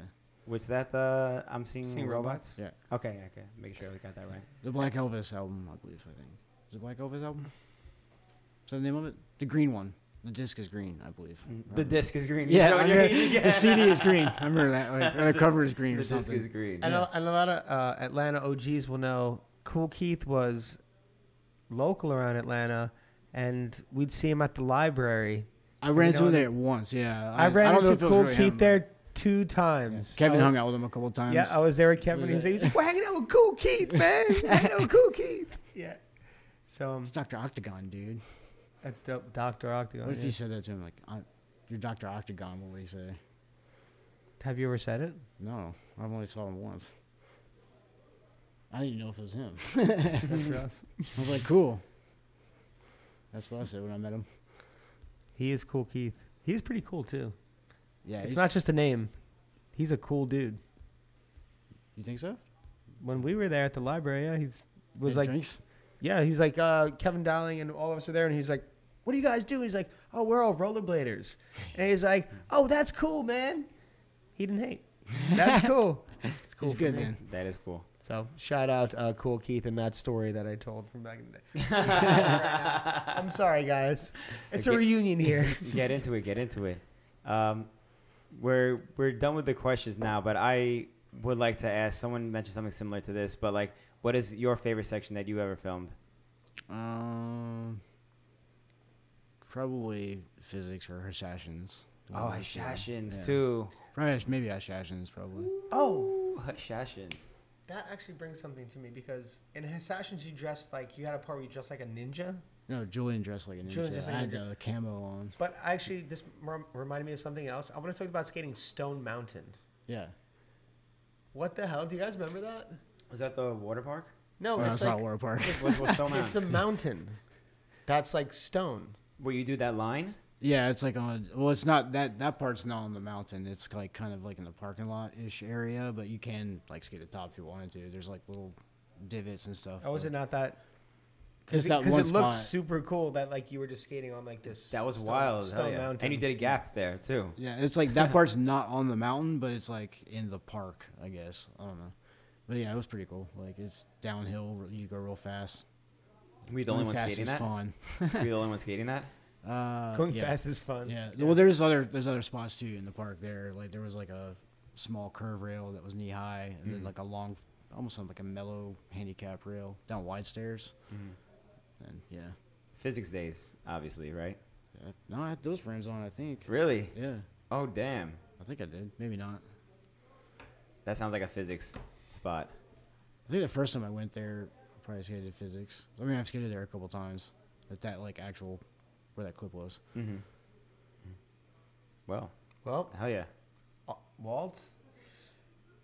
Speaker 1: Was that the I'm seeing, robots?
Speaker 3: yeah.
Speaker 1: Okay, okay. Make sure we got that right.
Speaker 3: The Black Elvis album, I believe. I think. Is it Black Elvis album? Is that the name of it? The green one. The disc is green, I believe.
Speaker 1: Mm, The
Speaker 3: Remember.
Speaker 1: disc is green.
Speaker 3: Uh-huh. Yeah,
Speaker 1: You [laughs] know,
Speaker 3: I
Speaker 1: you're-
Speaker 3: mean,
Speaker 1: yeah.
Speaker 3: The CD
Speaker 1: [laughs]
Speaker 3: is green. I remember that. Like, or the cover is green
Speaker 1: The
Speaker 3: or
Speaker 1: disc
Speaker 3: something.
Speaker 1: is green.
Speaker 4: And, a, and a lot of uh, Atlanta OGs will know Cool Keith was local around Atlanta, and we'd see him at the library.
Speaker 3: I ran
Speaker 4: You know,
Speaker 3: into there once. Yeah,
Speaker 4: I, ran
Speaker 3: don't know
Speaker 4: into
Speaker 3: if it was
Speaker 4: Cool
Speaker 3: really
Speaker 4: Keith
Speaker 3: him.
Speaker 4: there two
Speaker 3: Yeah.
Speaker 4: times.
Speaker 3: Kevin
Speaker 4: I was,
Speaker 3: hung out with him a couple times.
Speaker 4: Yeah, I was there with
Speaker 3: Was
Speaker 4: Kevin. he, was,
Speaker 3: it-
Speaker 4: he was like, "We're hanging out with Cool Keith, man. We're hanging out with Cool Keith." [laughs] Yeah. So um,
Speaker 3: It's Doctor Octagon, dude.
Speaker 4: that's dope, Doctor Octagon.
Speaker 3: What if
Speaker 4: yeah.
Speaker 3: you said that to him? Like, I, you're Doctor Octagon. What would he say?
Speaker 4: Have you ever said
Speaker 3: [laughs]
Speaker 4: it?
Speaker 3: No, I've only saw him once. I didn't even know if it was him.
Speaker 4: [laughs] That's rough.
Speaker 3: I was like, cool. That's what I said when I met him.
Speaker 4: He is Cool Keith. He's pretty cool too.
Speaker 3: Yeah,
Speaker 4: It's
Speaker 3: he's-
Speaker 4: not just a name. He's a cool dude.
Speaker 3: You think so?
Speaker 4: when we were there at the library, yeah, he's was
Speaker 3: Had
Speaker 4: like,
Speaker 3: drinks.
Speaker 4: yeah, he was like, uh, Kevin Dowling and all of us were there, and he's like, what do you guys do? He's like, oh, we're all rollerbladers, and he's like, oh, that's cool, man. He didn't hate. [laughs] That's cool. It's cool.
Speaker 3: He's
Speaker 4: for
Speaker 3: good
Speaker 4: me.
Speaker 3: then.
Speaker 1: that is cool.
Speaker 4: So shout out, uh, cool Keith, and that story that I told from back in the
Speaker 1: [laughs]
Speaker 4: day. [laughs] I'm sorry, guys. It's a
Speaker 1: Okay.
Speaker 4: reunion here.
Speaker 1: get into it. Get into it. Um, we're we're done with the questions now, but I would like to ask. Someone mentioned something similar to this, but like, what is your favorite section that you ever filmed?
Speaker 3: Um, probably physics or her sessions.
Speaker 1: Oh, Hashashins too.
Speaker 3: Probably Hash- maybe Ashashins probably.
Speaker 1: [laughs] Oh, Hashashins.
Speaker 2: That actually brings something to me because in Assassins you dressed like you had a part where you dressed like a ninja.
Speaker 3: No, Julian dressed like a ninja.
Speaker 2: Julian dressed like a
Speaker 3: I had
Speaker 2: ninja.
Speaker 3: the camo on.
Speaker 2: But actually, this rem- reminded me of something else. I want to talk about skating Stone Mountain.
Speaker 3: Yeah.
Speaker 2: What the hell? Do you guys remember that?
Speaker 1: Was that the water park?
Speaker 3: [laughs]
Speaker 2: No,
Speaker 3: Well,
Speaker 2: Oh, it's
Speaker 3: that's
Speaker 2: like
Speaker 3: not War Uh, Park.
Speaker 1: What's, what's Stone
Speaker 2: it's a
Speaker 1: Mountain?
Speaker 2: mountain. That's like stone.
Speaker 1: Where you do that line?
Speaker 3: [laughs] yeah, it's like on. Well, it's not that that part's not on the mountain. It's like kind of like in the parking lot ish area, but you can like skate the top if you wanted to. There's like little divots and stuff.
Speaker 2: Oh, was it
Speaker 3: but-
Speaker 2: not that?
Speaker 3: Just
Speaker 2: Because it,
Speaker 3: that
Speaker 2: 'cause
Speaker 3: one
Speaker 2: it looked
Speaker 3: spot.
Speaker 2: super cool that like you were just skating on like this.
Speaker 1: That was
Speaker 2: stone-
Speaker 1: wild. hell
Speaker 2: Stone
Speaker 1: yeah.
Speaker 2: Mountain.
Speaker 1: And you did a gap there too.
Speaker 3: Yeah, it's like that part's not on the mountain, but it's like in the park, I guess. I don't know. But yeah, it was pretty cool. Like it's downhill, you go real fast.
Speaker 1: Were you the only
Speaker 3: Going
Speaker 1: one
Speaker 3: fast
Speaker 1: skating that?
Speaker 3: is fun.
Speaker 1: Were you the only one skating [laughs] that?
Speaker 3: Uh,
Speaker 2: Going
Speaker 3: yeah.
Speaker 2: fast is fun.
Speaker 3: Yeah. Well, there's other there's other spots too in the park. There, like there was like a small curve rail that was knee high, and then like a long, almost sounded like a mellow handicap rail down wide stairs. And yeah,
Speaker 1: Physics days, obviously, right?
Speaker 3: Uh, no, I had those frames on. I think.
Speaker 1: Really?
Speaker 3: Yeah,
Speaker 1: Oh damn.
Speaker 3: I think I did. Maybe not.
Speaker 1: That sounds like a physics spot.
Speaker 3: I think the first time I went there, I probably skated physics. I mean, I've skated there a couple times. At that like actual, where that clip was.
Speaker 1: Mm-hmm. Well,
Speaker 2: Well,
Speaker 1: hell yeah. [laughs]
Speaker 2: uh, Walt.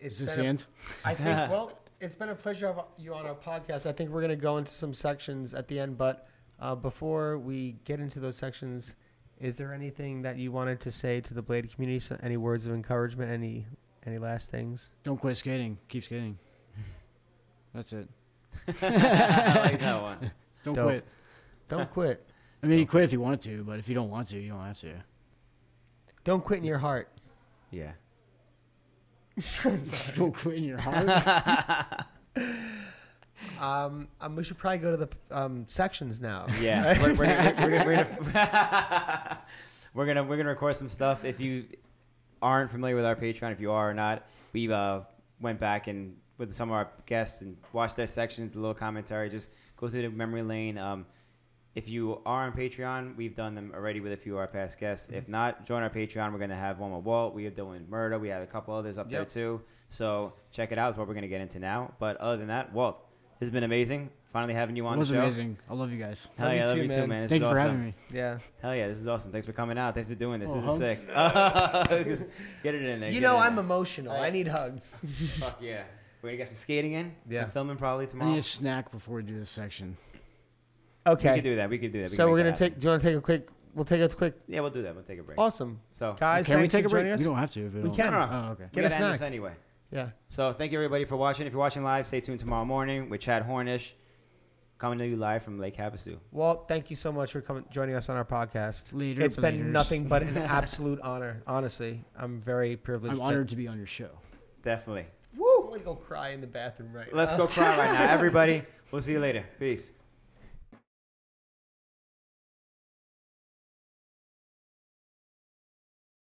Speaker 3: Is
Speaker 2: It's
Speaker 3: this
Speaker 2: been
Speaker 3: the
Speaker 2: a-
Speaker 3: end?
Speaker 2: I think.
Speaker 1: [laughs]
Speaker 2: Well, it's been a pleasure to have you on our
Speaker 4: podcast. I think we're gonna go into some sections at the end, but uh, before we get into those sections,
Speaker 2: Is there anything that you wanted to say to the Blade community? So any words of encouragement? Any any last things?
Speaker 3: Don't quit skating. Keep skating. [laughs] That's it.
Speaker 1: I like that [laughs] one.
Speaker 3: Don't
Speaker 2: Dope.
Speaker 3: quit.
Speaker 1: [laughs]
Speaker 4: don't quit.
Speaker 3: I mean, you quit if you want to, but if you don't want to, you don't have to.
Speaker 4: Don't quit in your heart.
Speaker 1: Yeah.
Speaker 3: [laughs] Don't quit in your heart.
Speaker 4: Um, um, we should probably go to the um, sections now. [laughs]
Speaker 1: Yeah. we're, we're, we're, we're, gonna, [laughs] we're gonna we're gonna record some stuff. If you aren't familiar with our Patreon, if you are or not, we uh, went back and with some of our guests and watched their sections, a little commentary, just go through the memory lane. Um, if you are on Patreon, we've done them already with a few of our past guests.
Speaker 3: Mm-hmm.
Speaker 1: If not, join our Patreon. We're gonna have one with Walt. We have Dylan Murder. We have a couple others up there
Speaker 4: Yep.
Speaker 1: too. So check it out. Is what we're gonna get into now. But other than that, Walt, this has been amazing. Finally having you on
Speaker 3: it was
Speaker 1: the show.
Speaker 3: amazing. I love you guys.
Speaker 1: Hell
Speaker 2: Love you
Speaker 1: yeah, love
Speaker 2: too,
Speaker 1: you too,
Speaker 2: man.
Speaker 1: man. This
Speaker 3: Thank
Speaker 1: is
Speaker 3: you for
Speaker 1: awesome.
Speaker 3: having me.
Speaker 2: Yeah.
Speaker 1: Hell yeah, this is awesome. Thanks for coming out. Thanks for doing this.
Speaker 3: Oh,
Speaker 1: this is
Speaker 3: hugs?
Speaker 1: sick. [laughs] Just get it in there.
Speaker 4: You
Speaker 1: get
Speaker 4: know
Speaker 1: it in
Speaker 4: I'm
Speaker 1: there.
Speaker 4: emotional.
Speaker 1: All right.
Speaker 4: I need
Speaker 1: [laughs]
Speaker 4: hugs.
Speaker 1: Fuck yeah. We're gonna get some skating in.
Speaker 4: Yeah.
Speaker 1: Some filming probably
Speaker 3: I need
Speaker 1: tomorrow.
Speaker 3: a snack before we do this section.
Speaker 1: We could
Speaker 4: Okay.
Speaker 1: do that. We could do that. We
Speaker 4: So
Speaker 1: could
Speaker 4: we're
Speaker 1: make
Speaker 4: gonna
Speaker 1: that happen.
Speaker 4: take. Do you want to take a quick? We'll take a quick.
Speaker 1: Yeah, we'll do that. We'll take a break.
Speaker 4: Awesome.
Speaker 1: So
Speaker 2: Guys,
Speaker 3: Can we
Speaker 2: thanks
Speaker 3: take
Speaker 2: for
Speaker 3: a break?
Speaker 2: joining
Speaker 3: We
Speaker 2: us.
Speaker 3: don't have to. If we, don't.
Speaker 2: can.
Speaker 1: No, no, no.
Speaker 3: Oh, okay.
Speaker 1: we
Speaker 4: Get a
Speaker 1: gotta end this
Speaker 4: snack.
Speaker 1: anyway.
Speaker 4: Yeah.
Speaker 1: So thank you everybody for watching. If you're watching live, stay tuned tomorrow morning with Chad Hornish coming to you live from Lake Havasu.
Speaker 2: Walt, thank you so much for coming joining us on our podcast.
Speaker 3: Later,
Speaker 2: it's been
Speaker 3: bladers.
Speaker 2: nothing but
Speaker 4: [laughs]
Speaker 2: an absolute honor. Honestly, I'm very privileged.
Speaker 3: I'm
Speaker 2: that-
Speaker 3: honored to be on your show.
Speaker 1: Definitely.
Speaker 4: Woo! I'm gonna go cry in the bathroom right now. [laughs]
Speaker 1: Let's go cry right now, everybody. We'll see you later. Peace.